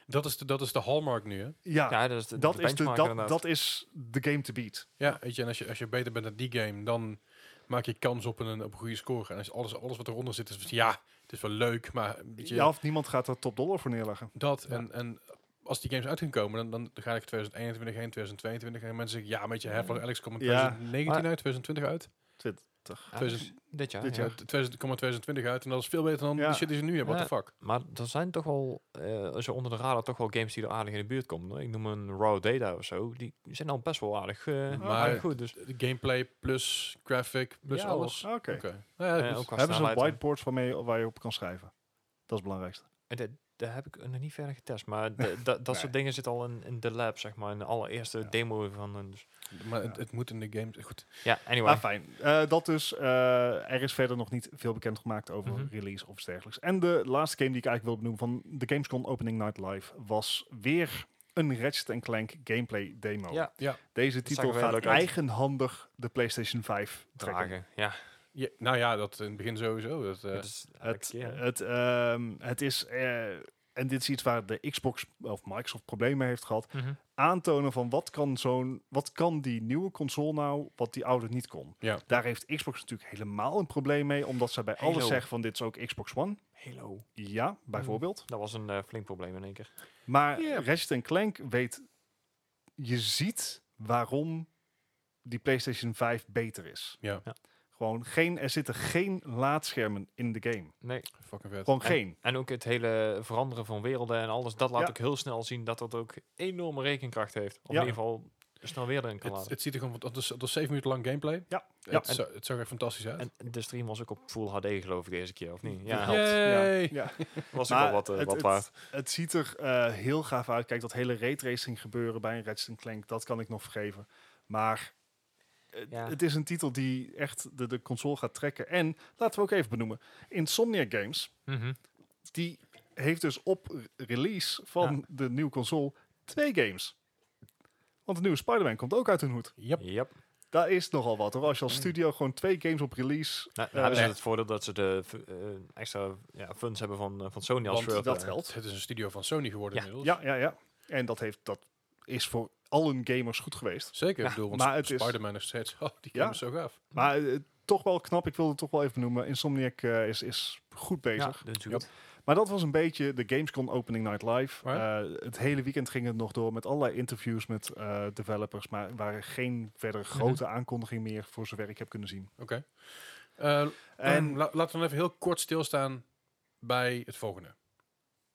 [SPEAKER 1] Dat is de, dat is de hallmark nu, hè?
[SPEAKER 2] ja,
[SPEAKER 3] ja, dat is de,
[SPEAKER 2] dat,
[SPEAKER 3] de
[SPEAKER 2] is de,
[SPEAKER 3] benchmark
[SPEAKER 2] dat,
[SPEAKER 3] inderdaad.
[SPEAKER 2] dat is de game to beat.
[SPEAKER 1] Ja, weet je. En als je, als je beter bent dan die game, dan maak je kans op een, op een goede score. En als alles, alles wat eronder zit, is van, ja, het is wel leuk, maar... Weet je,
[SPEAKER 2] Ja, of niemand gaat er top dollar voor neerleggen.
[SPEAKER 1] Dat en, en als die games uit gaan komen, dan, dan ga ik 2021 heen, 2022 en mensen zeggen, ja, met je Half-Life Alex komt in
[SPEAKER 2] Ja. Ah,
[SPEAKER 1] 2019
[SPEAKER 3] Maar-
[SPEAKER 1] uit, 2020 uit.
[SPEAKER 3] Ja, dat is
[SPEAKER 1] 2000
[SPEAKER 3] dit jaar.
[SPEAKER 2] dit
[SPEAKER 3] ja.
[SPEAKER 2] jaar.
[SPEAKER 1] Ja, 2000 komt in 2020 uit en dat is veel beter dan
[SPEAKER 2] dus- Ja.
[SPEAKER 1] die shit die ze nu hebben. What the fuck?
[SPEAKER 3] Maar er zijn toch wel, eh, zo onder de radar, toch wel games die er aardig in de buurt komen. hoor. Ik noem een Raw Data of zo. Die zijn al best wel aardig, eh,
[SPEAKER 1] Maar-
[SPEAKER 3] aardig goed. Dus,
[SPEAKER 1] De gameplay plus graphic plus
[SPEAKER 3] Ja,
[SPEAKER 1] alles.
[SPEAKER 2] Ah, Oké.
[SPEAKER 1] Oké. Nou ja,
[SPEAKER 3] eh,
[SPEAKER 1] dus-
[SPEAKER 3] ook
[SPEAKER 2] Hebben
[SPEAKER 3] qua
[SPEAKER 2] ze een
[SPEAKER 3] snelheid en-
[SPEAKER 2] whiteboard waarmee, waar je op kan schrijven? Dat is het belangrijkste.
[SPEAKER 3] En dat- Eh, Daar heb ik nog niet verder getest, maar da- da- dat soort dingen zit al in, in de lab, zeg maar, in de allereerste
[SPEAKER 2] Ja.
[SPEAKER 3] demo van. een- dus-
[SPEAKER 1] maar het, het moet in de games. Goed.
[SPEAKER 3] ja, anyway.
[SPEAKER 2] Maar fijn. Eh, dat dus. eh, er is verder nog niet veel bekend gemaakt over
[SPEAKER 3] Mhm.
[SPEAKER 2] release of iets dergelijks. En de laatste game die ik eigenlijk wil benoemen van de Gamescom Opening Night Live was weer een Ratchet Clank gameplay demo.
[SPEAKER 3] ja,
[SPEAKER 2] Deze
[SPEAKER 3] zag er
[SPEAKER 2] titel
[SPEAKER 3] wel
[SPEAKER 2] gaat
[SPEAKER 3] leuk uit.
[SPEAKER 2] eigenhandig de PlayStation 5 trekken.
[SPEAKER 3] dragen. Ja,
[SPEAKER 1] Ja, nou ja, dat in het begin sowieso. Dat, eh,
[SPEAKER 3] het is elke
[SPEAKER 2] Het,
[SPEAKER 3] keer.
[SPEAKER 2] het, ehm, het is, eh, en dit is iets waar de Xbox of Microsoft problemen mee heeft gehad.
[SPEAKER 3] Mhm.
[SPEAKER 2] aantonen van wat kan zo'n, wat kan die nieuwe console nou, wat die oude niet kon.
[SPEAKER 1] Ja.
[SPEAKER 2] Daar heeft Xbox natuurlijk helemaal een probleem mee, omdat zij bij
[SPEAKER 3] Halo.
[SPEAKER 2] alles zeggen van dit is ook Xbox One.
[SPEAKER 3] Halo.
[SPEAKER 2] Ja, bijvoorbeeld.
[SPEAKER 3] Dat was een eh, flink probleem in één keer.
[SPEAKER 2] Maar
[SPEAKER 1] Ja.
[SPEAKER 2] Ratchet Clank weet, je ziet waarom die PlayStation 5 beter is.
[SPEAKER 1] ja,
[SPEAKER 2] Gewoon geen, er zitten geen laadschermen in de game.
[SPEAKER 3] Nee.
[SPEAKER 1] fucking vet.
[SPEAKER 2] Gewoon geen.
[SPEAKER 3] En ook het hele veranderen van werelden en alles, dat laat
[SPEAKER 2] Ja.
[SPEAKER 3] ook heel snel zien dat dat ook enorme rekenkracht heeft. Of
[SPEAKER 2] Ja.
[SPEAKER 3] in ieder geval snel weer erin kan
[SPEAKER 1] Het,
[SPEAKER 3] laten.
[SPEAKER 1] het ziet er gewoon, dat is, dat is 7 minuten lang gameplay.
[SPEAKER 2] Ja, ja.
[SPEAKER 1] Het, zo- het zag er fantastisch uit.
[SPEAKER 3] En de stream was ook op Full HD geloof ik deze keer, of niet? Ja,
[SPEAKER 1] Yay!
[SPEAKER 3] helpt.
[SPEAKER 2] Ja.
[SPEAKER 3] was ook
[SPEAKER 2] Maar
[SPEAKER 3] wel wat, eh,
[SPEAKER 2] het-
[SPEAKER 3] wat
[SPEAKER 2] het-
[SPEAKER 3] waard.
[SPEAKER 2] Het ziet er eh, heel gaaf uit. Kijk, dat hele raytracing gebeuren bij een Ratchet Clank, dat kan ik nog vergeven. Maar eh,
[SPEAKER 3] Ja.
[SPEAKER 2] het is een titel die echt de, de console gaat trekken. En laten we ook even benoemen, Insomniac Games,
[SPEAKER 3] Mhm.
[SPEAKER 2] die heeft dus op re- release van de nieuwe console twee games. Want de nieuwe Spider-Man komt ook uit hun hoed.
[SPEAKER 1] Yep.
[SPEAKER 3] Yep.
[SPEAKER 2] Daar is nogal wat hoor. Als je als studio gewoon twee games op release,
[SPEAKER 3] Nou,
[SPEAKER 2] Eh,
[SPEAKER 3] dan hebben ze
[SPEAKER 1] nee.
[SPEAKER 3] het voordeel dat ze de v- eh, extra ja, funds hebben van, eh, van Sony als
[SPEAKER 1] Want
[SPEAKER 3] first
[SPEAKER 2] dat
[SPEAKER 3] party.
[SPEAKER 2] geldt.
[SPEAKER 1] Het is een studio van Sony geworden
[SPEAKER 3] Ja.
[SPEAKER 1] inmiddels.
[SPEAKER 2] Ja, ja, ja. En dat, heeft, dat is voor allen gamers goed geweest.
[SPEAKER 1] Zeker,
[SPEAKER 3] Ja,
[SPEAKER 1] ik bedoel, want
[SPEAKER 2] maar
[SPEAKER 1] maar
[SPEAKER 2] het is-
[SPEAKER 1] Spider-Man nog steeds, oh, die
[SPEAKER 2] Ja.
[SPEAKER 1] game is zo gaaf.
[SPEAKER 2] Maar eh, toch wel knap, ik wilde het toch wel even noemen. Insomniac eh, is, is goed
[SPEAKER 3] Ja,
[SPEAKER 2] bezig.
[SPEAKER 3] dat is
[SPEAKER 1] Yep.
[SPEAKER 3] goed.
[SPEAKER 2] Maar dat was een beetje de Gamescom Opening Night Live.
[SPEAKER 1] Oh Ja.
[SPEAKER 2] Eh, het hele weekend ging het nog door met allerlei interviews met eh, developers. Maar er waren geen verder
[SPEAKER 1] Mhm.
[SPEAKER 2] grote aankondigingen meer voor zover ik heb kunnen zien.
[SPEAKER 1] Oké. Eh,
[SPEAKER 2] En
[SPEAKER 1] ehm, la- laten we dan even heel kort stilstaan bij het volgende.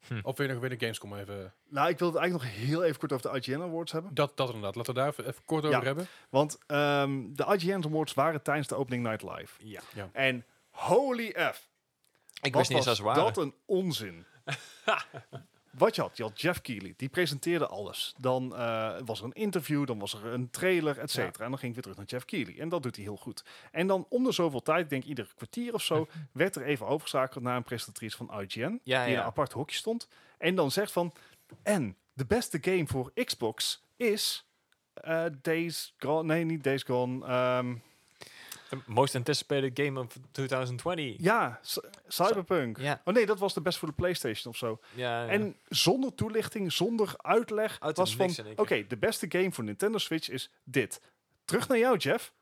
[SPEAKER 3] Hm.
[SPEAKER 1] Of wil je nog weer de Gamescom even...
[SPEAKER 2] nou, ik wil het eigenlijk nog heel even kort over de IGN Awards hebben.
[SPEAKER 1] Dat, dat inderdaad, laten we daar even, even kort over hebben.
[SPEAKER 2] Want ehm, de IGN Awards waren tijdens de Opening Night Live.
[SPEAKER 3] Ja.
[SPEAKER 2] En holy F,
[SPEAKER 3] Ik
[SPEAKER 2] Wat
[SPEAKER 3] wist niet eens dat ze
[SPEAKER 2] was
[SPEAKER 3] waren.
[SPEAKER 2] dat een onzin. wat je had, je had Jeff Keighley, die presenteerde alles. Dan eh, was er een interview, dan was er een trailer, et cetera. En dan ging ik weer terug naar Jeff Keighley. En dat doet hij heel goed. En dan om de zoveel tijd, ik denk ieder kwartier of zo, werd er even overschakeld naar een presentatrice van IGN,
[SPEAKER 3] Ja,
[SPEAKER 2] die in
[SPEAKER 3] ja.
[SPEAKER 2] een apart hokje stond. En dan zegt van, en de beste game voor Xbox is eh, Days Gone, nee niet Days Gone, ehm,
[SPEAKER 3] The most anticipated game of 2020.
[SPEAKER 2] ja, c- Cyberpunk.
[SPEAKER 3] Ja.
[SPEAKER 2] Oh nee, dat was de best voor de PlayStation of zo.
[SPEAKER 3] Ja, en
[SPEAKER 2] En zonder toelichting, zonder uitleg,
[SPEAKER 3] Uit het
[SPEAKER 2] was van...
[SPEAKER 3] niks in één
[SPEAKER 2] Oké,
[SPEAKER 3] keer.
[SPEAKER 2] de beste game voor Nintendo Switch is dit. Terug naar jou, Jeff.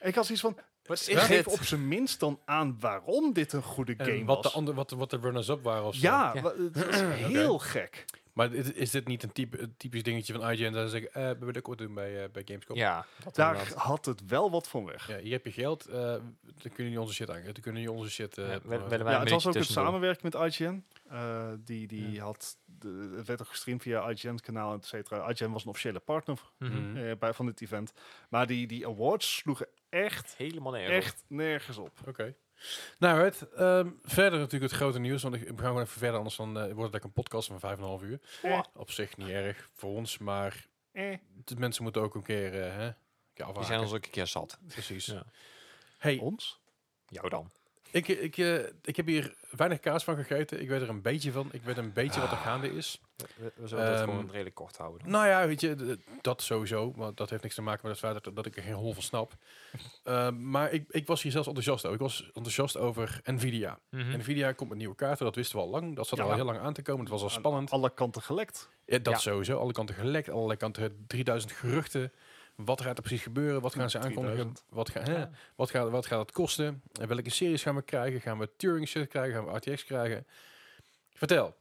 [SPEAKER 2] Ik had zoiets van...
[SPEAKER 3] wat is
[SPEAKER 2] Geef
[SPEAKER 3] dit?
[SPEAKER 2] op zijn minst dan aan waarom dit een goede
[SPEAKER 1] En
[SPEAKER 2] game
[SPEAKER 1] Eh, wat, de
[SPEAKER 2] was.
[SPEAKER 1] ander, wat, de- wat de runners-up waren of zo.
[SPEAKER 2] ja,
[SPEAKER 3] Ja.
[SPEAKER 2] wa- het is heel gek.
[SPEAKER 1] Maar is, is dit niet een, type, een typisch dingetje van IGN? Dat ze zeggen, eh, we willen ook wat doen bij, eh, bij Gamescom.
[SPEAKER 3] Ja,
[SPEAKER 2] Daar
[SPEAKER 3] inderdaad.
[SPEAKER 2] had het wel wat van weg.
[SPEAKER 1] Ja, hier heb je geld, eh, dan kunnen jullie onze shit aan. Dan kunnen jullie onze shit... eh,
[SPEAKER 3] Ja, we-
[SPEAKER 1] promoten.
[SPEAKER 3] willen wij-
[SPEAKER 2] Ja,
[SPEAKER 3] een
[SPEAKER 2] het was
[SPEAKER 3] minuutje
[SPEAKER 2] ook een
[SPEAKER 3] tussendoor.
[SPEAKER 2] samenwerking met IGN. Eh, die die had... De, het werd ook gestreamd via IGN's kanaal, et cetera. IGN was een officiële partner
[SPEAKER 1] Hm.
[SPEAKER 3] Mhm.
[SPEAKER 2] eh, bij, van dit event. Maar die, die awards sloegen echt,
[SPEAKER 3] Helemaal nergens. op.
[SPEAKER 2] echt nergens op.
[SPEAKER 1] Oké. Nou, het verder natuurlijk het grote nieuws. Want ik we gaan gewoon even verder, anders dan, eh, wordt het like een podcast van 5,5 uur.
[SPEAKER 2] Eh,
[SPEAKER 1] Op zich niet erg voor ons, maar
[SPEAKER 2] eh.
[SPEAKER 1] de mensen moeten ook een keer, eh, hè, een keer
[SPEAKER 3] Die
[SPEAKER 1] afhaken.
[SPEAKER 3] zijn ons ook een keer zat.
[SPEAKER 1] Precies.
[SPEAKER 3] Ja.
[SPEAKER 1] Hey,
[SPEAKER 2] Ons?
[SPEAKER 3] Jou dan.
[SPEAKER 1] ik, ik, eh, ik heb hier weinig kaas van gegeten. Ik weet er een beetje van. Ik weet een beetje wat er gaande is.
[SPEAKER 3] We, we zullen het
[SPEAKER 1] Ehm,
[SPEAKER 3] gewoon redelijk kort houden.
[SPEAKER 1] Nou ja, weet je, d- dat sowieso. Maar dat heeft niks te maken met het feit dat, dat ik er geen hol van snap. Eh, maar ik, ik was hier zelfs enthousiast over. Ik was enthousiast over Nvidia.
[SPEAKER 3] Mhm.
[SPEAKER 1] Nvidia komt met nieuwe kaarten, dat wisten we al lang. Dat zat er
[SPEAKER 2] Hm. Ja.
[SPEAKER 1] al heel lang aan te komen. Het was al
[SPEAKER 2] Aan
[SPEAKER 1] spannend.
[SPEAKER 2] Alle kanten gelekt.
[SPEAKER 1] Ja, dat
[SPEAKER 3] Ja.
[SPEAKER 1] sowieso. Alle kanten gelekt, allerlei kanten 3000 geruchten. Wat gaat er precies gebeuren? Wat gaan ze aankondigen?
[SPEAKER 2] 3000.
[SPEAKER 1] Wat, ga, hè?
[SPEAKER 3] Ja.
[SPEAKER 1] Wat, gaat, wat gaat het kosten? En welke series gaan we krijgen? Gaan we Turing shit krijgen? Gaan we RTX krijgen? Vertel.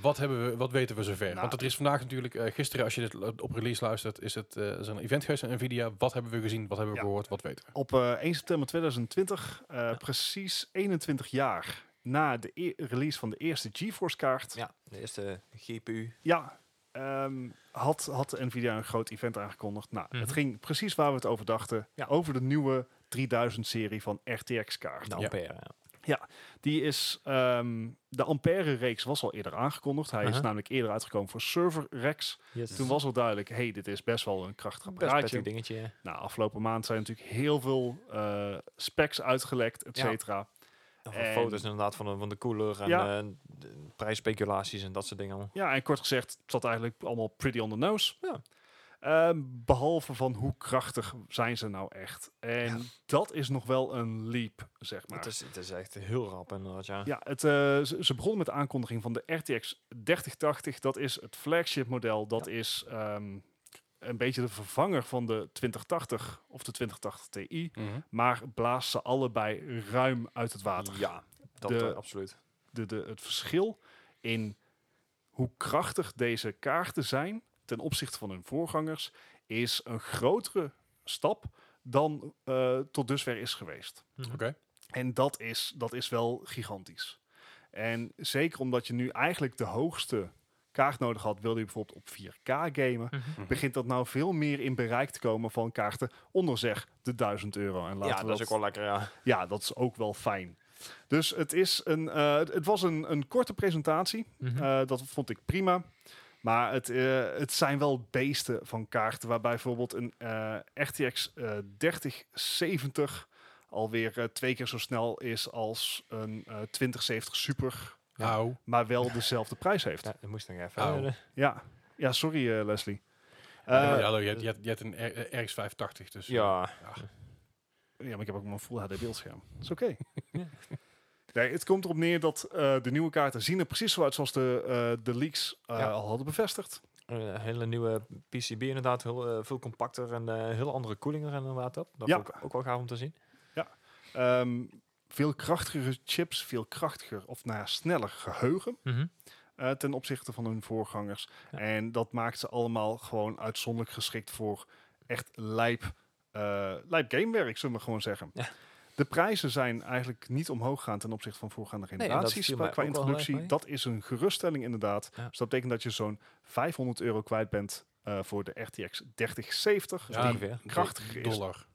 [SPEAKER 1] Wat, hebben we, wat weten we zover?
[SPEAKER 2] Nou.
[SPEAKER 1] Want er is vandaag natuurlijk, eh, gisteren als je dit lu- op release luistert, is, het, eh, is er een event geweest aan Nvidia. Wat hebben we gezien? Wat hebben we
[SPEAKER 2] Ja.
[SPEAKER 1] gehoord? Wat weten we?
[SPEAKER 2] Op eh, 1 september 2020, eh, precies 21 jaar na de e- release van de eerste GeForce kaart, ja,
[SPEAKER 3] Ja, de eerste GPU.
[SPEAKER 2] ehm, had, had Nvidia een groot event aangekondigd. Nou,
[SPEAKER 3] Mhm.
[SPEAKER 2] Het ging precies waar we het over dachten,
[SPEAKER 3] Ja.
[SPEAKER 2] over de nieuwe 3000 serie van RTX kaart.
[SPEAKER 3] De
[SPEAKER 1] Ja.
[SPEAKER 3] ampère. nou, Ja.
[SPEAKER 2] Die is, ehm, de Ampere reeks was al eerder aangekondigd. Hij is
[SPEAKER 3] Aha. Mhm.
[SPEAKER 2] namelijk eerder uitgekomen voor server rex. Toen was al duidelijk, hey, dit is best wel een krachtig
[SPEAKER 3] best een
[SPEAKER 2] apparaatje.
[SPEAKER 3] prettig dingetje. hè.
[SPEAKER 2] Nou, afgelopen maand zijn natuurlijk heel veel eh, specs uitgelekt, et
[SPEAKER 3] Ja.
[SPEAKER 2] cetera.
[SPEAKER 3] En van
[SPEAKER 2] En-
[SPEAKER 3] foto's inderdaad van de, van de cooler en
[SPEAKER 2] Ja.
[SPEAKER 3] eh, de prijsspeculaties en dat soort dingen. allemaal.
[SPEAKER 2] Ja. en kort gezegd, het zat eigenlijk allemaal pretty on the nose.
[SPEAKER 3] Ja.
[SPEAKER 2] Ehm, behalve van hoe krachtig zijn ze nou echt. En dat is nog wel een leap, zeg maar.
[SPEAKER 3] Het, is, het is echt heel rap inderdaad, ja.
[SPEAKER 2] Ja, het, eh, ze, ze begonnen met de aankondiging van de RTX 3080. Dat is het flagship model. Dat is ehm, een beetje de vervanger van de 2080 of de 2080 Ti. Maar blaast ze allebei ruim uit het water.
[SPEAKER 3] Ja, dat
[SPEAKER 2] De-
[SPEAKER 3] eh, absoluut.
[SPEAKER 2] de, de, het verschil in hoe krachtig deze kaarten zijn ten opzichte van hun voorgangers is een grotere stap dan eh, tot dusver is geweest.
[SPEAKER 1] Oké.
[SPEAKER 2] En dat is, dat is wel gigantisch. En zeker omdat je nu eigenlijk de hoogste kaart nodig had, wilde je bijvoorbeeld op 4K gamen,
[SPEAKER 3] Mhm.
[SPEAKER 2] begint dat nou veel meer in bereik te komen van kaarten onder zeg de 1000 euro. En laten
[SPEAKER 3] Ja,
[SPEAKER 2] we
[SPEAKER 3] dat is ook wel lekker, ja.
[SPEAKER 2] ja, dat is ook wel fijn. Dus het, is een, eh, het- het was een, een korte presentatie.
[SPEAKER 3] Mhm.
[SPEAKER 2] Eh, dat vond ik prima. Maar het, eh, het zijn wel beesten van kaarten. Waarbij bijvoorbeeld een eh, RTX eh 3070 alweer eh, twee keer zo snel is als een eh 2070 Super.
[SPEAKER 1] Nou,
[SPEAKER 2] Maar wel dezelfde prijs heeft.
[SPEAKER 3] Ja, dat moest nog even.
[SPEAKER 1] Au.
[SPEAKER 3] eh,
[SPEAKER 2] Ja, ja sorry eh, Leslie.
[SPEAKER 1] ja,
[SPEAKER 2] Eh,
[SPEAKER 1] hallo, je, hebt- je, hebt- je hebt een R- eh, RX 580, dus eh,
[SPEAKER 3] ja,
[SPEAKER 2] Ja, maar ik heb ook mijn Full HD beeldscherm. Dat is oké.
[SPEAKER 3] Ja.
[SPEAKER 2] Nee, het komt erop neer dat eh, de nieuwe kaarten zien er precies zo uit zoals de, eh, de leaks eh,
[SPEAKER 3] Ja.
[SPEAKER 2] al hadden bevestigd.
[SPEAKER 3] een eh, hele nieuwe PCB inderdaad. Heel, eh, veel compacter en eh heel andere koeling er inderdaad op. Dat
[SPEAKER 2] Ja.
[SPEAKER 3] vond ik ook wel gaaf om te zien.
[SPEAKER 2] Ehm, veel krachtigere chips, veel krachtiger of nou ja, sneller geheugen eh, ten opzichte van hun voorgangers.
[SPEAKER 3] Ja.
[SPEAKER 2] En dat maakt ze allemaal gewoon uitzonderlijk geschikt voor echt lijp, eh lijp gamewerk, zullen we gewoon zeggen.
[SPEAKER 3] Ja.
[SPEAKER 2] De prijzen zijn eigenlijk niet omhoog gegaan ten opzichte van voorgaande
[SPEAKER 3] en dat
[SPEAKER 2] generaties
[SPEAKER 3] viel
[SPEAKER 2] qua-
[SPEAKER 3] mij
[SPEAKER 2] qua
[SPEAKER 3] ook wel heel erg
[SPEAKER 2] introductie.
[SPEAKER 3] mee.
[SPEAKER 2] Dat is een geruststelling inderdaad.
[SPEAKER 3] Ja.
[SPEAKER 2] Dus dat betekent dat je zo'n 500 euro kwijt bent eh, voor de RTX 3070.
[SPEAKER 1] Ja,
[SPEAKER 2] die
[SPEAKER 3] ongeveer.
[SPEAKER 2] krachtiger is.
[SPEAKER 1] dollar.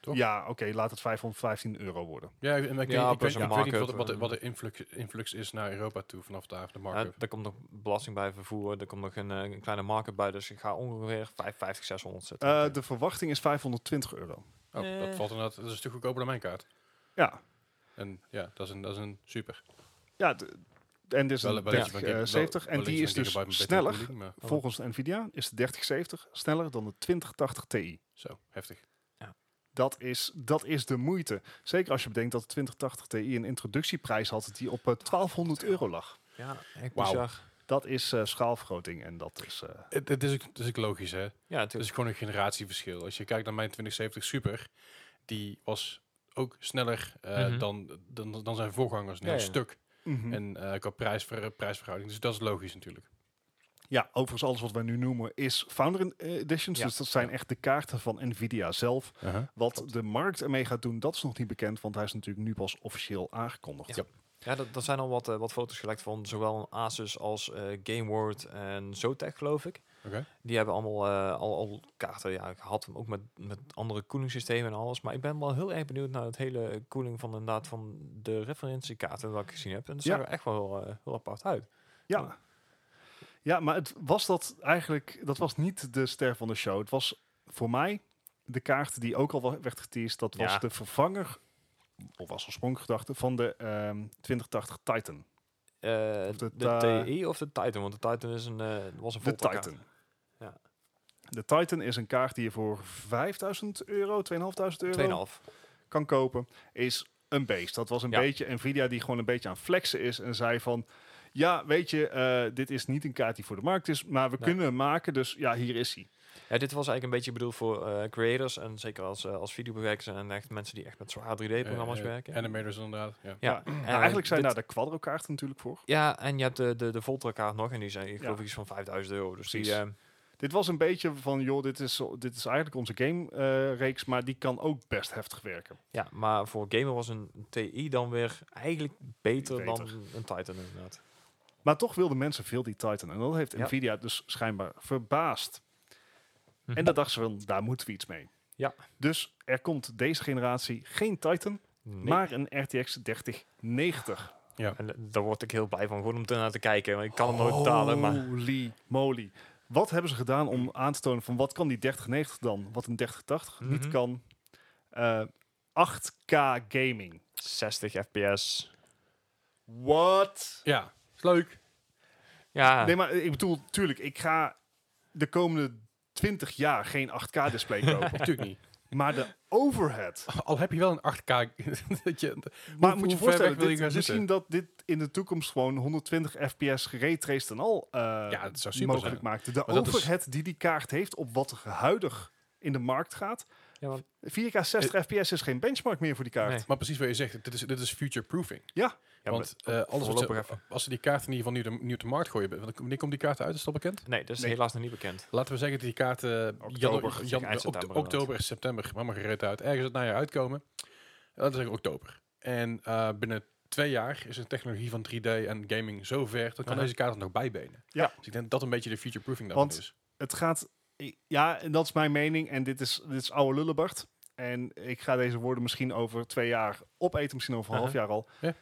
[SPEAKER 1] Toch?
[SPEAKER 2] Ja, oké, laat het 515 euro worden.
[SPEAKER 1] Ja, en dan kun je-
[SPEAKER 3] Ja,
[SPEAKER 1] ik, weet,
[SPEAKER 3] plus
[SPEAKER 1] ik
[SPEAKER 3] een
[SPEAKER 1] weet niet wat,
[SPEAKER 3] markup,
[SPEAKER 1] wat, de-
[SPEAKER 3] eh.
[SPEAKER 1] wat de influx, influx is naar Europa toe vanaf daar, de
[SPEAKER 3] Ja,
[SPEAKER 1] markup.
[SPEAKER 3] er komt nog belasting bij vervoer, er komt nog een, eh, een kleine markup bij, dus ik ga ongeveer 550, 600 zetten.
[SPEAKER 2] Eh, de verwachting is 520 euro.
[SPEAKER 1] oh, dat
[SPEAKER 3] eh.
[SPEAKER 1] valt inderdaad, dat is een stuk goedkoper dan mijn kaart.
[SPEAKER 2] Ja,
[SPEAKER 1] En ja, dat is een, dat is een super.
[SPEAKER 2] ja d- en dit is
[SPEAKER 1] Wel-
[SPEAKER 2] een
[SPEAKER 1] wel iets van gig- wel-
[SPEAKER 2] 3070 en
[SPEAKER 1] wel iets van
[SPEAKER 2] die is dus
[SPEAKER 1] gigabyte met
[SPEAKER 2] sneller,
[SPEAKER 1] betere koeling, maar-
[SPEAKER 2] volgens Nvidia, is de 3070 sneller dan de 2080 Ti.
[SPEAKER 1] Zo, heftig.
[SPEAKER 2] Dat is, dat is de moeite. Zeker als je bedenkt dat de 2080 Ti een introductieprijs had die op eh, 1200 euro lag.
[SPEAKER 3] ja, echt
[SPEAKER 1] Wauw.
[SPEAKER 3] bizar.
[SPEAKER 2] Dat is eh, schaalvergroting en dat is... eh,
[SPEAKER 1] Het, het, is, ook- het is ook logisch, hè?
[SPEAKER 3] Ja,
[SPEAKER 1] Het is
[SPEAKER 3] natuurlijk.
[SPEAKER 1] gewoon een generatieverschil. Als je kijkt naar mijn 2070 Super, die was ook sneller eh,
[SPEAKER 3] Mhm.
[SPEAKER 1] dan, dan, dan zijn voorgangers, een
[SPEAKER 3] Ja,
[SPEAKER 1] heel
[SPEAKER 3] ja.
[SPEAKER 1] stuk.
[SPEAKER 2] mhm.
[SPEAKER 1] En eh qua prijsver, prijsverhouding, dus dat is logisch natuurlijk.
[SPEAKER 2] Ja, overigens alles wat wij nu noemen is Founder eh, Editions.
[SPEAKER 3] Ja.
[SPEAKER 2] Dus dat zijn echt de kaarten van Nvidia zelf. Wat
[SPEAKER 1] Klopt.
[SPEAKER 2] de markt ermee gaat doen, dat is nog niet bekend. Want hij is natuurlijk nu pas officieel aangekondigd.
[SPEAKER 3] Ja. Ja, dat, dat zijn al wat, eh, wat foto's gelekt van zowel Asus als eh GameWord en Zotac, geloof ik.
[SPEAKER 1] Oké.
[SPEAKER 3] Die hebben allemaal eh, al, al kaarten ja, gehad, ook met, met andere koelingssystemen en alles. Maar ik ben wel heel erg benieuwd naar het hele koeling van inderdaad van de referentiekaarten wat ik gezien heb. En dat zag
[SPEAKER 2] Ja.
[SPEAKER 3] er echt wel eh, heel apart uit.
[SPEAKER 2] Ja. Oh. ja, maar het was dat eigenlijk... Dat was niet de ster van de show. Het was voor mij de kaart die ook al wa- werd geteased. Dat was
[SPEAKER 3] Ja.
[SPEAKER 2] de vervanger, of was een spronggedachte, van de ehm, 2080 Titan.
[SPEAKER 3] Eh,
[SPEAKER 2] Of
[SPEAKER 3] de,
[SPEAKER 2] het, eh,
[SPEAKER 3] TI of de Titan? Want de Titan is een, eh, was een
[SPEAKER 2] De
[SPEAKER 3] volpakker.
[SPEAKER 2] Titan.
[SPEAKER 3] Ja.
[SPEAKER 2] De Titan is een kaart die je voor 5000 euro, 2500 euro
[SPEAKER 3] 2,5.
[SPEAKER 2] kan kopen. Is een beest. Dat was een
[SPEAKER 3] Ja.
[SPEAKER 2] beetje Nvidia die gewoon een beetje aan flexen is en zei van. Ja, weet je, eh, dit is niet een kaart die voor de markt is, maar we
[SPEAKER 3] Nee.
[SPEAKER 2] kunnen hem maken, dus ja, hier is hij.
[SPEAKER 3] Ja, dit was eigenlijk een beetje bedoeld voor eh, creators en zeker als, eh, als videobewerkers en echt mensen die echt met zwaar 3D-programma's
[SPEAKER 1] Eh, eh,
[SPEAKER 3] werken.
[SPEAKER 1] Animators inderdaad, ja.
[SPEAKER 3] ja,
[SPEAKER 2] Nou,
[SPEAKER 3] en
[SPEAKER 2] eigenlijk zijn
[SPEAKER 3] dit-
[SPEAKER 2] daar de Quadro-kaarten natuurlijk voor.
[SPEAKER 3] Ja, en je hebt de, de, de Voltra-kaart nog en die zijn, ik geloof
[SPEAKER 2] Ja.
[SPEAKER 3] ik, iets van 5000 euro. Dus die,
[SPEAKER 2] Precies.
[SPEAKER 3] ehm,
[SPEAKER 2] Dit was een beetje van, joh, dit is, dit is eigenlijk onze game-reeks, maar die kan ook best heftig werken.
[SPEAKER 3] ja, maar voor gamer was een TI dan weer eigenlijk beter,
[SPEAKER 2] Beter.
[SPEAKER 3] dan een Titan inderdaad.
[SPEAKER 2] Maar toch wilden mensen veel die Titan. En dat heeft
[SPEAKER 3] Ja.
[SPEAKER 2] Nvidia dus schijnbaar verbaasd.
[SPEAKER 3] Mhm.
[SPEAKER 2] En daar dachten ze van, daar moeten we iets mee.
[SPEAKER 3] Ja.
[SPEAKER 2] Dus er komt deze generatie geen Titan,
[SPEAKER 3] Nee.
[SPEAKER 2] maar een RTX 3090.
[SPEAKER 3] En da- daar word ik heel blij van, gewoon om ernaar te kijken. Want ik kan hem nooit betalen,
[SPEAKER 2] Oh.
[SPEAKER 3] maar
[SPEAKER 2] Holy moly. Wat hebben ze gedaan om aan te tonen van wat kan die 3090 dan? Wat een 3080 niet
[SPEAKER 3] Mhm.
[SPEAKER 2] kan. Eh, 8K gaming.
[SPEAKER 3] 60 fps.
[SPEAKER 2] What?
[SPEAKER 1] Ja, is leuk.
[SPEAKER 3] Ja,
[SPEAKER 2] Nee, maar ik bedoel, tuurlijk, ik ga de komende 20 jaar geen 8K display kopen.
[SPEAKER 1] Natuurlijk niet.
[SPEAKER 2] Maar de overhead.
[SPEAKER 1] Al heb je wel een 8K. dat je,
[SPEAKER 2] Maar
[SPEAKER 1] hoe
[SPEAKER 2] moet je
[SPEAKER 1] ver weg
[SPEAKER 2] voorstellen,
[SPEAKER 1] wil je
[SPEAKER 2] dit-
[SPEAKER 1] gaan
[SPEAKER 2] misschien
[SPEAKER 1] zitten?
[SPEAKER 2] dat dit in de toekomst gewoon 120 fps geraytraced en al eh,
[SPEAKER 1] ja, het zou simpel
[SPEAKER 2] mogelijk
[SPEAKER 1] zijn.
[SPEAKER 2] maakt. De
[SPEAKER 1] Maar dat is-
[SPEAKER 2] overhead die die kaart heeft op wat er huidig in de markt gaat.
[SPEAKER 3] Ja, want-
[SPEAKER 2] 4K
[SPEAKER 1] Eh,
[SPEAKER 2] 60 fps is geen benchmark meer voor die kaart.
[SPEAKER 3] Nee.
[SPEAKER 1] Maar precies wat je zegt, dit is, dit is future proofing.
[SPEAKER 3] ja, maar-
[SPEAKER 1] want eh, alles wat
[SPEAKER 3] voorlopig
[SPEAKER 1] ze,
[SPEAKER 3] even.
[SPEAKER 1] als ze die kaarten in ieder geval nieuw de, nieuw te markt gooien, want wanneer komt die kaart uit? Is dat bekend?
[SPEAKER 3] nee, dat is
[SPEAKER 2] Nee.
[SPEAKER 3] helaas nog niet bekend.
[SPEAKER 1] Laten we zeggen dat die kaarten
[SPEAKER 2] Oktober,
[SPEAKER 1] januari-
[SPEAKER 3] zeg
[SPEAKER 1] jan-
[SPEAKER 3] eind
[SPEAKER 1] oct-
[SPEAKER 3] september
[SPEAKER 1] oktober en september, maar maar gereed uit, ergens het najaar uitkomen. Eh, Laten we zeggen oktober. En eh, binnen twee jaar is de technologie van 3D en gaming zo ver, dat kan
[SPEAKER 3] Aha.
[SPEAKER 1] deze kaarten nog bijbenen.
[SPEAKER 2] Ja.
[SPEAKER 1] Dus ik denk dat dat een beetje de future proofing daarvan
[SPEAKER 2] Want-
[SPEAKER 1] is.
[SPEAKER 2] Het gaat, i- ja, en dat is mijn mening en dit is, dit is oude lullenbart. En ik ga deze woorden misschien over twee jaar opeten, misschien over een half
[SPEAKER 3] Aha.
[SPEAKER 2] jaar al.
[SPEAKER 1] Ja.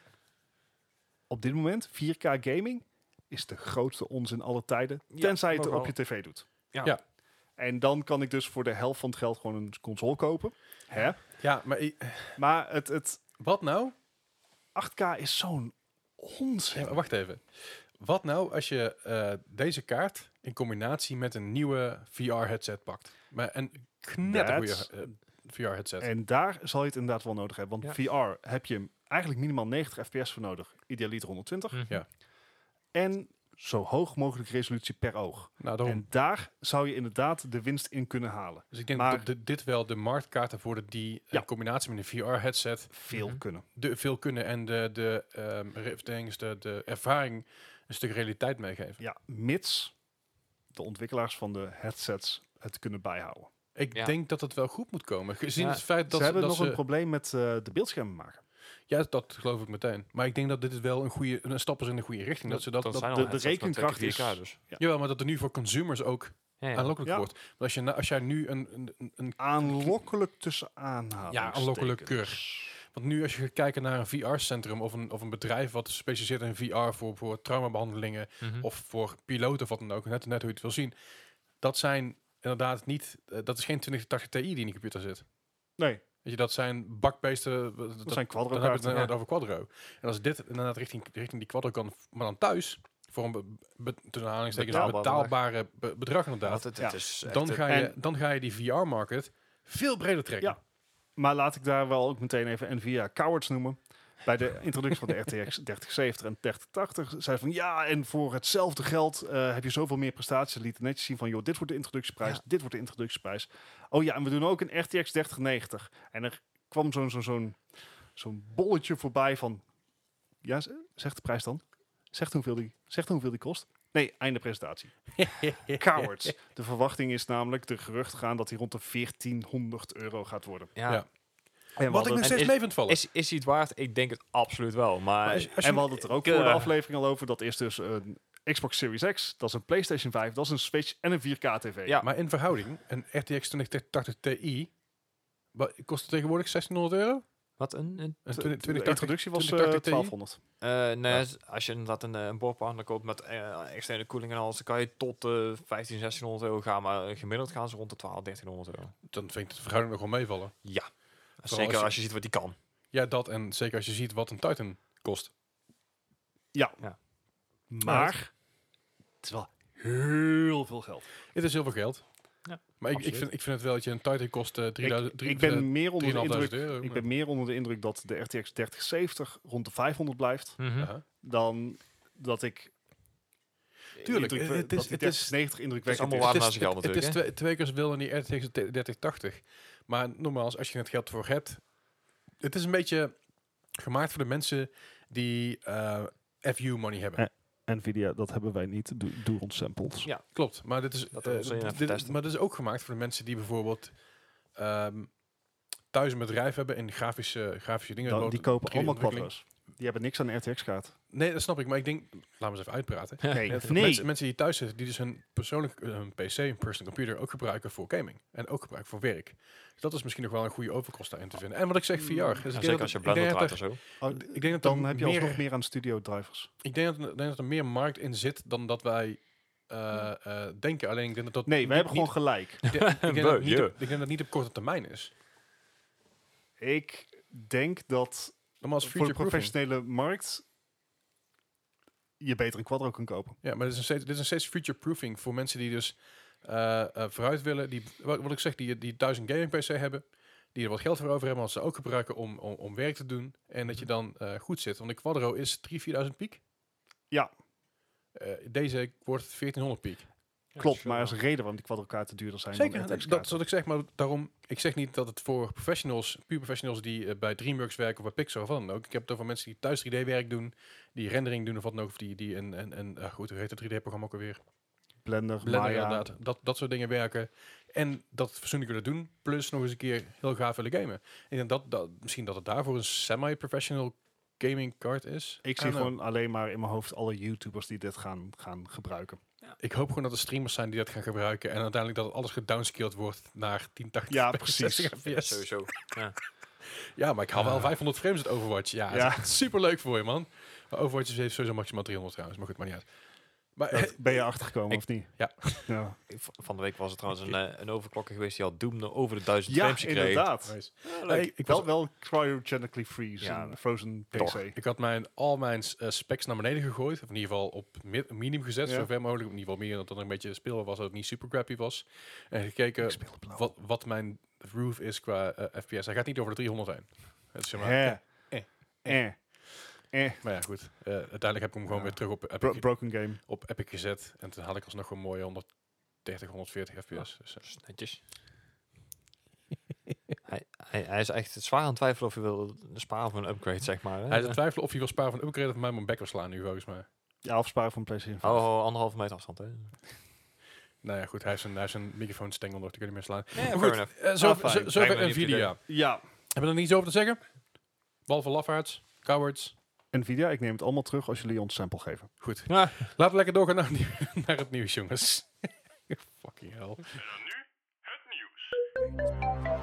[SPEAKER 2] Op dit moment, 4K gaming is de grootste onzin aller tijden.
[SPEAKER 3] Ja,
[SPEAKER 2] Tenzij je het
[SPEAKER 3] nog
[SPEAKER 2] op je
[SPEAKER 3] wel.
[SPEAKER 2] tv doet.
[SPEAKER 3] Ja.
[SPEAKER 1] Ja.
[SPEAKER 2] En dan kan ik dus voor de helft van het geld gewoon een console kopen. Hè?
[SPEAKER 1] Ja, maar i-
[SPEAKER 2] Maar het, het
[SPEAKER 1] wat nou?
[SPEAKER 2] 8K is zo'n
[SPEAKER 1] Ja,
[SPEAKER 2] onzin.
[SPEAKER 1] maar wacht even. Wat nou als je eh, deze kaart in combinatie met een nieuwe VR-headset pakt? Maar een knettergoeie
[SPEAKER 2] That's-
[SPEAKER 1] eh, VR-headset.
[SPEAKER 2] En daar zal je het inderdaad wel nodig hebben. Want VR heb je eigenlijk minimaal 90 fps voor nodig. Idealiter 120.
[SPEAKER 3] Mhm.
[SPEAKER 1] Ja.
[SPEAKER 2] En zo hoog mogelijk resolutie per oog.
[SPEAKER 1] Nou, daarom.
[SPEAKER 2] En daar zou je inderdaad de winst in kunnen halen.
[SPEAKER 1] dus ik denk
[SPEAKER 2] maar-
[SPEAKER 1] dat dit- dit wel de marktkaarten worden die eh,
[SPEAKER 2] Ja.
[SPEAKER 1] in combinatie met een VR-headset
[SPEAKER 2] Veel
[SPEAKER 3] Mhm.
[SPEAKER 2] kunnen.
[SPEAKER 1] de veel kunnen en de, de, ehm, re- dinges, de, de ervaring een stuk realiteit meegeven.
[SPEAKER 2] Ja, mits de ontwikkelaars van de headsets het kunnen bijhouden.
[SPEAKER 1] Ik
[SPEAKER 3] Ja.
[SPEAKER 1] denk dat het wel goed moet komen. Gezien
[SPEAKER 3] Ja,
[SPEAKER 1] het feit dat
[SPEAKER 2] ze hebben
[SPEAKER 1] dat
[SPEAKER 2] nog een probleem met eh, de beeldschermen maken.
[SPEAKER 1] Ja, dat geloof ik meteen. Maar ik denk dat dit wel een goede een stap is in de goede richting. Dat, ze dat, dat-
[SPEAKER 3] zijn
[SPEAKER 2] de-
[SPEAKER 3] al
[SPEAKER 2] de
[SPEAKER 3] headsets met
[SPEAKER 2] rekenkracht
[SPEAKER 3] 4K
[SPEAKER 2] is-
[SPEAKER 3] dus.
[SPEAKER 2] Ja.
[SPEAKER 1] jawel, maar dat er nu voor consumers ook
[SPEAKER 3] Ja, ja.
[SPEAKER 1] aanlokkelijk
[SPEAKER 2] Ja.
[SPEAKER 1] wordt. Want als, je, na- als jij nu een, een, een, een
[SPEAKER 2] Aanlokkelijk tussen aanhalingstekens.
[SPEAKER 1] Ja, aanlokkelijker. Want nu als je gaat kijken naar een VR-centrum of een, of een bedrijf wat specialiseert in VR voor, voor traumabehandelingen
[SPEAKER 3] Mhm.
[SPEAKER 1] of voor piloten of wat dan ook, net, net hoe je het wil zien, dat zijn inderdaad niet, eh, dat is geen 2080 Ti die in die computer zit.
[SPEAKER 2] Nee,
[SPEAKER 1] Weet je, dat zijn bakbeesten, eh, dat,
[SPEAKER 2] dat zijn
[SPEAKER 1] dan hebben we het
[SPEAKER 2] quadrokaarten.
[SPEAKER 1] inderdaad over Quadro. En als dit inderdaad richting, richting die Quadro kan, maar dan thuis, voor een be, be- tussen aanhalingstekens
[SPEAKER 3] Betaalbaar
[SPEAKER 1] betaalbare be- bedrag inderdaad,
[SPEAKER 3] het,
[SPEAKER 2] Ja.
[SPEAKER 3] het is echt
[SPEAKER 1] dan
[SPEAKER 3] een-
[SPEAKER 1] ga, je,
[SPEAKER 2] en-
[SPEAKER 1] dan ga je die VR-market veel breder trekken.
[SPEAKER 2] Ja. Maar laat ik daar wel ook meteen even Nvidia cowards noemen. Bij de introductie van de RTX 3070 en 3080 zei ze van ja, en voor hetzelfde geld eh, heb je zoveel meer prestaties. Ze lieten netjes zien van joh, dit wordt de introductieprijs,
[SPEAKER 3] Ja.
[SPEAKER 2] dit wordt de introductieprijs. Oh ja, en we doen ook een RTX 3090. En er kwam zo'n zo'n zo'n zo'n bolletje voorbij van ja, z- zeg de prijs dan. Zeg dan hoeveel die, zeg dan hoeveel die kost. Nee, einde presentatie. Cowards. De verwachting is namelijk, de gerucht gaan dat hij rond de 1400 euro gaat worden.
[SPEAKER 3] ja.
[SPEAKER 1] Ja.
[SPEAKER 2] En we
[SPEAKER 1] Wat ik
[SPEAKER 2] hadden-
[SPEAKER 1] nog steeds
[SPEAKER 3] is-
[SPEAKER 1] mee vind vallen.
[SPEAKER 3] Is, is hij het waard? Ik denk het absoluut wel. Maar,
[SPEAKER 1] Maar als je- als je-
[SPEAKER 2] en we hadden het er ook
[SPEAKER 3] Ik,
[SPEAKER 2] voor de
[SPEAKER 3] eh,
[SPEAKER 2] aflevering al over. Dat is dus een Xbox Series X, dat is een PlayStation 5, dat is een Switch en een 4K TV.
[SPEAKER 3] Ja.
[SPEAKER 1] Maar in verhouding, een RTX 2080 Ti wa- kost het tegenwoordig 1600 euro?
[SPEAKER 3] wat een... een
[SPEAKER 1] Een
[SPEAKER 2] De,
[SPEAKER 1] 20- 2080
[SPEAKER 2] de introductie was eh,
[SPEAKER 1] 2080 Ti?
[SPEAKER 2] 1200.
[SPEAKER 3] eh, nee,
[SPEAKER 1] Ja.
[SPEAKER 3] als- als je inderdaad een, eh, een boordpartner koopt met eh, externe koeling en alles, dan kan je tot eh 15, 1600 euro gaan. Maar eh, gemiddeld gaan ze rond de 12, 1300 euro.
[SPEAKER 1] Dan vind ik de verhouding nog wel meevallen.
[SPEAKER 3] Ja.
[SPEAKER 1] als
[SPEAKER 3] Zeker als
[SPEAKER 1] je-
[SPEAKER 3] je, ziet wat die kan.
[SPEAKER 1] Ja, dat en zeker als je ziet wat een Titan kost.
[SPEAKER 2] Ja.
[SPEAKER 3] Ja.
[SPEAKER 2] Maar het is wel heel veel geld.
[SPEAKER 1] Het is heel veel geld.
[SPEAKER 3] Ja,
[SPEAKER 1] maar ik, ik,
[SPEAKER 3] absoluut.
[SPEAKER 1] vind, ik vind het wel dat je een Titan kost eh, 3000
[SPEAKER 2] ik, ik ben meer onder de
[SPEAKER 1] 3.500
[SPEAKER 2] indruk.
[SPEAKER 1] euro.
[SPEAKER 2] Ik
[SPEAKER 1] maar-
[SPEAKER 2] ben meer onder de indruk dat de RTX 3070 rond de 500 blijft
[SPEAKER 3] Mhm. Hm?
[SPEAKER 1] Aha.
[SPEAKER 2] dan dat ik
[SPEAKER 1] Tuurlijk,
[SPEAKER 2] indruk,
[SPEAKER 1] het is-
[SPEAKER 2] dat die
[SPEAKER 1] het is-
[SPEAKER 2] 3090
[SPEAKER 3] Het is
[SPEAKER 2] indrukwekkend
[SPEAKER 3] allemaal
[SPEAKER 2] is.
[SPEAKER 3] waar
[SPEAKER 1] Het
[SPEAKER 3] naar
[SPEAKER 1] is,
[SPEAKER 3] zijn geld
[SPEAKER 1] het, het is
[SPEAKER 3] natuurlijk.
[SPEAKER 1] twee,
[SPEAKER 3] hè?
[SPEAKER 1] twee keer zoveel dan die RTX 3080. Maar nogmaals, als je het geld voor hebt... Het is een beetje gemaakt voor de mensen die eh, FU money hebben.
[SPEAKER 2] Nvidia, dat hebben wij niet. Doe, doe ons samples.
[SPEAKER 1] Klopt, maar dit is,
[SPEAKER 3] Dat
[SPEAKER 1] eh,
[SPEAKER 3] wil je
[SPEAKER 1] dit-
[SPEAKER 3] even
[SPEAKER 1] dit-
[SPEAKER 3] testen.
[SPEAKER 1] maar dit is ook gemaakt voor de mensen die bijvoorbeeld ehm, thuis een bedrijf hebben en grafische, grafische dingen.
[SPEAKER 2] Dan,
[SPEAKER 1] lood-
[SPEAKER 2] die kopen allemaal
[SPEAKER 1] ontwikkeling.
[SPEAKER 2] quadros. Die hebben niks aan de RTX-kaart.
[SPEAKER 1] Nee, dat snap ik, maar ik denk, laten we eens even uitpraten.
[SPEAKER 2] Nee,
[SPEAKER 1] Eh, voor Mensen, mensen die thuis zitten, die dus hun persoonlijk eh, hun PC, hun personal computer ook gebruiken voor gaming en ook gebruiken voor werk. Dus dat is misschien nog wel een goede overkost daarin te vinden. En wat ik zeg, VR.
[SPEAKER 2] Mm,
[SPEAKER 1] Dus ik denk dat-
[SPEAKER 3] zeker als je
[SPEAKER 1] ik denk
[SPEAKER 3] Blender
[SPEAKER 1] dat
[SPEAKER 3] draait
[SPEAKER 1] er-
[SPEAKER 3] of zo.
[SPEAKER 2] Oh,
[SPEAKER 1] Ik denk dat
[SPEAKER 2] dan
[SPEAKER 1] er
[SPEAKER 2] heb je
[SPEAKER 1] meer-
[SPEAKER 2] alsnog meer aan studio drivers.
[SPEAKER 1] Ik denk dat, er- ik denk dat er meer markt in zit dan dat wij eh, eh, denken. Alleen ik denk dat dat
[SPEAKER 2] Mm. Nee, we
[SPEAKER 1] niet-
[SPEAKER 2] hebben gewoon
[SPEAKER 1] niet-
[SPEAKER 2] gelijk.
[SPEAKER 1] ik denk- ik denk dat
[SPEAKER 3] Beu,
[SPEAKER 1] niet
[SPEAKER 3] je.
[SPEAKER 1] op- Ik denk dat het niet op korte termijn is.
[SPEAKER 2] Ik denk dat
[SPEAKER 1] Normaal is
[SPEAKER 2] voor de
[SPEAKER 1] future
[SPEAKER 2] professionele markt je beter een quadro kan kopen.
[SPEAKER 1] Ja, maar dit is nog steeds, dit is nog steeds future proofing voor mensen die dus eh, eh, vooruit willen. Die, wat, wat ik zeg, die, die duizend gaming PC hebben. Die er wat geld voor over hebben, als ze ook gebruiken om, om, om werk te doen. En dat je dan eh, goed zit. Want de Quadro is 3.000, 4.000 piek.
[SPEAKER 2] Ja.
[SPEAKER 1] Eh, deze wordt 1400 piek.
[SPEAKER 2] Klopt, maar er is een reden waarom die quadrokaarten duurder zijn
[SPEAKER 1] Zeker,
[SPEAKER 2] dan de
[SPEAKER 1] dat,
[SPEAKER 2] RTX
[SPEAKER 1] dat is wat ik zeg. Maar daarom, ik zeg niet dat het voor professionals, puur professionals die eh, bij DreamWorks werken of bij Pixar of wat dan ook. Ik heb het over mensen die thuis 3D-werk doen, die rendering doen of wat dan ook. Of die, die een, een, een eh, goed, hoe heet het 3D-programma ook alweer?
[SPEAKER 2] Blender,
[SPEAKER 1] Blender
[SPEAKER 2] Maya.
[SPEAKER 1] inderdaad. Dat, dat soort dingen werken. En dat fatsoenlijk willen doen. Plus nog eens een keer heel gaaf willen gamen. En ik denk dat, dat, misschien dat het daarvoor een semi-professional gaming card is. I
[SPEAKER 2] Ik zie
[SPEAKER 1] don't know.
[SPEAKER 2] gewoon alleen maar in mijn hoofd alle YouTubers die dit gaan, gaan gebruiken.
[SPEAKER 1] Ik hoop gewoon dat er streamers zijn die dat gaan gebruiken. En uiteindelijk dat het alles gedownscaled wordt naar 1080
[SPEAKER 2] Ja,
[SPEAKER 1] p
[SPEAKER 2] precies.
[SPEAKER 1] 60
[SPEAKER 3] Ja,
[SPEAKER 1] fps.
[SPEAKER 3] sowieso. Ja.
[SPEAKER 1] Ja, maar ik haal wel 500 frames uit Overwatch. Ja,
[SPEAKER 2] Ja.
[SPEAKER 1] ja. super leuk voor je, man. Maar Overwatch heeft sowieso maximaal 300 trouwens. Maar goed, maar niet uit. Maar
[SPEAKER 2] Dat ben je achtergekomen
[SPEAKER 3] Ik-
[SPEAKER 2] of niet?
[SPEAKER 1] Ja.
[SPEAKER 2] ja.
[SPEAKER 3] V- Van de week was er trouwens een, eh, een overklokker geweest die had Doom er over de 1000
[SPEAKER 2] Ja,
[SPEAKER 3] frames gekregen.
[SPEAKER 2] inderdaad.
[SPEAKER 1] Nice.
[SPEAKER 3] Ja,
[SPEAKER 1] Hey,
[SPEAKER 3] leuk.
[SPEAKER 1] ik, was,
[SPEAKER 2] Wel, wel cryogenically freeze,
[SPEAKER 3] Ja.
[SPEAKER 2] een frozen PC.
[SPEAKER 3] Toch.
[SPEAKER 1] Ik had mijn, al mijn eh, specs naar beneden gegooid. Of in ieder geval op mi- minimum gezet.
[SPEAKER 2] Ja.
[SPEAKER 1] Zover mogelijk. In ieder geval meer dat er een beetje speelbaar was. Dat het niet super crappy was. En gekeken
[SPEAKER 2] Ik speel op blauw.
[SPEAKER 1] eh, wat, wat mijn roof is qua eh, FPS. Hij gaat niet over de 300 heen. Het is zeg maar,
[SPEAKER 2] Hè.
[SPEAKER 1] Eh.
[SPEAKER 2] Eh. Eh.
[SPEAKER 1] maar ja, goed. Eh, uiteindelijk heb ik hem gewoon
[SPEAKER 2] Ja.
[SPEAKER 1] weer terug op
[SPEAKER 2] Bro-
[SPEAKER 1] Epic,
[SPEAKER 2] broken game.
[SPEAKER 1] op Epic gezet. En toen had ik alsnog een mooie 130, 140 FPS. Dus, eh,
[SPEAKER 3] Dat is Netjes. hij, hij, hij is echt zwaar aan het twijfelen of hij wil sparen voor een upgrade, zeg maar. Hè?
[SPEAKER 1] hij is aan het twijfelen of hij wil sparen van een upgrade of mij mijn bek wil slaan nu volgens mij.
[SPEAKER 2] Ja, afsparen van PlayStation 5.
[SPEAKER 3] Oh, oh, anderhalve meter afstand, hè?
[SPEAKER 1] Nou ja, goed. Hij heeft een, hij heeft een microfoonstengel nog. Die kan hij meer slaan.
[SPEAKER 3] Ja,
[SPEAKER 1] goed. Eh, zo,
[SPEAKER 2] Ah, fijn.
[SPEAKER 1] zo,
[SPEAKER 3] Lijkt
[SPEAKER 1] zover
[SPEAKER 3] me niet het idee.
[SPEAKER 1] Nvidia.
[SPEAKER 2] Ja,
[SPEAKER 1] Hebben we er niets over te zeggen? Behalve lafaards, cowards.
[SPEAKER 2] Nvidia, ik neem het allemaal terug als jullie ons sample geven.
[SPEAKER 1] Goed.
[SPEAKER 3] Ja.
[SPEAKER 1] Laten we lekker doorgaan naar, het nieuw- naar het nieuws, jongens. Fucking hell. wel.
[SPEAKER 4] En dan nu het nieuws.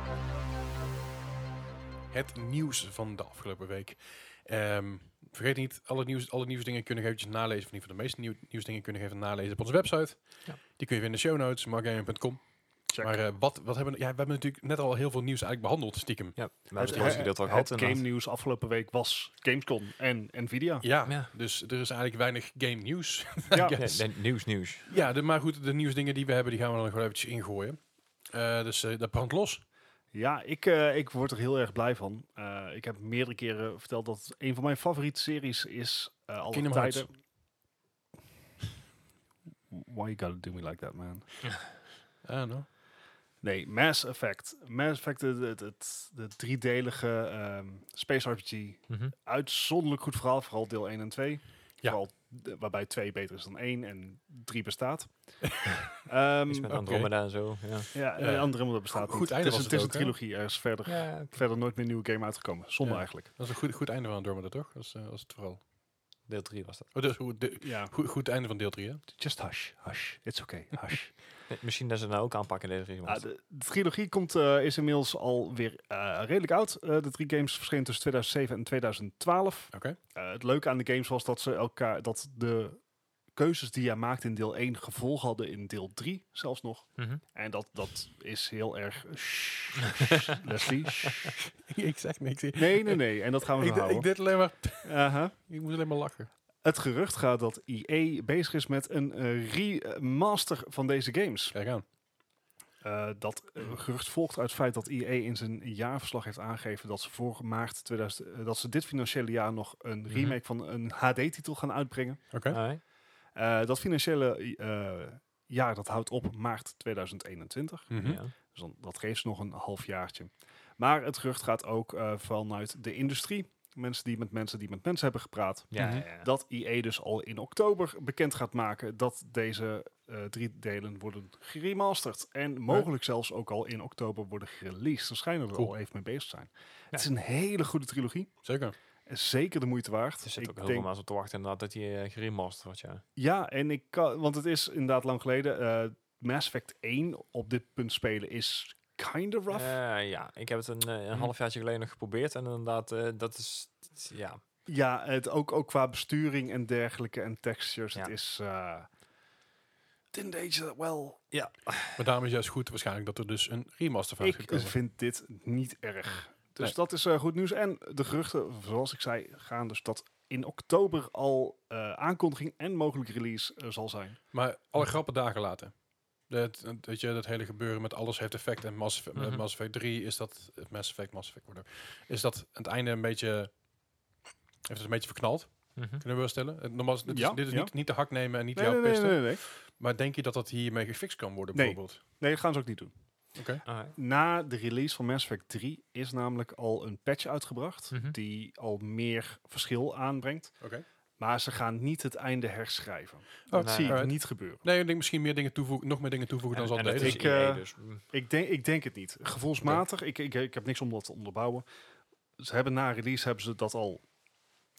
[SPEAKER 1] Het nieuws van de afgelopen week. Ehm, vergeet niet, alle, nieuws, alle nieuwsdingen kunnen eventjes nalezen. Of in ieder geval de meeste nieuw, nieuwsdingen kunnen even nalezen op onze website.
[SPEAKER 3] Ja.
[SPEAKER 1] Die kun je vinden in de show notes, markgaming.com.
[SPEAKER 2] Check.
[SPEAKER 1] Maar eh, wat, wat hebben we... Ja, we hebben natuurlijk net al heel veel nieuws eigenlijk behandeld, stiekem.
[SPEAKER 3] Ja, maar
[SPEAKER 2] Het,
[SPEAKER 3] misschien was ik dus dat al gehad.
[SPEAKER 2] game
[SPEAKER 3] inderdaad.
[SPEAKER 2] nieuws afgelopen week was Gamescom en Nvidia.
[SPEAKER 1] Ja,
[SPEAKER 3] Ja.
[SPEAKER 1] dus er is eigenlijk weinig game nieuws. I
[SPEAKER 2] Ja.
[SPEAKER 3] Ja,
[SPEAKER 1] guess.
[SPEAKER 3] nee, nieuws, nieuws.
[SPEAKER 1] Ja, de, maar goed, de nieuwsdingen die we hebben, die gaan we dan gewoon eventjes ingooien. Eh, dus eh, dat brandt los.
[SPEAKER 2] Ja, ik, eh, ik word er heel erg blij van. Eh, ik heb meerdere keren verteld dat het een van mijn favoriete series is. eh alle
[SPEAKER 1] Kingdom Hearts.
[SPEAKER 2] tijden. Why you gotta do me like that, man?
[SPEAKER 1] Ah, nou.
[SPEAKER 2] Nee, Mass Effect. Mass Effect, het, het, het- de driedelige ehm, Space RPG.
[SPEAKER 3] Mhm.
[SPEAKER 2] Uitzonderlijk goed verhaal, vooral deel 1 en 2.
[SPEAKER 1] Ja.
[SPEAKER 2] Vooral eh, waarbij 2 beter is dan 1 en 3 bestaat. Ehm,
[SPEAKER 3] Iets met
[SPEAKER 1] Oké.
[SPEAKER 3] Andromeda en zo. Ja,
[SPEAKER 2] ja, en
[SPEAKER 1] Ja.
[SPEAKER 2] de andere model bestaat
[SPEAKER 1] Goed- goed
[SPEAKER 2] niet.
[SPEAKER 1] einde
[SPEAKER 2] Het is,
[SPEAKER 1] was
[SPEAKER 2] een-
[SPEAKER 1] het
[SPEAKER 2] het is
[SPEAKER 1] ook, hè?
[SPEAKER 2] een trilogie, er is verder,
[SPEAKER 3] ja
[SPEAKER 2] verder nooit meer een nieuwe game uitgekomen. Zonde
[SPEAKER 1] Ja.
[SPEAKER 2] eigenlijk.
[SPEAKER 1] Dat is een goed, goed einde van Andromeda, toch? Dat is, eh, dat is het vooral.
[SPEAKER 3] deel 3 was dat.
[SPEAKER 1] Oh, dus goed, de,
[SPEAKER 2] Ja.
[SPEAKER 1] goed, goed einde van deel 3, hè?
[SPEAKER 2] Just hush, hush. It's okay, hush.
[SPEAKER 3] Nee, Misschien dat ze het nou ook aanpakken in deze
[SPEAKER 2] Ah,
[SPEAKER 3] regio.
[SPEAKER 2] de, de trilogie komt, eh, is inmiddels alweer eh redelijk oud. Eh, de drie games verschenen tussen 2007 en 2012.
[SPEAKER 1] Oké.
[SPEAKER 2] Eh, het leuke aan de games was dat, ze elkaar, dat de keuzes die jij maakte in deel 1 gevolg hadden in deel 3 zelfs nog.
[SPEAKER 3] Mhm.
[SPEAKER 2] En dat, dat is heel erg... Leslie.
[SPEAKER 1] ik zeg niks. Ik,
[SPEAKER 2] Nee, nee, nee. En dat gaan we
[SPEAKER 1] ik,
[SPEAKER 2] zo houden.
[SPEAKER 1] ik deed alleen maar...
[SPEAKER 2] Aha.
[SPEAKER 1] Ik moest alleen maar lachen.
[SPEAKER 2] Het gerucht gaat dat EA bezig is met een eh, remaster van deze games.
[SPEAKER 1] Kijk aan.
[SPEAKER 2] Eh, dat eh, gerucht volgt uit het feit dat EA in zijn jaarverslag heeft aangegeven dat ze voor maart 2000, eh, dat ze dit financiële jaar nog een
[SPEAKER 3] Mhm.
[SPEAKER 2] remake van een HD-titel gaan uitbrengen.
[SPEAKER 1] Oké.
[SPEAKER 3] Alright.
[SPEAKER 2] Eh, dat financiële eh, jaar dat houdt op maart 2021.
[SPEAKER 1] Mhm.
[SPEAKER 3] Ja.
[SPEAKER 2] Dus dan, dat geeft ze nog een half jaartje. Maar het gerucht gaat ook eh, vanuit de industrie. Mensen die met mensen die met mensen hebben gepraat.
[SPEAKER 3] Ja,
[SPEAKER 1] Mhm.
[SPEAKER 3] ja, ja.
[SPEAKER 2] Dat EA dus al in oktober bekend gaat maken dat deze eh, drie delen worden geremasterd. En mogelijk zelfs ook al in oktober worden gereleased. Ze schijnen er
[SPEAKER 1] Cool.
[SPEAKER 2] al even mee bezig te zijn. Het is een hele goede trilogie.
[SPEAKER 1] Zeker.
[SPEAKER 2] Zeker de moeite waard.
[SPEAKER 3] Er zit ook
[SPEAKER 2] Ik
[SPEAKER 3] heel
[SPEAKER 2] denk-
[SPEAKER 3] veel mensen op te wachten inderdaad dat die eh geremasterd wordt, ja.
[SPEAKER 2] ja, en ik kan, want het is inderdaad lang geleden. eh, Mass Effect 1 op dit punt spelen is kind of rough.
[SPEAKER 3] Eh, ja, ik heb het een, eh, een
[SPEAKER 1] Hm.
[SPEAKER 3] halfjaartje geleden nog geprobeerd en inderdaad, eh, dat is, t- ja.
[SPEAKER 2] Ja, het ook, ook qua besturing en dergelijke en textures. Het
[SPEAKER 3] Ja.
[SPEAKER 2] is... eh didn't age that well.
[SPEAKER 1] Maar daarom is juist goed waarschijnlijk dat er dus een remaster van is
[SPEAKER 2] Ik
[SPEAKER 1] gekomen.
[SPEAKER 2] vind dit niet erg. Dus
[SPEAKER 1] Nee.
[SPEAKER 2] dat is eh, goed nieuws. En de geruchten, zoals ik zei, gaan dus dat in oktober al eh, aankondiging en mogelijk release eh, zal zijn.
[SPEAKER 1] Maar alle grappen dagen laten. Dat, dat, je, dat hele gebeuren met alles heeft effect. En Mass Effect,
[SPEAKER 3] Mhm.
[SPEAKER 1] Mass Effect 3 is dat... eh, Mass Effect, Mass Effect, whatever. Is dat aan het einde een beetje... Heeft het een beetje verknald,
[SPEAKER 3] Mhm.
[SPEAKER 1] kunnen we wel stellen. Het- Normaal, is- dit is,
[SPEAKER 2] Ja,
[SPEAKER 1] dit is
[SPEAKER 2] ja.
[SPEAKER 1] niet, niet te hak nemen en niet
[SPEAKER 2] Nee,
[SPEAKER 1] jouw
[SPEAKER 2] nee, nee,
[SPEAKER 1] pesten.
[SPEAKER 2] nee, nee.
[SPEAKER 1] Maar denk je dat dat hiermee gefixt kan worden,
[SPEAKER 2] Nee.
[SPEAKER 1] bijvoorbeeld?
[SPEAKER 2] Nee, dat gaan ze ook niet doen.
[SPEAKER 1] Oké.
[SPEAKER 3] Alright.
[SPEAKER 2] Na de release van Mass Effect 3 is namelijk al een patch uitgebracht
[SPEAKER 3] Mhm.
[SPEAKER 2] die al meer verschil aanbrengt.
[SPEAKER 1] Oké.
[SPEAKER 2] Maar ze gaan niet het einde herschrijven.
[SPEAKER 1] Oh,
[SPEAKER 2] Dat zie ik
[SPEAKER 1] alright.
[SPEAKER 2] niet gebeuren.
[SPEAKER 1] Nee, ik denk misschien meer dingen toevoegen, nog meer dingen toevoegen
[SPEAKER 3] Nou, En,
[SPEAKER 1] dan
[SPEAKER 3] en
[SPEAKER 1] ze al
[SPEAKER 3] dat
[SPEAKER 1] deden.
[SPEAKER 3] is
[SPEAKER 2] Ik,
[SPEAKER 3] EA,
[SPEAKER 2] eh,
[SPEAKER 3] dus, mm,
[SPEAKER 2] Ik denk, ik denk het niet. Gevoelsmatig, ik, ik, ik heb niks om dat te onderbouwen. Ze hebben na release hebben ze dat al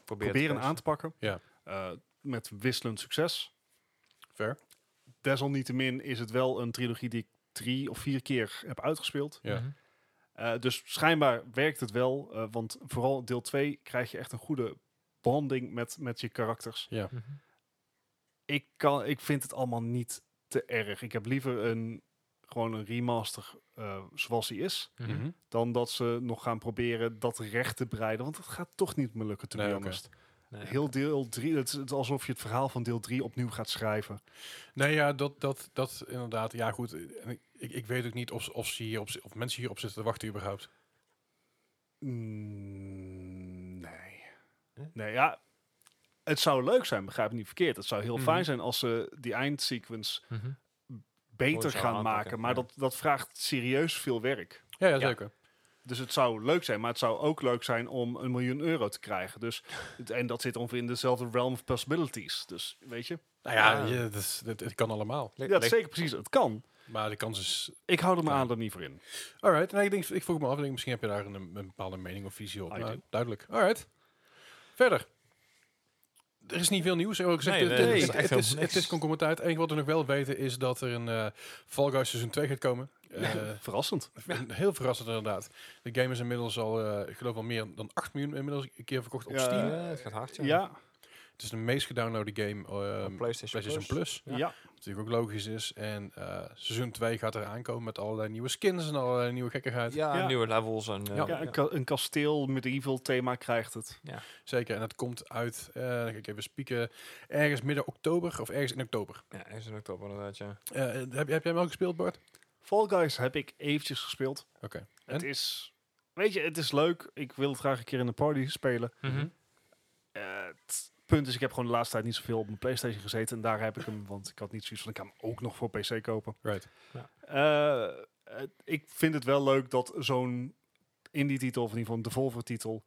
[SPEAKER 3] probeer het
[SPEAKER 2] proberen
[SPEAKER 3] eens.
[SPEAKER 2] aan te pakken.
[SPEAKER 1] Ja.
[SPEAKER 2] Eh, met wisselend succes.
[SPEAKER 1] Fair.
[SPEAKER 2] Desalniettemin is het wel een trilogie die ik drie of vier keer heb uitgespeeld.
[SPEAKER 1] Ja.
[SPEAKER 3] Mhm.
[SPEAKER 2] Eh, dus schijnbaar werkt het wel. eh, want vooral deel 2 krijg je echt een goede bonding met, met je karakters.
[SPEAKER 3] Mhm.
[SPEAKER 2] Ik, kan, ik vind het allemaal niet te erg. Ik heb liever een, gewoon een remaster eh, zoals die is.
[SPEAKER 3] Mhm.
[SPEAKER 1] Mhm.
[SPEAKER 2] Dan dat ze nog gaan proberen dat recht te breiden. Want dat gaat toch niet meer lukken, te
[SPEAKER 1] Nee,
[SPEAKER 2] be
[SPEAKER 1] oké.
[SPEAKER 2] honest.
[SPEAKER 3] Nee,
[SPEAKER 2] Heel deel 3, het is het is alsof je het verhaal van deel 3 opnieuw gaat schrijven.
[SPEAKER 1] Nee, ja, dat, dat, dat inderdaad. Ja, goed. En ik, ik- ik weet ook niet of, ze- of, ze hier op, zi- of mensen hierop zitten te wachten überhaupt.
[SPEAKER 2] Mm, nee.
[SPEAKER 3] Huh?
[SPEAKER 2] Nee, ja. Het zou leuk zijn, begrijp me niet verkeerd. Het zou heel
[SPEAKER 1] Mhm.
[SPEAKER 2] fijn zijn als ze die eindsequence
[SPEAKER 3] Mhm. Mooi
[SPEAKER 2] beter
[SPEAKER 3] zouden
[SPEAKER 2] gaan
[SPEAKER 3] aanpakken,
[SPEAKER 2] maken. Maar
[SPEAKER 3] ja.
[SPEAKER 2] dat, dat vraagt serieus veel werk.
[SPEAKER 1] Ja, ja
[SPEAKER 3] Ja.
[SPEAKER 1] zeker.
[SPEAKER 2] Dus het zou leuk zijn, maar het zou ook leuk zijn om een miljoen euro te krijgen. Dus, het- en dat zit ongeveer in dezelfde realm of possibilities. Dus weet je,
[SPEAKER 1] Nou ja,
[SPEAKER 3] Ah.
[SPEAKER 1] je- dat, is- dat, het kan allemaal.
[SPEAKER 3] Le-
[SPEAKER 2] ja,
[SPEAKER 3] le-
[SPEAKER 2] zeker precies, het kan.
[SPEAKER 1] Maar de kans is...
[SPEAKER 2] Ik hou er mijn
[SPEAKER 1] Ja.
[SPEAKER 2] aan niet voor in.
[SPEAKER 1] Alright. Nee, ik, denk, ik vroeg me af. ik Denk, misschien heb je daar een, een bepaalde mening of visie op.
[SPEAKER 2] I
[SPEAKER 1] Nou,
[SPEAKER 2] do.
[SPEAKER 1] duidelijk. Alright. Verder. er is niet veel nieuws. Ik heb ook gezegd,
[SPEAKER 3] Nee,
[SPEAKER 1] het-
[SPEAKER 3] nee,
[SPEAKER 1] het-
[SPEAKER 3] er is
[SPEAKER 1] het,
[SPEAKER 3] echt
[SPEAKER 1] het is,
[SPEAKER 3] helemaal
[SPEAKER 1] het
[SPEAKER 3] niks.
[SPEAKER 1] is concomitant. Het enige wat we nog wel weten is dat er een eh Fall Guys Season 2 gaat komen. Eh,
[SPEAKER 2] Verrassend.
[SPEAKER 1] Heel verrassend inderdaad. De game is inmiddels al, eh, ik geloof al meer dan 8 miljoen inmiddels een keer verkocht op
[SPEAKER 2] Ja,
[SPEAKER 1] Steam.
[SPEAKER 3] Ja, Eh, het gaat hard, ja.
[SPEAKER 2] Ja,
[SPEAKER 1] Het is de meest gedownloade game eh,
[SPEAKER 3] Op PlayStation,
[SPEAKER 1] PlayStation Plus.
[SPEAKER 3] Plus.
[SPEAKER 2] ja.
[SPEAKER 3] Ja.
[SPEAKER 1] Wat natuurlijk ook logisch is. En eh seizoen 2 gaat er aankomen met allerlei nieuwe skins en allerlei nieuwe gekkigheid.
[SPEAKER 3] Ja,
[SPEAKER 2] Ja.
[SPEAKER 3] nieuwe levels en... eh,
[SPEAKER 1] Ja.
[SPEAKER 2] Ja, een, ka- een kasteel medieval thema krijgt het.
[SPEAKER 1] Zeker. En dat komt uit, eh dan ga ik even spieken, ergens midden oktober of ergens in oktober.
[SPEAKER 3] Ja, ergens in oktober inderdaad, ja.
[SPEAKER 1] Eh, heb, heb jij hem al gespeeld, Bart?
[SPEAKER 2] Fall Guys heb ik eventjes gespeeld.
[SPEAKER 1] Oké.
[SPEAKER 2] Het is, weet je, het is leuk. Ik wil het graag een keer in een party spelen.
[SPEAKER 3] Mhm.
[SPEAKER 2] Eh, het punt is, ik heb gewoon de laatste tijd niet zoveel op mijn PlayStation gezeten. En daar heb ik hem, want ik had niet zoiets van, ik ga hem ook nog voor PC kopen.
[SPEAKER 1] Right.
[SPEAKER 2] Eh, het- ik vind het wel leuk dat zo'n indie-titel, of in ieder geval een Devolver-titel,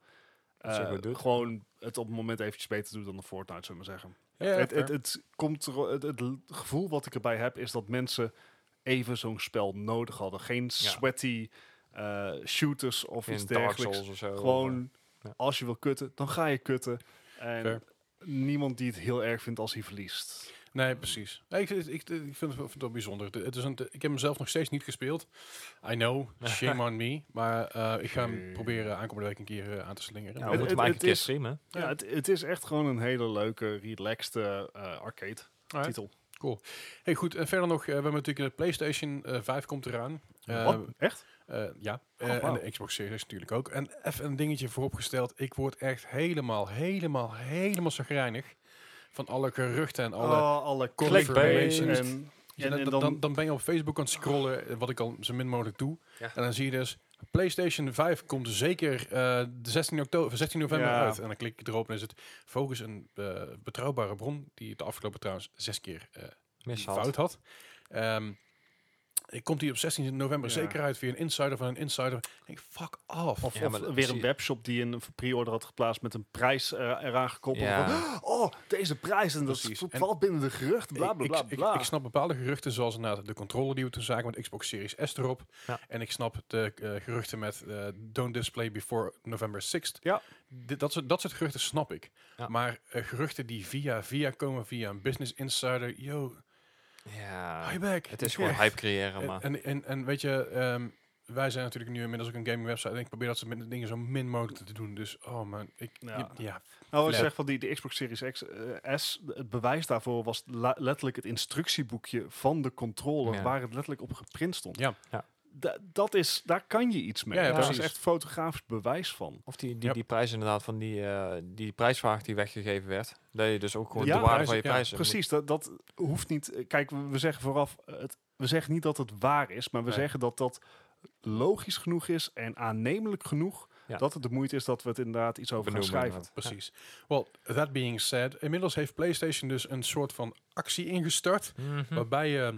[SPEAKER 3] Dat zo
[SPEAKER 2] eh,
[SPEAKER 3] goed doet.
[SPEAKER 2] gewoon het op het moment eventjes beter doet dan de Fortnite, zullen we maar zeggen.
[SPEAKER 1] Ja,
[SPEAKER 2] het,
[SPEAKER 1] fair.
[SPEAKER 2] het, het, komt er, het, het l- gevoel wat ik erbij heb is dat mensen even zo'n spel nodig hadden. Geen sweaty eh, shooters of iets
[SPEAKER 3] In Dark
[SPEAKER 2] dergelijks.
[SPEAKER 3] Souls of zo. eh,
[SPEAKER 2] Gewoon,
[SPEAKER 3] ja.
[SPEAKER 2] als je wil kutten, dan ga je kutten. En
[SPEAKER 1] Fair.
[SPEAKER 2] niemand die het heel erg vindt als hij verliest.
[SPEAKER 1] Nee, precies. Nee, ik, ik, ik vind het, vind het wel bijzonder. Het, het is een, ik heb hem zelf nog steeds niet gespeeld. I know, shame on me. Maar eh, ik ga hem
[SPEAKER 2] Nee.
[SPEAKER 1] proberen aankomende week een keer eh, aan te slingeren.
[SPEAKER 3] Ja, we
[SPEAKER 2] het-
[SPEAKER 3] moeten maar een
[SPEAKER 2] het
[SPEAKER 3] keer
[SPEAKER 2] is-
[SPEAKER 3] streamen.
[SPEAKER 2] Ja,
[SPEAKER 1] Ja.
[SPEAKER 2] het, het is echt gewoon een hele leuke, relaxed arcade
[SPEAKER 1] Alright.
[SPEAKER 2] titel.
[SPEAKER 1] Hey, goed, en verder nog, eh, we hebben natuurlijk de PlayStation eh, 5 komt eraan. Eh,
[SPEAKER 2] Wat? Echt?
[SPEAKER 1] eh, ja,
[SPEAKER 2] Oh,
[SPEAKER 1] Eh,
[SPEAKER 2] wauw.
[SPEAKER 1] en de Xbox Series natuurlijk ook. En even een dingetje vooropgesteld. Ik word echt helemaal, helemaal, helemaal zagrijnig van alle geruchten en alle...
[SPEAKER 2] Oh, alle
[SPEAKER 1] Clickbait.
[SPEAKER 2] confirmations. En,
[SPEAKER 1] Ja,
[SPEAKER 2] en, en
[SPEAKER 1] dan,
[SPEAKER 2] dan,
[SPEAKER 1] dan, dan ben je op Facebook aan het scrollen, eh, wat ik al zo min mogelijk doe.
[SPEAKER 3] Ja.
[SPEAKER 1] En dan zie je dus, PlayStation 5 komt zeker eh, de 16, oktober, 16 november
[SPEAKER 2] Ja.
[SPEAKER 1] uit. En dan klik ik erop en is het Focus een eh, betrouwbare bron, die het de afgelopen trouwens zes keer eh,
[SPEAKER 3] Mishaald.
[SPEAKER 1] fout had. Ehm, eh, komt die op 16 november
[SPEAKER 2] Ja.
[SPEAKER 1] zeker uit via een insider van een insider. Ik denk, fuck off.
[SPEAKER 2] Of,
[SPEAKER 3] Ja,
[SPEAKER 2] of
[SPEAKER 3] maar dat
[SPEAKER 2] weer
[SPEAKER 3] zie
[SPEAKER 2] een
[SPEAKER 3] je-
[SPEAKER 2] webshop die een pre-order had geplaatst met een prijs eh, eraan gekoppeld.
[SPEAKER 3] Ja.
[SPEAKER 2] Van, oh, deze prijs en dat
[SPEAKER 1] Precies.
[SPEAKER 2] v-
[SPEAKER 1] En-
[SPEAKER 2] valt binnen de geruchten, bla bla
[SPEAKER 1] Ik-
[SPEAKER 2] bla.
[SPEAKER 1] ik,
[SPEAKER 2] bla.
[SPEAKER 1] Ik, ik snap bepaalde geruchten, zoals inderdaad de controller die we toen zagen met Xbox Series S erop.
[SPEAKER 3] Ja.
[SPEAKER 1] En ik snap de eh, geruchten met eh, don't display before November 6th.
[SPEAKER 2] Ja.
[SPEAKER 1] Dit- dat, soort, dat soort geruchten snap ik.
[SPEAKER 3] Ja.
[SPEAKER 1] Maar eh, geruchten die via via komen, via een business insider. Yo,
[SPEAKER 3] Ja,
[SPEAKER 1] hi back.
[SPEAKER 3] het is gewoon hype creëren, maar...
[SPEAKER 1] Ah, En, en, en weet je, ehm, wij zijn natuurlijk nu inmiddels ook een gaming website. En ik probeer dat soort min- dingen zo min mogelijk te doen. Dus, oh man, ik...
[SPEAKER 2] Ja.
[SPEAKER 1] Ja, ja,
[SPEAKER 2] nou, ik
[SPEAKER 1] Ja.
[SPEAKER 2] zeg van die, de Xbox Series X, eh, S, de- het bewijs daarvoor was la- letterlijk het instructieboekje van de controller,
[SPEAKER 3] Ja.
[SPEAKER 2] waar het letterlijk op geprint stond.
[SPEAKER 1] Ja.
[SPEAKER 3] Ja.
[SPEAKER 2] Da- dat is, daar kan je iets mee.
[SPEAKER 1] Ja, ja,
[SPEAKER 2] daar is
[SPEAKER 1] precies.
[SPEAKER 2] echt fotografisch bewijs van.
[SPEAKER 3] Of die, die,
[SPEAKER 1] Yep.
[SPEAKER 3] die prijs inderdaad, van die, eh, die prijsvraag die weggegeven werd. Dat je dus ook gewoon
[SPEAKER 2] Ja,
[SPEAKER 3] de waarde van
[SPEAKER 1] prijzen,
[SPEAKER 3] je
[SPEAKER 1] ja,
[SPEAKER 3] prijzen moet-
[SPEAKER 2] Precies, dat, dat hoeft niet. Kijk, we, we zeggen vooraf, eh, het, we zeggen niet dat het waar is, maar we
[SPEAKER 1] Nee.
[SPEAKER 2] zeggen dat dat logisch genoeg is en aannemelijk genoeg
[SPEAKER 3] Ja.
[SPEAKER 2] dat het de moeite is dat we het inderdaad iets over
[SPEAKER 3] benoemen,
[SPEAKER 2] gaan schrijven.
[SPEAKER 3] inderdaad.
[SPEAKER 1] precies. Well, that being said, inmiddels heeft PlayStation dus een soort van actie ingestart.
[SPEAKER 3] Mhm.
[SPEAKER 1] waarbij je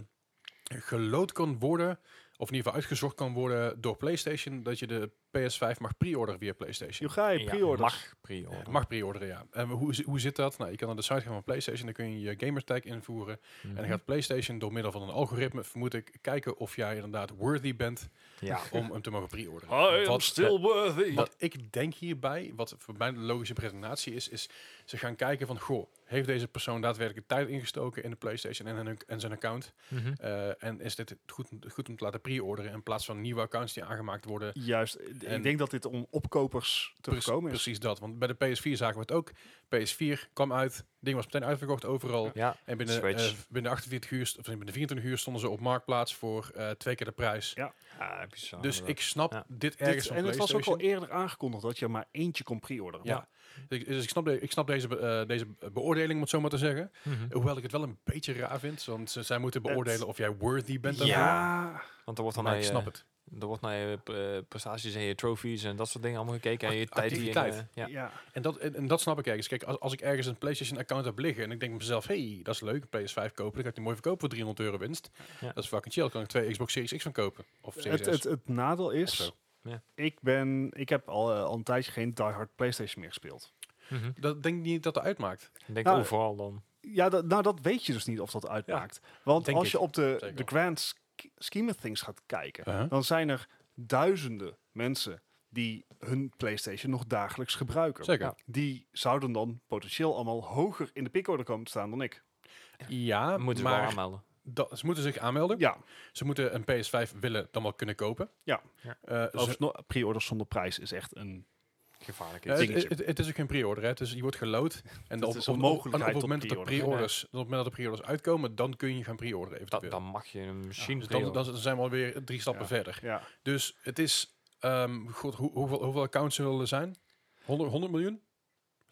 [SPEAKER 1] gelood kan worden, of in ieder geval uitgezocht kan worden door PlayStation, dat je de PS5 mag pre-orderen via PlayStation.
[SPEAKER 2] Jochai,
[SPEAKER 3] Ja,
[SPEAKER 2] pre-orders.
[SPEAKER 3] Mag pre-order.
[SPEAKER 1] Mag pre-orderen, ja. En hoe, zi- hoe zit dat? Nou, je kan naar de site gaan van PlayStation, dan kun je je gamertag invoeren.
[SPEAKER 3] Mhm.
[SPEAKER 1] En
[SPEAKER 2] Mhm.
[SPEAKER 1] dan gaat PlayStation door middel van een algoritme, vermoed ik, kijken of jij inderdaad worthy bent
[SPEAKER 3] Ja.
[SPEAKER 1] om hem te mogen pre-orderen. Wat-
[SPEAKER 2] worthy.
[SPEAKER 1] wat ik denk hierbij, wat voor mij de logische presentatie is, is ze gaan kijken van, goh, heeft deze persoon daadwerkelijk tijd ingestoken in de PlayStation en, en, en zijn account?
[SPEAKER 3] Mhm.
[SPEAKER 1] Eh, en is dit goed, goed om te laten pre-orderen in plaats van nieuwe accounts die aangemaakt worden?
[SPEAKER 2] Juist, ik
[SPEAKER 1] En-
[SPEAKER 2] denk dat dit om opkopers te
[SPEAKER 1] Precies-
[SPEAKER 2] voorkomen is.
[SPEAKER 1] Precies dat, want bij de PS4 zagen we het ook. PS4 kwam uit, ding was meteen uitverkocht overal.
[SPEAKER 3] Ja,
[SPEAKER 1] En binnen,
[SPEAKER 3] Switch.
[SPEAKER 1] eh, binnen 48 uur, st- of nee, binnen 24 uur stonden ze op Marktplaats voor eh, twee keer de prijs.
[SPEAKER 2] Ja,
[SPEAKER 3] ja bizar,
[SPEAKER 1] dus
[SPEAKER 3] inderdaad.
[SPEAKER 1] ik snap
[SPEAKER 3] Ja.
[SPEAKER 1] dit
[SPEAKER 2] Dit-
[SPEAKER 1] ergens van
[SPEAKER 2] en het was ook
[SPEAKER 1] PlayStation.
[SPEAKER 2] al eerder aangekondigd dat je er maar eentje kon pre-orderen.
[SPEAKER 1] Ja. Dus ik- dus ik snap, de- ik snap deze, be- eh, deze be- beoordeling, om het zo maar te zeggen.
[SPEAKER 3] Mhm.
[SPEAKER 1] Hoewel ik het wel een beetje raar vind, want ze- zij moeten
[SPEAKER 2] Het-
[SPEAKER 1] beoordelen of jij worthy bent.
[SPEAKER 2] Ja.
[SPEAKER 1] daarvoor.
[SPEAKER 2] Ja.
[SPEAKER 3] Want er wordt dan
[SPEAKER 1] Maar
[SPEAKER 3] naar
[SPEAKER 1] ik
[SPEAKER 3] je,
[SPEAKER 1] snap het.
[SPEAKER 3] er wordt naar je eh, prestaties en je trophies en dat soort dingen allemaal gekeken. En je
[SPEAKER 1] Act-
[SPEAKER 3] tijd die je... in,
[SPEAKER 1] activiteit.
[SPEAKER 3] eh, ja.
[SPEAKER 1] En dat, en, en dat snap ik ergens. Kijk, als, als ik ergens een PlayStation-account heb liggen en ik denk mezelf, hey, dat is leuk, een PS5 kopen, dan kan ik die mooi verkopen voor 300 euro winst.
[SPEAKER 3] Ja.
[SPEAKER 1] Dat is fucking chill. Dan kan ik twee Xbox Series X van kopen. Of Series
[SPEAKER 2] Het, het,
[SPEAKER 1] S.
[SPEAKER 2] het nadeel
[SPEAKER 1] Of
[SPEAKER 2] is,
[SPEAKER 1] zo.
[SPEAKER 3] Ja.
[SPEAKER 2] ik, ben, ik heb al, eh, al een tijdje geen Die Hard PlayStation meer gespeeld.
[SPEAKER 3] Mhm.
[SPEAKER 1] Dat denk ik niet dat dat uitmaakt.
[SPEAKER 3] Ik denk
[SPEAKER 2] Nou,
[SPEAKER 3] overal dan.
[SPEAKER 2] Ja, dat, nou dat weet je dus niet of dat uitmaakt. Want
[SPEAKER 1] denk
[SPEAKER 2] als
[SPEAKER 1] ik.
[SPEAKER 2] je op de,
[SPEAKER 1] Zeker.
[SPEAKER 2] de grand sch- scheme of things gaat kijken,
[SPEAKER 1] Uh-huh.
[SPEAKER 2] dan zijn er duizenden mensen die hun PlayStation nog dagelijks gebruiken.
[SPEAKER 1] Zeker.
[SPEAKER 3] Ja.
[SPEAKER 2] Die zouden dan potentieel allemaal hoger in de pickorder komen te staan dan ik.
[SPEAKER 1] Ja,
[SPEAKER 3] Moeten we wel
[SPEAKER 1] eh, maar
[SPEAKER 3] aanmelden.
[SPEAKER 1] dat, ze moeten zich aanmelden.
[SPEAKER 2] Ja,
[SPEAKER 1] Ze moeten een PS5 willen dan wel kunnen kopen.
[SPEAKER 2] Ja.
[SPEAKER 3] Ja.
[SPEAKER 1] Eh, ze-
[SPEAKER 2] overigens, no- pre-orders zonder prijs is echt een...
[SPEAKER 3] Gevaarlijk
[SPEAKER 1] Ja,
[SPEAKER 3] is.
[SPEAKER 1] het,
[SPEAKER 2] dingetje.
[SPEAKER 1] het- het is ook geen pre-order, hè. Het is- je wordt gelood. En
[SPEAKER 2] Dat
[SPEAKER 1] op,
[SPEAKER 2] is
[SPEAKER 1] op,
[SPEAKER 2] een
[SPEAKER 1] op-
[SPEAKER 2] mogelijkheid
[SPEAKER 1] en op het
[SPEAKER 2] tot
[SPEAKER 1] moment dat de
[SPEAKER 2] pre-orderen.
[SPEAKER 1] pre-orders, op het moment dat de pre-orders uitkomen, dan kun je gaan pre-orderen
[SPEAKER 3] Dat,
[SPEAKER 1] eventueel.
[SPEAKER 3] dan mag je hem misschien
[SPEAKER 1] Dus dan,
[SPEAKER 3] spelen.
[SPEAKER 1] dan zijn we alweer drie stappen
[SPEAKER 2] Ja.
[SPEAKER 1] verder.
[SPEAKER 2] Ja,
[SPEAKER 1] Dus het is, ehm, god, hoe- hoeveel, hoeveel accounts zullen er zijn? 100, 100 miljoen?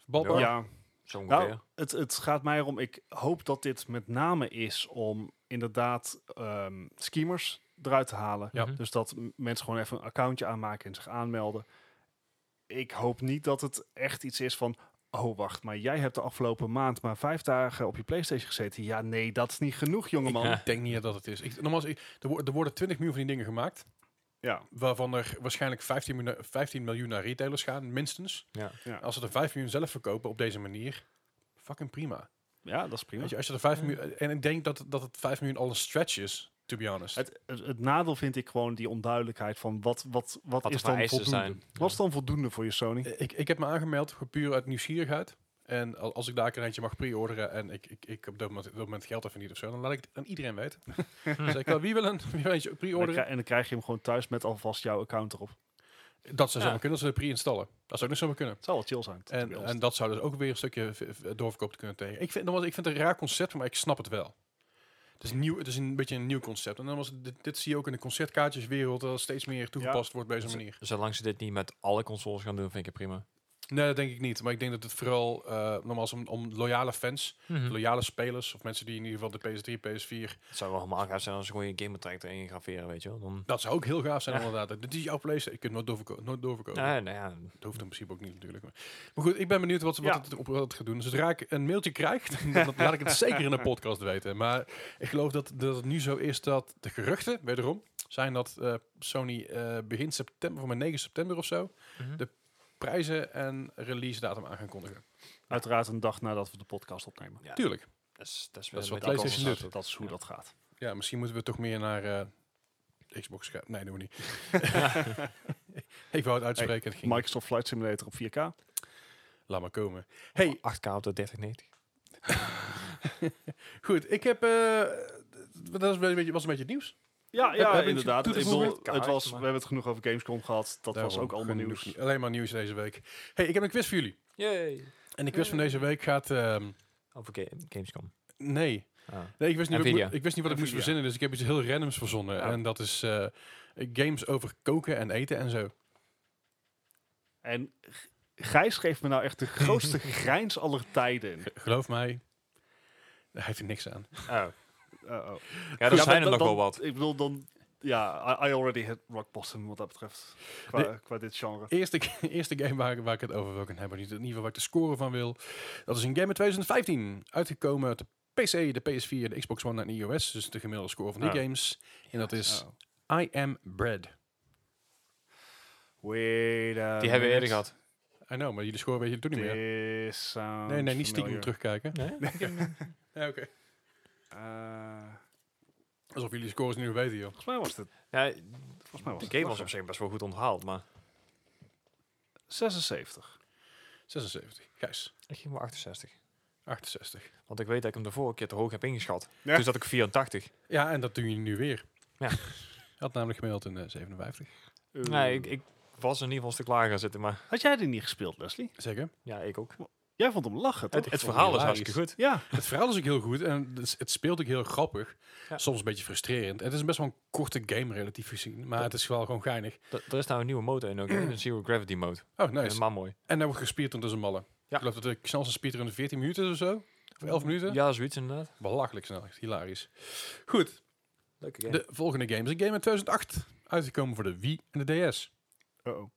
[SPEAKER 1] Balbar?
[SPEAKER 2] ja.
[SPEAKER 3] Zo
[SPEAKER 2] Nou,
[SPEAKER 3] ongeveer.
[SPEAKER 2] het, het gaat mij erom, ik hoop dat dit met name is om inderdaad ehm schemers eruit te halen.
[SPEAKER 1] ja.
[SPEAKER 3] Mhm.
[SPEAKER 2] Dus dat m- mensen gewoon even een accountje aanmaken en zich aanmelden. Ik hoop niet dat het echt iets is van, oh wacht, maar jij hebt de afgelopen maand maar vijf dagen op je Playstation gezeten. Ja, nee, dat is niet genoeg, jongeman.
[SPEAKER 3] Ja.
[SPEAKER 1] Ik denk niet dat het is. Ik, nogmaals, ik, er, wo- er worden 20 miljoen van die dingen gemaakt.
[SPEAKER 2] Ja.
[SPEAKER 1] Waarvan er waarschijnlijk 15 miljoen, 15 miljoen naar retailers gaan, minstens.
[SPEAKER 3] Ja.
[SPEAKER 2] Ja.
[SPEAKER 1] Als ze er 5 miljoen zelf verkopen op deze manier, fucking prima.
[SPEAKER 2] ja, dat is prima.
[SPEAKER 1] Weet je, als je er 5
[SPEAKER 3] Ja.
[SPEAKER 1] miljoen... En ik denk dat, dat het 5 miljoen al een stretch is, to be honest.
[SPEAKER 2] Het, het, het nadeel vind ik gewoon die onduidelijkheid van wat, wat, wat,
[SPEAKER 3] Wat de
[SPEAKER 2] is dan
[SPEAKER 3] vereisten
[SPEAKER 2] voldoende.
[SPEAKER 3] zijn.
[SPEAKER 2] Wat is dan voldoende voor je Sony?
[SPEAKER 1] ik, ik heb me aangemeld puur uit nieuwsgierigheid. En al- als ik daar een eentje mag pre-orderen en ik, ik, ik op dat moment, op dat moment geld heb verdiend of zo, dan laat ik het aan iedereen weten. dus ik wil, wie wil een, wie wil eentje
[SPEAKER 2] En dan, krij-
[SPEAKER 1] pre-orderen?
[SPEAKER 2] en dan krijg je hem gewoon thuis met alvast jouw account erop.
[SPEAKER 1] Dat zou
[SPEAKER 3] Ja.
[SPEAKER 1] zomaar kunnen, als ze pre-installen. Dat zou ook nog zomaar kunnen.
[SPEAKER 2] Het zou wel chill zijn. to be
[SPEAKER 1] En,
[SPEAKER 2] honest.
[SPEAKER 1] en dat zou dus ook weer een stukje v- v- doorverkoop te kunnen tegen. Ik vind, nogmaals, ik vind het een raar concept, maar ik snap het wel. Het is, nieuw, het is een beetje een nieuw concept. En dan was dit, dit zie je ook in de concertkaartjeswereld, dat dat steeds meer toegepast wordt op deze manier.
[SPEAKER 3] Dus Zolang ze dit niet met alle consoles gaan doen, vind ik het prima.
[SPEAKER 1] Nee, dat denk ik niet. Maar ik denk dat het vooral, eh nogmaals, om, om loyale fans,
[SPEAKER 3] Hm.
[SPEAKER 1] loyale spelers, of mensen die in ieder geval de PS3, PS4,
[SPEAKER 3] Het zou wel helemaal gaaf zijn als ze gewoon je game trekt en je gaat veren, weet je wel. Dan,
[SPEAKER 1] dat zou ook heel gaaf zijn
[SPEAKER 3] Ja.
[SPEAKER 1] inderdaad. Dit is jouw PlayStation, ik kunt nooit, doorverko nooit doorverkopen.
[SPEAKER 3] nou, ja, nou ja,
[SPEAKER 1] Dat hoeft in principe ook niet natuurlijk. Maar, maar goed, ik ben benieuwd wat, wat
[SPEAKER 2] Ja.
[SPEAKER 1] het op wat het gaat doen. Dus zodra ik een mailtje krijg, dan, dan laat ik het zeker in de podcast weten. Maar ik geloof dat, dat het nu zo is dat de geruchten, wederom, zijn dat eh, Sony eh, begin september, voor mijn 9 september of zo,
[SPEAKER 3] Mhm.
[SPEAKER 1] de prijzen en release datum aan gaan kondigen.
[SPEAKER 2] Uiteraard een dag nadat we de podcast opnemen.
[SPEAKER 3] ja,
[SPEAKER 1] Tuurlijk.
[SPEAKER 3] Dat is, dat is,
[SPEAKER 1] Dat is
[SPEAKER 3] met
[SPEAKER 1] wat
[SPEAKER 3] die
[SPEAKER 1] PlayStation dus.
[SPEAKER 3] consoles
[SPEAKER 1] doet.
[SPEAKER 2] Dat is hoe
[SPEAKER 3] Ja.
[SPEAKER 2] dat gaat.
[SPEAKER 1] Ja, misschien moeten we toch meer naar eh, Xbox gaan. Nee, doen we niet. ik wou het uitspreken. het ging. Mike.
[SPEAKER 2] Microsoft Flight Simulator op 4K.
[SPEAKER 1] Laat maar komen. Hey,
[SPEAKER 3] 8K op de 3090.
[SPEAKER 1] goed. Ik heb... eh, d- dat was een beetje, was een beetje het nieuws.
[SPEAKER 2] Ja,
[SPEAKER 1] heb je
[SPEAKER 2] ja
[SPEAKER 1] iets
[SPEAKER 2] inderdaad.
[SPEAKER 1] toe
[SPEAKER 2] Ik
[SPEAKER 1] te
[SPEAKER 2] bedoel,
[SPEAKER 1] voegen?
[SPEAKER 2] het was, we
[SPEAKER 3] Maar-
[SPEAKER 2] hebben het genoeg over Gamescom gehad. Dat was
[SPEAKER 1] Daarom
[SPEAKER 2] ook allemaal
[SPEAKER 1] genoeg
[SPEAKER 2] nieuws.
[SPEAKER 1] nie- Alleen maar nieuws deze week. Hey, ik heb een quiz voor jullie.
[SPEAKER 3] Yay!
[SPEAKER 1] En de quiz van deze week gaat... ehm,
[SPEAKER 3] Over ga- Gamescom.
[SPEAKER 1] nee.
[SPEAKER 3] Ah.
[SPEAKER 1] nee, ik wist niet, wat ik,
[SPEAKER 3] Nvidia.
[SPEAKER 1] moe- ik wist niet wat ik moest
[SPEAKER 2] Nvidia.
[SPEAKER 1] verzinnen. Dus ik heb iets heel randoms verzonnen.
[SPEAKER 3] Ja.
[SPEAKER 1] En dat is eh, games over koken en eten en zo.
[SPEAKER 2] En G- Gijs geeft me nou echt de grootste grijns aller tijden.
[SPEAKER 1] G- geloof mij, hij heeft er niks aan.
[SPEAKER 3] Oh.
[SPEAKER 2] Uh-oh.
[SPEAKER 3] Ja, er
[SPEAKER 2] maar
[SPEAKER 3] zijn er
[SPEAKER 2] dan-
[SPEAKER 3] nog wel
[SPEAKER 2] dan-
[SPEAKER 3] wat.
[SPEAKER 2] Ik bedoel, dan... Ja, I, I already hit rock bottom wat dat betreft. Qua, qua dit genre.
[SPEAKER 1] Eerste, eerste game waar, waar ik het over wil gaan hebben, niet- in ieder geval waar ik de score van wil. Dat is een game uit 2015, uitgekomen op de PC, de PS4, de Xbox One en de iOS. Dus de gemiddelde score van die
[SPEAKER 3] Ja.
[SPEAKER 1] games. En dat is
[SPEAKER 2] Oh.
[SPEAKER 1] I Am Bread.
[SPEAKER 2] Wait a
[SPEAKER 3] Die hebben we eerder
[SPEAKER 2] minute.
[SPEAKER 3] gehad.
[SPEAKER 1] I know, maar jullie score weet je toen niet meer.
[SPEAKER 2] This sounds
[SPEAKER 1] Nee, nee, niet
[SPEAKER 2] familiar.
[SPEAKER 1] stiekem terugkijken.
[SPEAKER 3] Nee?
[SPEAKER 1] Ja, oké.
[SPEAKER 2] Eh,
[SPEAKER 1] Alsof jullie de scores niet meer weten, joh.
[SPEAKER 2] volgens mij was het...
[SPEAKER 3] Ja,
[SPEAKER 2] Volgens mij was
[SPEAKER 3] de
[SPEAKER 2] het
[SPEAKER 3] game was op
[SPEAKER 2] lachen.
[SPEAKER 3] zich best wel goed onthaald, maar...
[SPEAKER 2] 76.
[SPEAKER 1] 76. Gijs,
[SPEAKER 3] Ik ging maar 68.
[SPEAKER 1] 68.
[SPEAKER 3] Want ik weet dat ik hem de vorige keer te hoog heb ingeschat.
[SPEAKER 2] Ja.
[SPEAKER 3] Toen zat ik 84.
[SPEAKER 1] Ja, en dat doen jullie nu weer.
[SPEAKER 3] Ja.
[SPEAKER 1] Had namelijk gemiddeld een eh, 57.
[SPEAKER 3] Nee, ik, ik was in ieder geval een stuk lager gaan zitten, maar...
[SPEAKER 2] Had jij die niet gespeeld, Leslie?
[SPEAKER 1] Zeker.
[SPEAKER 3] Ja, ik ook.
[SPEAKER 2] Jij vond hem lachen, toch?
[SPEAKER 3] Het, het
[SPEAKER 1] vond
[SPEAKER 3] verhaal
[SPEAKER 1] het
[SPEAKER 3] is hartstikke goed.
[SPEAKER 2] Ja.
[SPEAKER 1] Het verhaal is ook heel goed en het is- het speelt ook heel grappig.
[SPEAKER 3] Ja.
[SPEAKER 1] Soms een beetje frustrerend. Het is best wel een korte game relatief gezien, maar het is wel gewoon geinig.
[SPEAKER 3] D- er is nou een nieuwe motor in ook, hè, een zero gravity mode.
[SPEAKER 1] Oh,
[SPEAKER 3] Eh,
[SPEAKER 1] nice.
[SPEAKER 3] maar mooi.
[SPEAKER 1] En dan wordt gespierd onder zijn mallen.
[SPEAKER 3] Ja. Mm,
[SPEAKER 1] Ik geloof dat de snelste speedrun 14 minuten is of zo. Of 11 minuten.
[SPEAKER 3] Ja, zoiets inderdaad.
[SPEAKER 1] Belachelijk snel, echt hilarisch. Goed,
[SPEAKER 3] Leuke
[SPEAKER 1] de volgende game is een game uit 2008. Uitgekomen voor de Wii en de DS.
[SPEAKER 2] Uh-oh.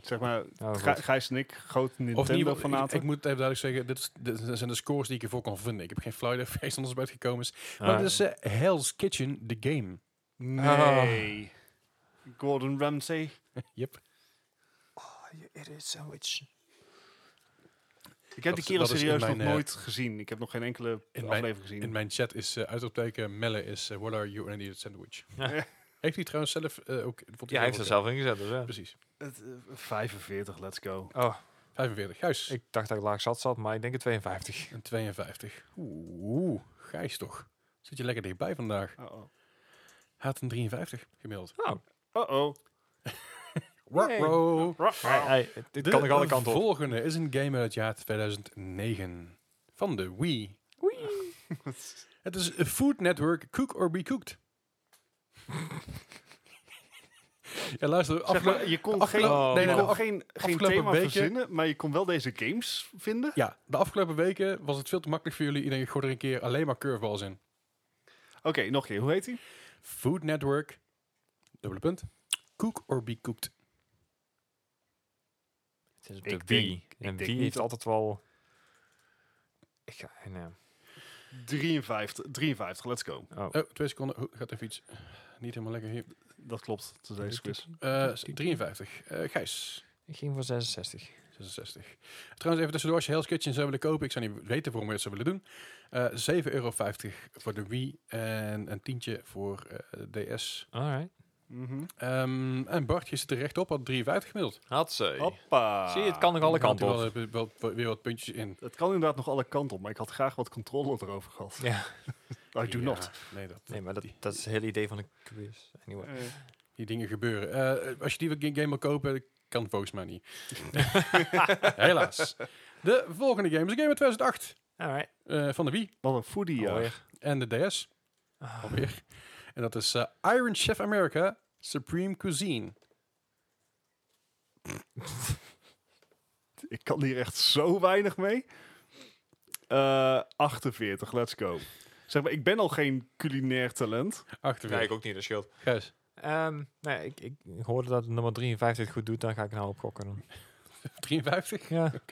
[SPEAKER 2] Zeg maar,
[SPEAKER 3] Nou,
[SPEAKER 2] Gij-
[SPEAKER 3] goed.
[SPEAKER 2] Gijs en ik, groot
[SPEAKER 1] Of in ieder
[SPEAKER 2] Nintendo
[SPEAKER 1] geval, ik,
[SPEAKER 2] fanaten.
[SPEAKER 1] ik moet even duidelijk zeggen, dit, is, dit zijn de scores die ik ervoor kan vinden. Ik heb geen flauw idee of er iets anders uitgekomen is. Maar
[SPEAKER 3] Ah,
[SPEAKER 1] dit is eh, Hell's Kitchen, de game.
[SPEAKER 2] dus, Nee. Gordon Ramsay.
[SPEAKER 1] Yep.
[SPEAKER 3] je edit sandwich.
[SPEAKER 2] Ik
[SPEAKER 1] Dat
[SPEAKER 2] heb
[SPEAKER 1] is-
[SPEAKER 2] die kerel
[SPEAKER 1] dat is in
[SPEAKER 2] serieus
[SPEAKER 1] mijn,
[SPEAKER 2] nog
[SPEAKER 1] eh,
[SPEAKER 2] nooit gezien. Ik heb nog geen enkele
[SPEAKER 1] mijn-
[SPEAKER 2] aflevering gezien.
[SPEAKER 1] In mijn chat is eh uitroepteken Melle is eh, What are you in a sandwich? Heeft hij trouwens zelf eh, ook... vond
[SPEAKER 3] Ja, hij heeft
[SPEAKER 1] ook,
[SPEAKER 3] er
[SPEAKER 1] eh,
[SPEAKER 3] zelf in gezet, dus ja.
[SPEAKER 1] Precies.
[SPEAKER 2] Het, eh, 45, let's go.
[SPEAKER 3] Oh,
[SPEAKER 1] 45. Juist.
[SPEAKER 3] ik dacht dat ik laag zat zat, maar ik denk het 52.
[SPEAKER 1] En 52. Oeh, Gijs toch. Zit je lekker dichtbij vandaag.
[SPEAKER 2] Uh-oh.
[SPEAKER 1] Haat een 53 gemiddeld.
[SPEAKER 3] Oh.
[SPEAKER 2] Uh-oh.
[SPEAKER 3] Nee.
[SPEAKER 1] Wow.
[SPEAKER 3] Hey, hey, het- dit kan nog alle kanten op.
[SPEAKER 1] volgende is een game uit het jaar 2009. Van de Wii. Het is a Food Network Cook or Be Cooked. ja, luister.
[SPEAKER 2] Zeg
[SPEAKER 1] afgelopen-
[SPEAKER 2] maar, je kon geen,
[SPEAKER 1] afgelopen-
[SPEAKER 3] Oh,
[SPEAKER 1] nee,
[SPEAKER 2] je
[SPEAKER 1] nee,
[SPEAKER 2] kon
[SPEAKER 1] de af-
[SPEAKER 2] geen, geen
[SPEAKER 1] afgelopen
[SPEAKER 2] thema
[SPEAKER 1] weken-
[SPEAKER 2] verzinnen, maar je kon wel deze games vinden.
[SPEAKER 1] ja, de afgelopen weken was het veel te makkelijk voor jullie. Ik denk, ik gooi er een keer alleen maar curveballs in.
[SPEAKER 2] Oké, nog een keer. Hoe heet die?
[SPEAKER 1] Food Network, dubbele punt, Cook or Be Cooked.
[SPEAKER 3] Het is op
[SPEAKER 2] Ik
[SPEAKER 3] de
[SPEAKER 2] denk-
[SPEAKER 3] Wii.
[SPEAKER 2] ik
[SPEAKER 3] En
[SPEAKER 2] denk
[SPEAKER 3] Wii
[SPEAKER 2] niet
[SPEAKER 3] heeft
[SPEAKER 2] dat-
[SPEAKER 3] altijd wel... Ik ga... Nee.
[SPEAKER 2] 53, 53, let's go.
[SPEAKER 3] Oh.
[SPEAKER 1] Oh, twee seconden. Oh, gaat de fiets. Niet helemaal lekker hier.
[SPEAKER 2] Dat klopt, het is deze quiz.
[SPEAKER 1] Eh, 53. Eh, Gijs.
[SPEAKER 3] Ik ging voor 66.
[SPEAKER 1] 66. Trouwens, even tussendoor, als je Hell's Kitchen zou willen kopen, ik zou niet weten waarom we het zou willen doen. Eh 7,50 euro voor de Wii en een tientje voor eh, DS.
[SPEAKER 3] Alright.
[SPEAKER 2] Mhm.
[SPEAKER 1] Ehm, en Bartje zit er rechtop, had 53 gemiddeld.
[SPEAKER 3] Hatsé.
[SPEAKER 2] Hoppa.
[SPEAKER 3] Zie je, het kan nog alle
[SPEAKER 1] Dan had
[SPEAKER 3] kanten
[SPEAKER 1] hij
[SPEAKER 3] op.
[SPEAKER 1] wel, eh, wel- wel- weer wat puntjes in.
[SPEAKER 2] Het kan inderdaad nog alle kanten op, maar ik had graag wat controle erover gehad.
[SPEAKER 3] Ja.
[SPEAKER 2] I do
[SPEAKER 1] Ja,
[SPEAKER 2] not.
[SPEAKER 1] Nee, dat,
[SPEAKER 3] Nee, maar dat, dat is het hele idee van een quiz. Anyway.
[SPEAKER 1] die dingen gebeuren. Eh, als je die wil- game wil kopen, kan volgens mij niet. Helaas. De volgende game is een game uit 2008
[SPEAKER 3] Alright.
[SPEAKER 1] eh, van de Wii
[SPEAKER 2] Wat een foodie, ja.
[SPEAKER 3] Alweer.
[SPEAKER 1] en de DS.
[SPEAKER 3] Ah.
[SPEAKER 1] Alweer. En dat is eh, Iron Chef America Supreme Cuisine.
[SPEAKER 2] Ik kan hier echt zo weinig mee. Eh, 48, let's go. Zeg maar, ik ben al geen culinair talent.
[SPEAKER 3] Nee, ik
[SPEAKER 1] 48.
[SPEAKER 3] ook niet, dat scheelt.
[SPEAKER 1] Gijs.
[SPEAKER 3] Ehm, nee, ik, ik hoorde dat nummer 53 goed doet, dan ga ik nou op gokken. dan.
[SPEAKER 1] 53.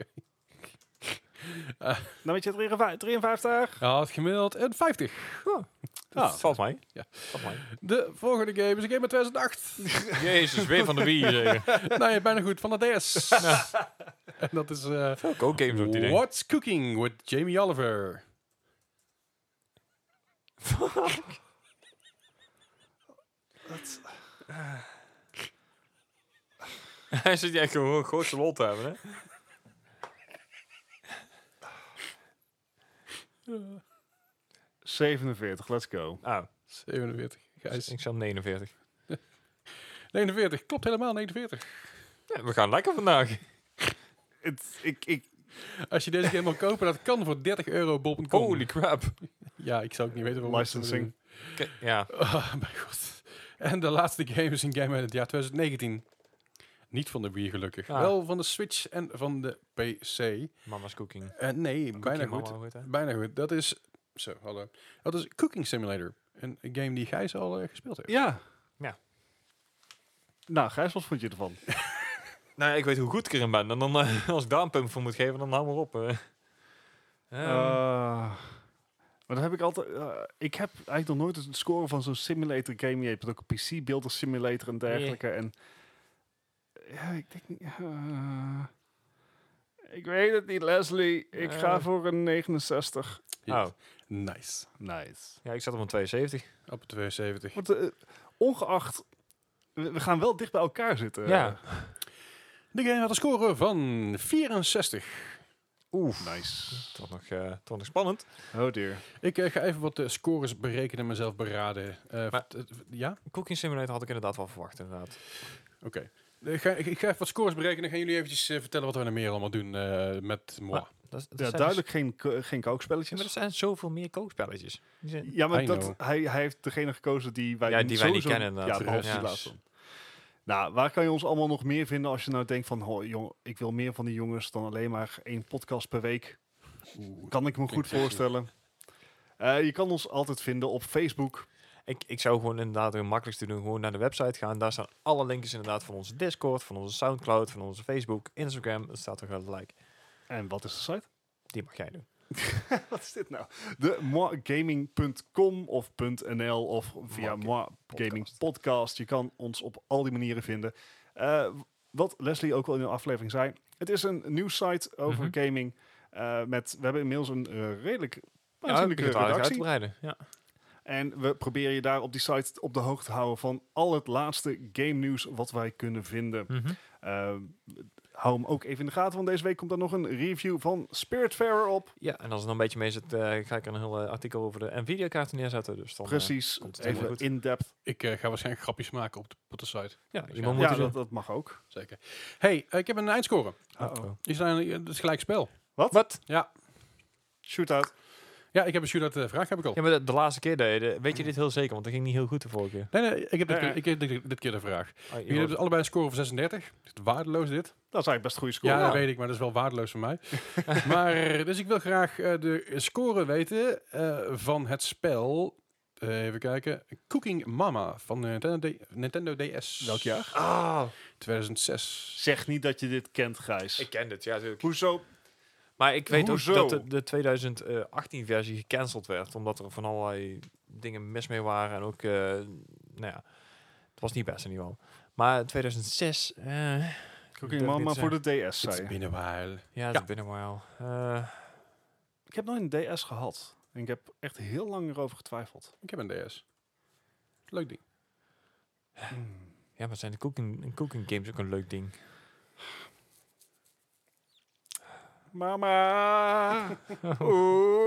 [SPEAKER 2] Nou
[SPEAKER 3] Ja.
[SPEAKER 2] weet je, 53, 53.
[SPEAKER 1] Hij had gemiddeld een 50.
[SPEAKER 3] Dat
[SPEAKER 2] Ah.
[SPEAKER 3] valt mij.
[SPEAKER 1] Ja.
[SPEAKER 3] Valt mij.
[SPEAKER 1] De volgende game is een game uit 2008.
[SPEAKER 3] Jezus, weer van de Wii eh, zeggen.
[SPEAKER 1] nou, je bijna goed. Van de DS. en dat is eh,
[SPEAKER 3] Ook ook games op die ding.
[SPEAKER 1] What's Cooking with Jamie Oliver.
[SPEAKER 3] Hij zit echt gewoon een grootste lol te hebben, hè?
[SPEAKER 1] Eh,
[SPEAKER 2] 47, let's go.
[SPEAKER 3] Ah,
[SPEAKER 1] 47. Gijs.
[SPEAKER 3] ik zal 49.
[SPEAKER 1] 49, klopt helemaal, 49.
[SPEAKER 3] Ja, we gaan lekker vandaag.
[SPEAKER 2] Het, ik, ik,
[SPEAKER 1] Als je deze game wil kopen, dat kan voor 30 euro bol.com.
[SPEAKER 3] Holy crap.
[SPEAKER 1] Ja, ik zou ook niet weten waarom. ik het zou
[SPEAKER 2] Licensing.
[SPEAKER 3] K- Ja.
[SPEAKER 1] doen. Oh, mijn god. En de laatste game is een game uit het jaar 2019. Niet van de Wii gelukkig.
[SPEAKER 3] Ah.
[SPEAKER 1] Wel van de Switch en van de PC.
[SPEAKER 3] Mama's cooking.
[SPEAKER 1] Eh, nee, bijna
[SPEAKER 3] Cooking
[SPEAKER 1] goed.
[SPEAKER 3] Mama, hoe heet hij?
[SPEAKER 1] Bijna goed. Dat is... Zo, hallo. Dat is Cooking Simulator. Een game die Gijs al eh, gespeeld heeft.
[SPEAKER 2] ja.
[SPEAKER 3] Ja.
[SPEAKER 2] Nou, Gijs, wat vond je ervan?
[SPEAKER 3] Nou ja, ik weet hoe goed ik erin ben. En dan, eh, als ik daar een punt voor moet geven, dan hou maar op. eh. Ehm,
[SPEAKER 2] Eh, maar dan heb ik altijd... eh, ik heb eigenlijk nog nooit een score van zo'n simulator game. Je hebt ook een PC, Builder Simulator en dergelijke. En ja, ik denk... niet- eh, ik weet het niet, Leslie. Ik ga
[SPEAKER 3] Eh.
[SPEAKER 2] voor een 69.
[SPEAKER 1] Ja.
[SPEAKER 3] oh.
[SPEAKER 1] Nice.
[SPEAKER 2] Nice.
[SPEAKER 3] Ja, ik zat op een 72.
[SPEAKER 1] Op 72.
[SPEAKER 2] Want, eh, ongeacht... We, we gaan wel dicht bij elkaar zitten. Eh,
[SPEAKER 3] Ja.
[SPEAKER 1] De game had een score van 64.
[SPEAKER 2] Oef. Nice.
[SPEAKER 3] Toch nog, eh, toch nog spannend.
[SPEAKER 2] Oh dear.
[SPEAKER 1] Ik eh, ga even wat eh, scores berekenen en mezelf beraden. Eh,
[SPEAKER 3] Maar-
[SPEAKER 1] t- t- ja?
[SPEAKER 3] Cooking Simulator had ik inderdaad wel verwacht, inderdaad.
[SPEAKER 1] Oké. Eh, ga- Ik, ik ga even wat scores berekenen. Gaan jullie eventjes eh, vertellen wat we er meer allemaal doen eh, met moi.
[SPEAKER 3] Maar- Dat, is- dat
[SPEAKER 2] Ja,
[SPEAKER 3] zijn
[SPEAKER 2] duidelijk geen, ko- geen
[SPEAKER 3] dus- Ja, maar er
[SPEAKER 2] kookspelletjes.
[SPEAKER 3] zijn zoveel meer kookspelletjes. Die zijn-
[SPEAKER 2] Ja, maar
[SPEAKER 1] I
[SPEAKER 2] dat,
[SPEAKER 1] know.
[SPEAKER 2] hij, hij heeft degene gekozen die wij,
[SPEAKER 3] Ja, die wij niet
[SPEAKER 2] sowieso-
[SPEAKER 3] kennen, inderdaad.
[SPEAKER 2] Ja, behalve
[SPEAKER 1] Ja.
[SPEAKER 2] die laatste. Nou, waar kan je ons allemaal nog meer vinden als je nou denkt van... Ho, jong, ik wil meer van die jongens dan alleen maar één podcast per week. Kan ik me goed
[SPEAKER 1] klinkt sexy.
[SPEAKER 2] voorstellen. Eh, je kan ons altijd vinden op Facebook.
[SPEAKER 3] Ik, ik zou gewoon inderdaad het makkelijkste doen. Gewoon naar de website gaan. Daar staan alle linkjes inderdaad van onze Discord, van onze Soundcloud, van onze Facebook, Instagram. Dat staat er gelijk.
[SPEAKER 2] En wat is de site?
[SPEAKER 3] Die mag jij doen.
[SPEAKER 2] wat is dit nou? De moigaming.com of .nl of via
[SPEAKER 3] Moi
[SPEAKER 2] moi Gaming Podcast. Je kan ons op al die manieren vinden. Eh, wat Leslie ook al in de aflevering zei. Het is een nieuwssite over
[SPEAKER 3] Mhm.
[SPEAKER 2] gaming. eh, met, we hebben inmiddels een eh, redelijk
[SPEAKER 3] Ja, ik
[SPEAKER 2] aanzienlijke
[SPEAKER 3] het aardig
[SPEAKER 2] redactie.
[SPEAKER 3] uitbreiden. Ja.
[SPEAKER 2] En we proberen je daar op die site op de hoogte te houden van al het laatste game nieuws wat wij kunnen vinden.
[SPEAKER 3] Mhm.
[SPEAKER 2] Eh, hou hem ook even in de gaten, want deze week komt er nog een review van Spiritfarer op.
[SPEAKER 3] Ja, en als het dan een beetje mee zit, eh, ga ik er een heel eh, artikel over de Nvidia-kaarten neerzetten. Dus dan, eh,
[SPEAKER 2] Precies,
[SPEAKER 3] komt het
[SPEAKER 2] even
[SPEAKER 3] helemaal goed.
[SPEAKER 2] in-depth.
[SPEAKER 1] Ik eh, ga waarschijnlijk grapjes maken op de, op de site.
[SPEAKER 3] ja,
[SPEAKER 1] Ja,
[SPEAKER 3] iemand moet dus
[SPEAKER 2] Ja,
[SPEAKER 3] het doen.
[SPEAKER 2] dat, dat mag ook.
[SPEAKER 1] Zeker. hey, eh, ik heb een eindscore.
[SPEAKER 3] oh,
[SPEAKER 2] Uh-oh.
[SPEAKER 1] Is dat, een, eh, dat is gelijk spel.
[SPEAKER 3] Wat?
[SPEAKER 2] Shootout.
[SPEAKER 1] Ja, ik heb een shootout eh, vraag heb ik al.
[SPEAKER 3] Ja, maar de, de laatste keer dat je de- weet je dit heel zeker, want dat ging niet heel goed de vorige keer.
[SPEAKER 1] Nee, nee, ik heb dit,
[SPEAKER 2] Ja, ja.
[SPEAKER 1] keer- Ik heb dit, dit keer de vraag.
[SPEAKER 3] Ah, je
[SPEAKER 1] Jullie
[SPEAKER 3] hoort-
[SPEAKER 1] hebben dus allebei een score van 36. Dit is waardeloos dit.
[SPEAKER 2] Dat is eigenlijk best een goede score.
[SPEAKER 1] Ja, dat
[SPEAKER 3] Ja.
[SPEAKER 1] weet ik, maar dat is wel waardeloos voor mij. maar, dus ik wil graag eh, de score weten eh, van het spel. eh, even kijken. Cooking Mama van eh, Nintendo, D- Nintendo DS.
[SPEAKER 2] Welk jaar?
[SPEAKER 3] Ah,
[SPEAKER 1] 2006.
[SPEAKER 2] Zeg niet dat je dit kent, Gijs.
[SPEAKER 3] ik ken dit, ja, natuurlijk.
[SPEAKER 2] Hoezo?
[SPEAKER 3] Maar ik weet
[SPEAKER 2] Hoezo?
[SPEAKER 3] ook dat de, de 2018-versie gecanceld werd, omdat er van allerlei dingen mis mee waren. En ook, eh, nou ja, het was niet best in ieder geval. Maar 2006, eh,
[SPEAKER 2] Cooking
[SPEAKER 3] durf niet
[SPEAKER 2] Mama
[SPEAKER 3] te
[SPEAKER 2] voor de DS,
[SPEAKER 1] Het
[SPEAKER 2] zei
[SPEAKER 1] is
[SPEAKER 2] je.
[SPEAKER 1] binnen while.
[SPEAKER 3] ja, dat is binnen een while. Eh,
[SPEAKER 2] Ik heb nooit een DS gehad. En ik heb echt heel lang erover getwijfeld.
[SPEAKER 1] Ik heb een DS. Leuk ding.
[SPEAKER 3] ja, maar zijn de cooking, cooking games ook een leuk ding?
[SPEAKER 2] Mama.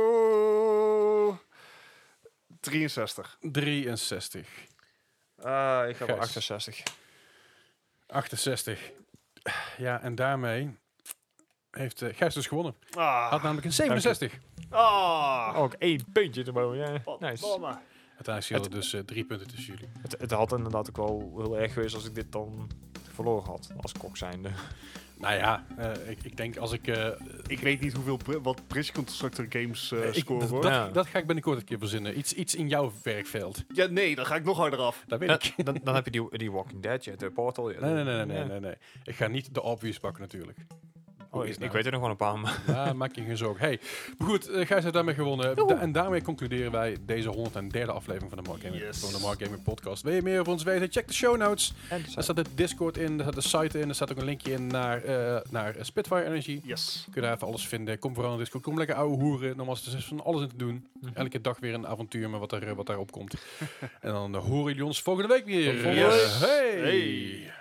[SPEAKER 2] Oeh. 63.
[SPEAKER 1] 63.
[SPEAKER 3] Ah, ik
[SPEAKER 1] ga
[SPEAKER 3] heb
[SPEAKER 1] voor
[SPEAKER 3] 68.
[SPEAKER 1] 68. Ja, en daarmee heeft eh, Gijs dus gewonnen. Had
[SPEAKER 2] Ah.
[SPEAKER 1] namelijk een 67.
[SPEAKER 2] Ah.
[SPEAKER 3] Ook één puntje erboven,
[SPEAKER 2] Oh.
[SPEAKER 3] ja. Nice.
[SPEAKER 2] Mama.
[SPEAKER 1] Uiteindelijk scheelde dus eh, drie punten tussen jullie.
[SPEAKER 3] Het, het had inderdaad ook wel heel erg geweest als ik dit dan verloren had, als kok zijnde.
[SPEAKER 1] Nou ja, eh, ik, ik denk als ik... eh,
[SPEAKER 2] Ik weet niet hoeveel pri- wat Bridge Constructor Games eh,
[SPEAKER 1] ik-
[SPEAKER 2] scoren
[SPEAKER 1] dat,
[SPEAKER 2] hoor.
[SPEAKER 1] dat-
[SPEAKER 3] Ja.
[SPEAKER 1] dat ga ik binnenkort een keer verzinnen. Iets, iets in jouw werkveld.
[SPEAKER 2] Ja, nee, dan ga ik nog harder af.
[SPEAKER 1] Daar weet
[SPEAKER 3] Ja,
[SPEAKER 1] ik.
[SPEAKER 3] dan, dan heb je die, die Walking Dead, je hebt de Portal. je-
[SPEAKER 1] Nee, nee, nee, nee, nee,
[SPEAKER 3] Ja.
[SPEAKER 1] nee, nee. Ik ga niet de obvious pakken natuurlijk. Hoe
[SPEAKER 3] Oh,
[SPEAKER 1] is
[SPEAKER 3] ik,
[SPEAKER 1] het nou?
[SPEAKER 3] ik weet er nog wel een paar. Maar.
[SPEAKER 1] Ja, maak je geen zorgen. Hey, maar goed, eh, Gijs heeft daarmee gewonnen. Da- en daarmee concluderen wij deze 103e aflevering van de Mark Gaming,
[SPEAKER 2] Yes.
[SPEAKER 1] van de Mark Gaming Podcast. Wil je meer over ons weten? Check de show notes.
[SPEAKER 3] En
[SPEAKER 1] Daar staat de Discord in, daar staat de site in, daar staat ook een linkje in naar, eh, naar eh, Spitfire Energy.
[SPEAKER 2] Yes.
[SPEAKER 1] Kun je daar even alles vinden. Kom vooral naar Discord. Kom lekker ouwe hoeren. Normaal is er van alles in te doen. Elke dag weer een avontuur met wat, er, eh, wat daarop komt. en dan eh, horen jullie ons volgende week weer.
[SPEAKER 2] Tot volgende
[SPEAKER 1] Yes.
[SPEAKER 2] week.
[SPEAKER 1] Hey.
[SPEAKER 2] Hey.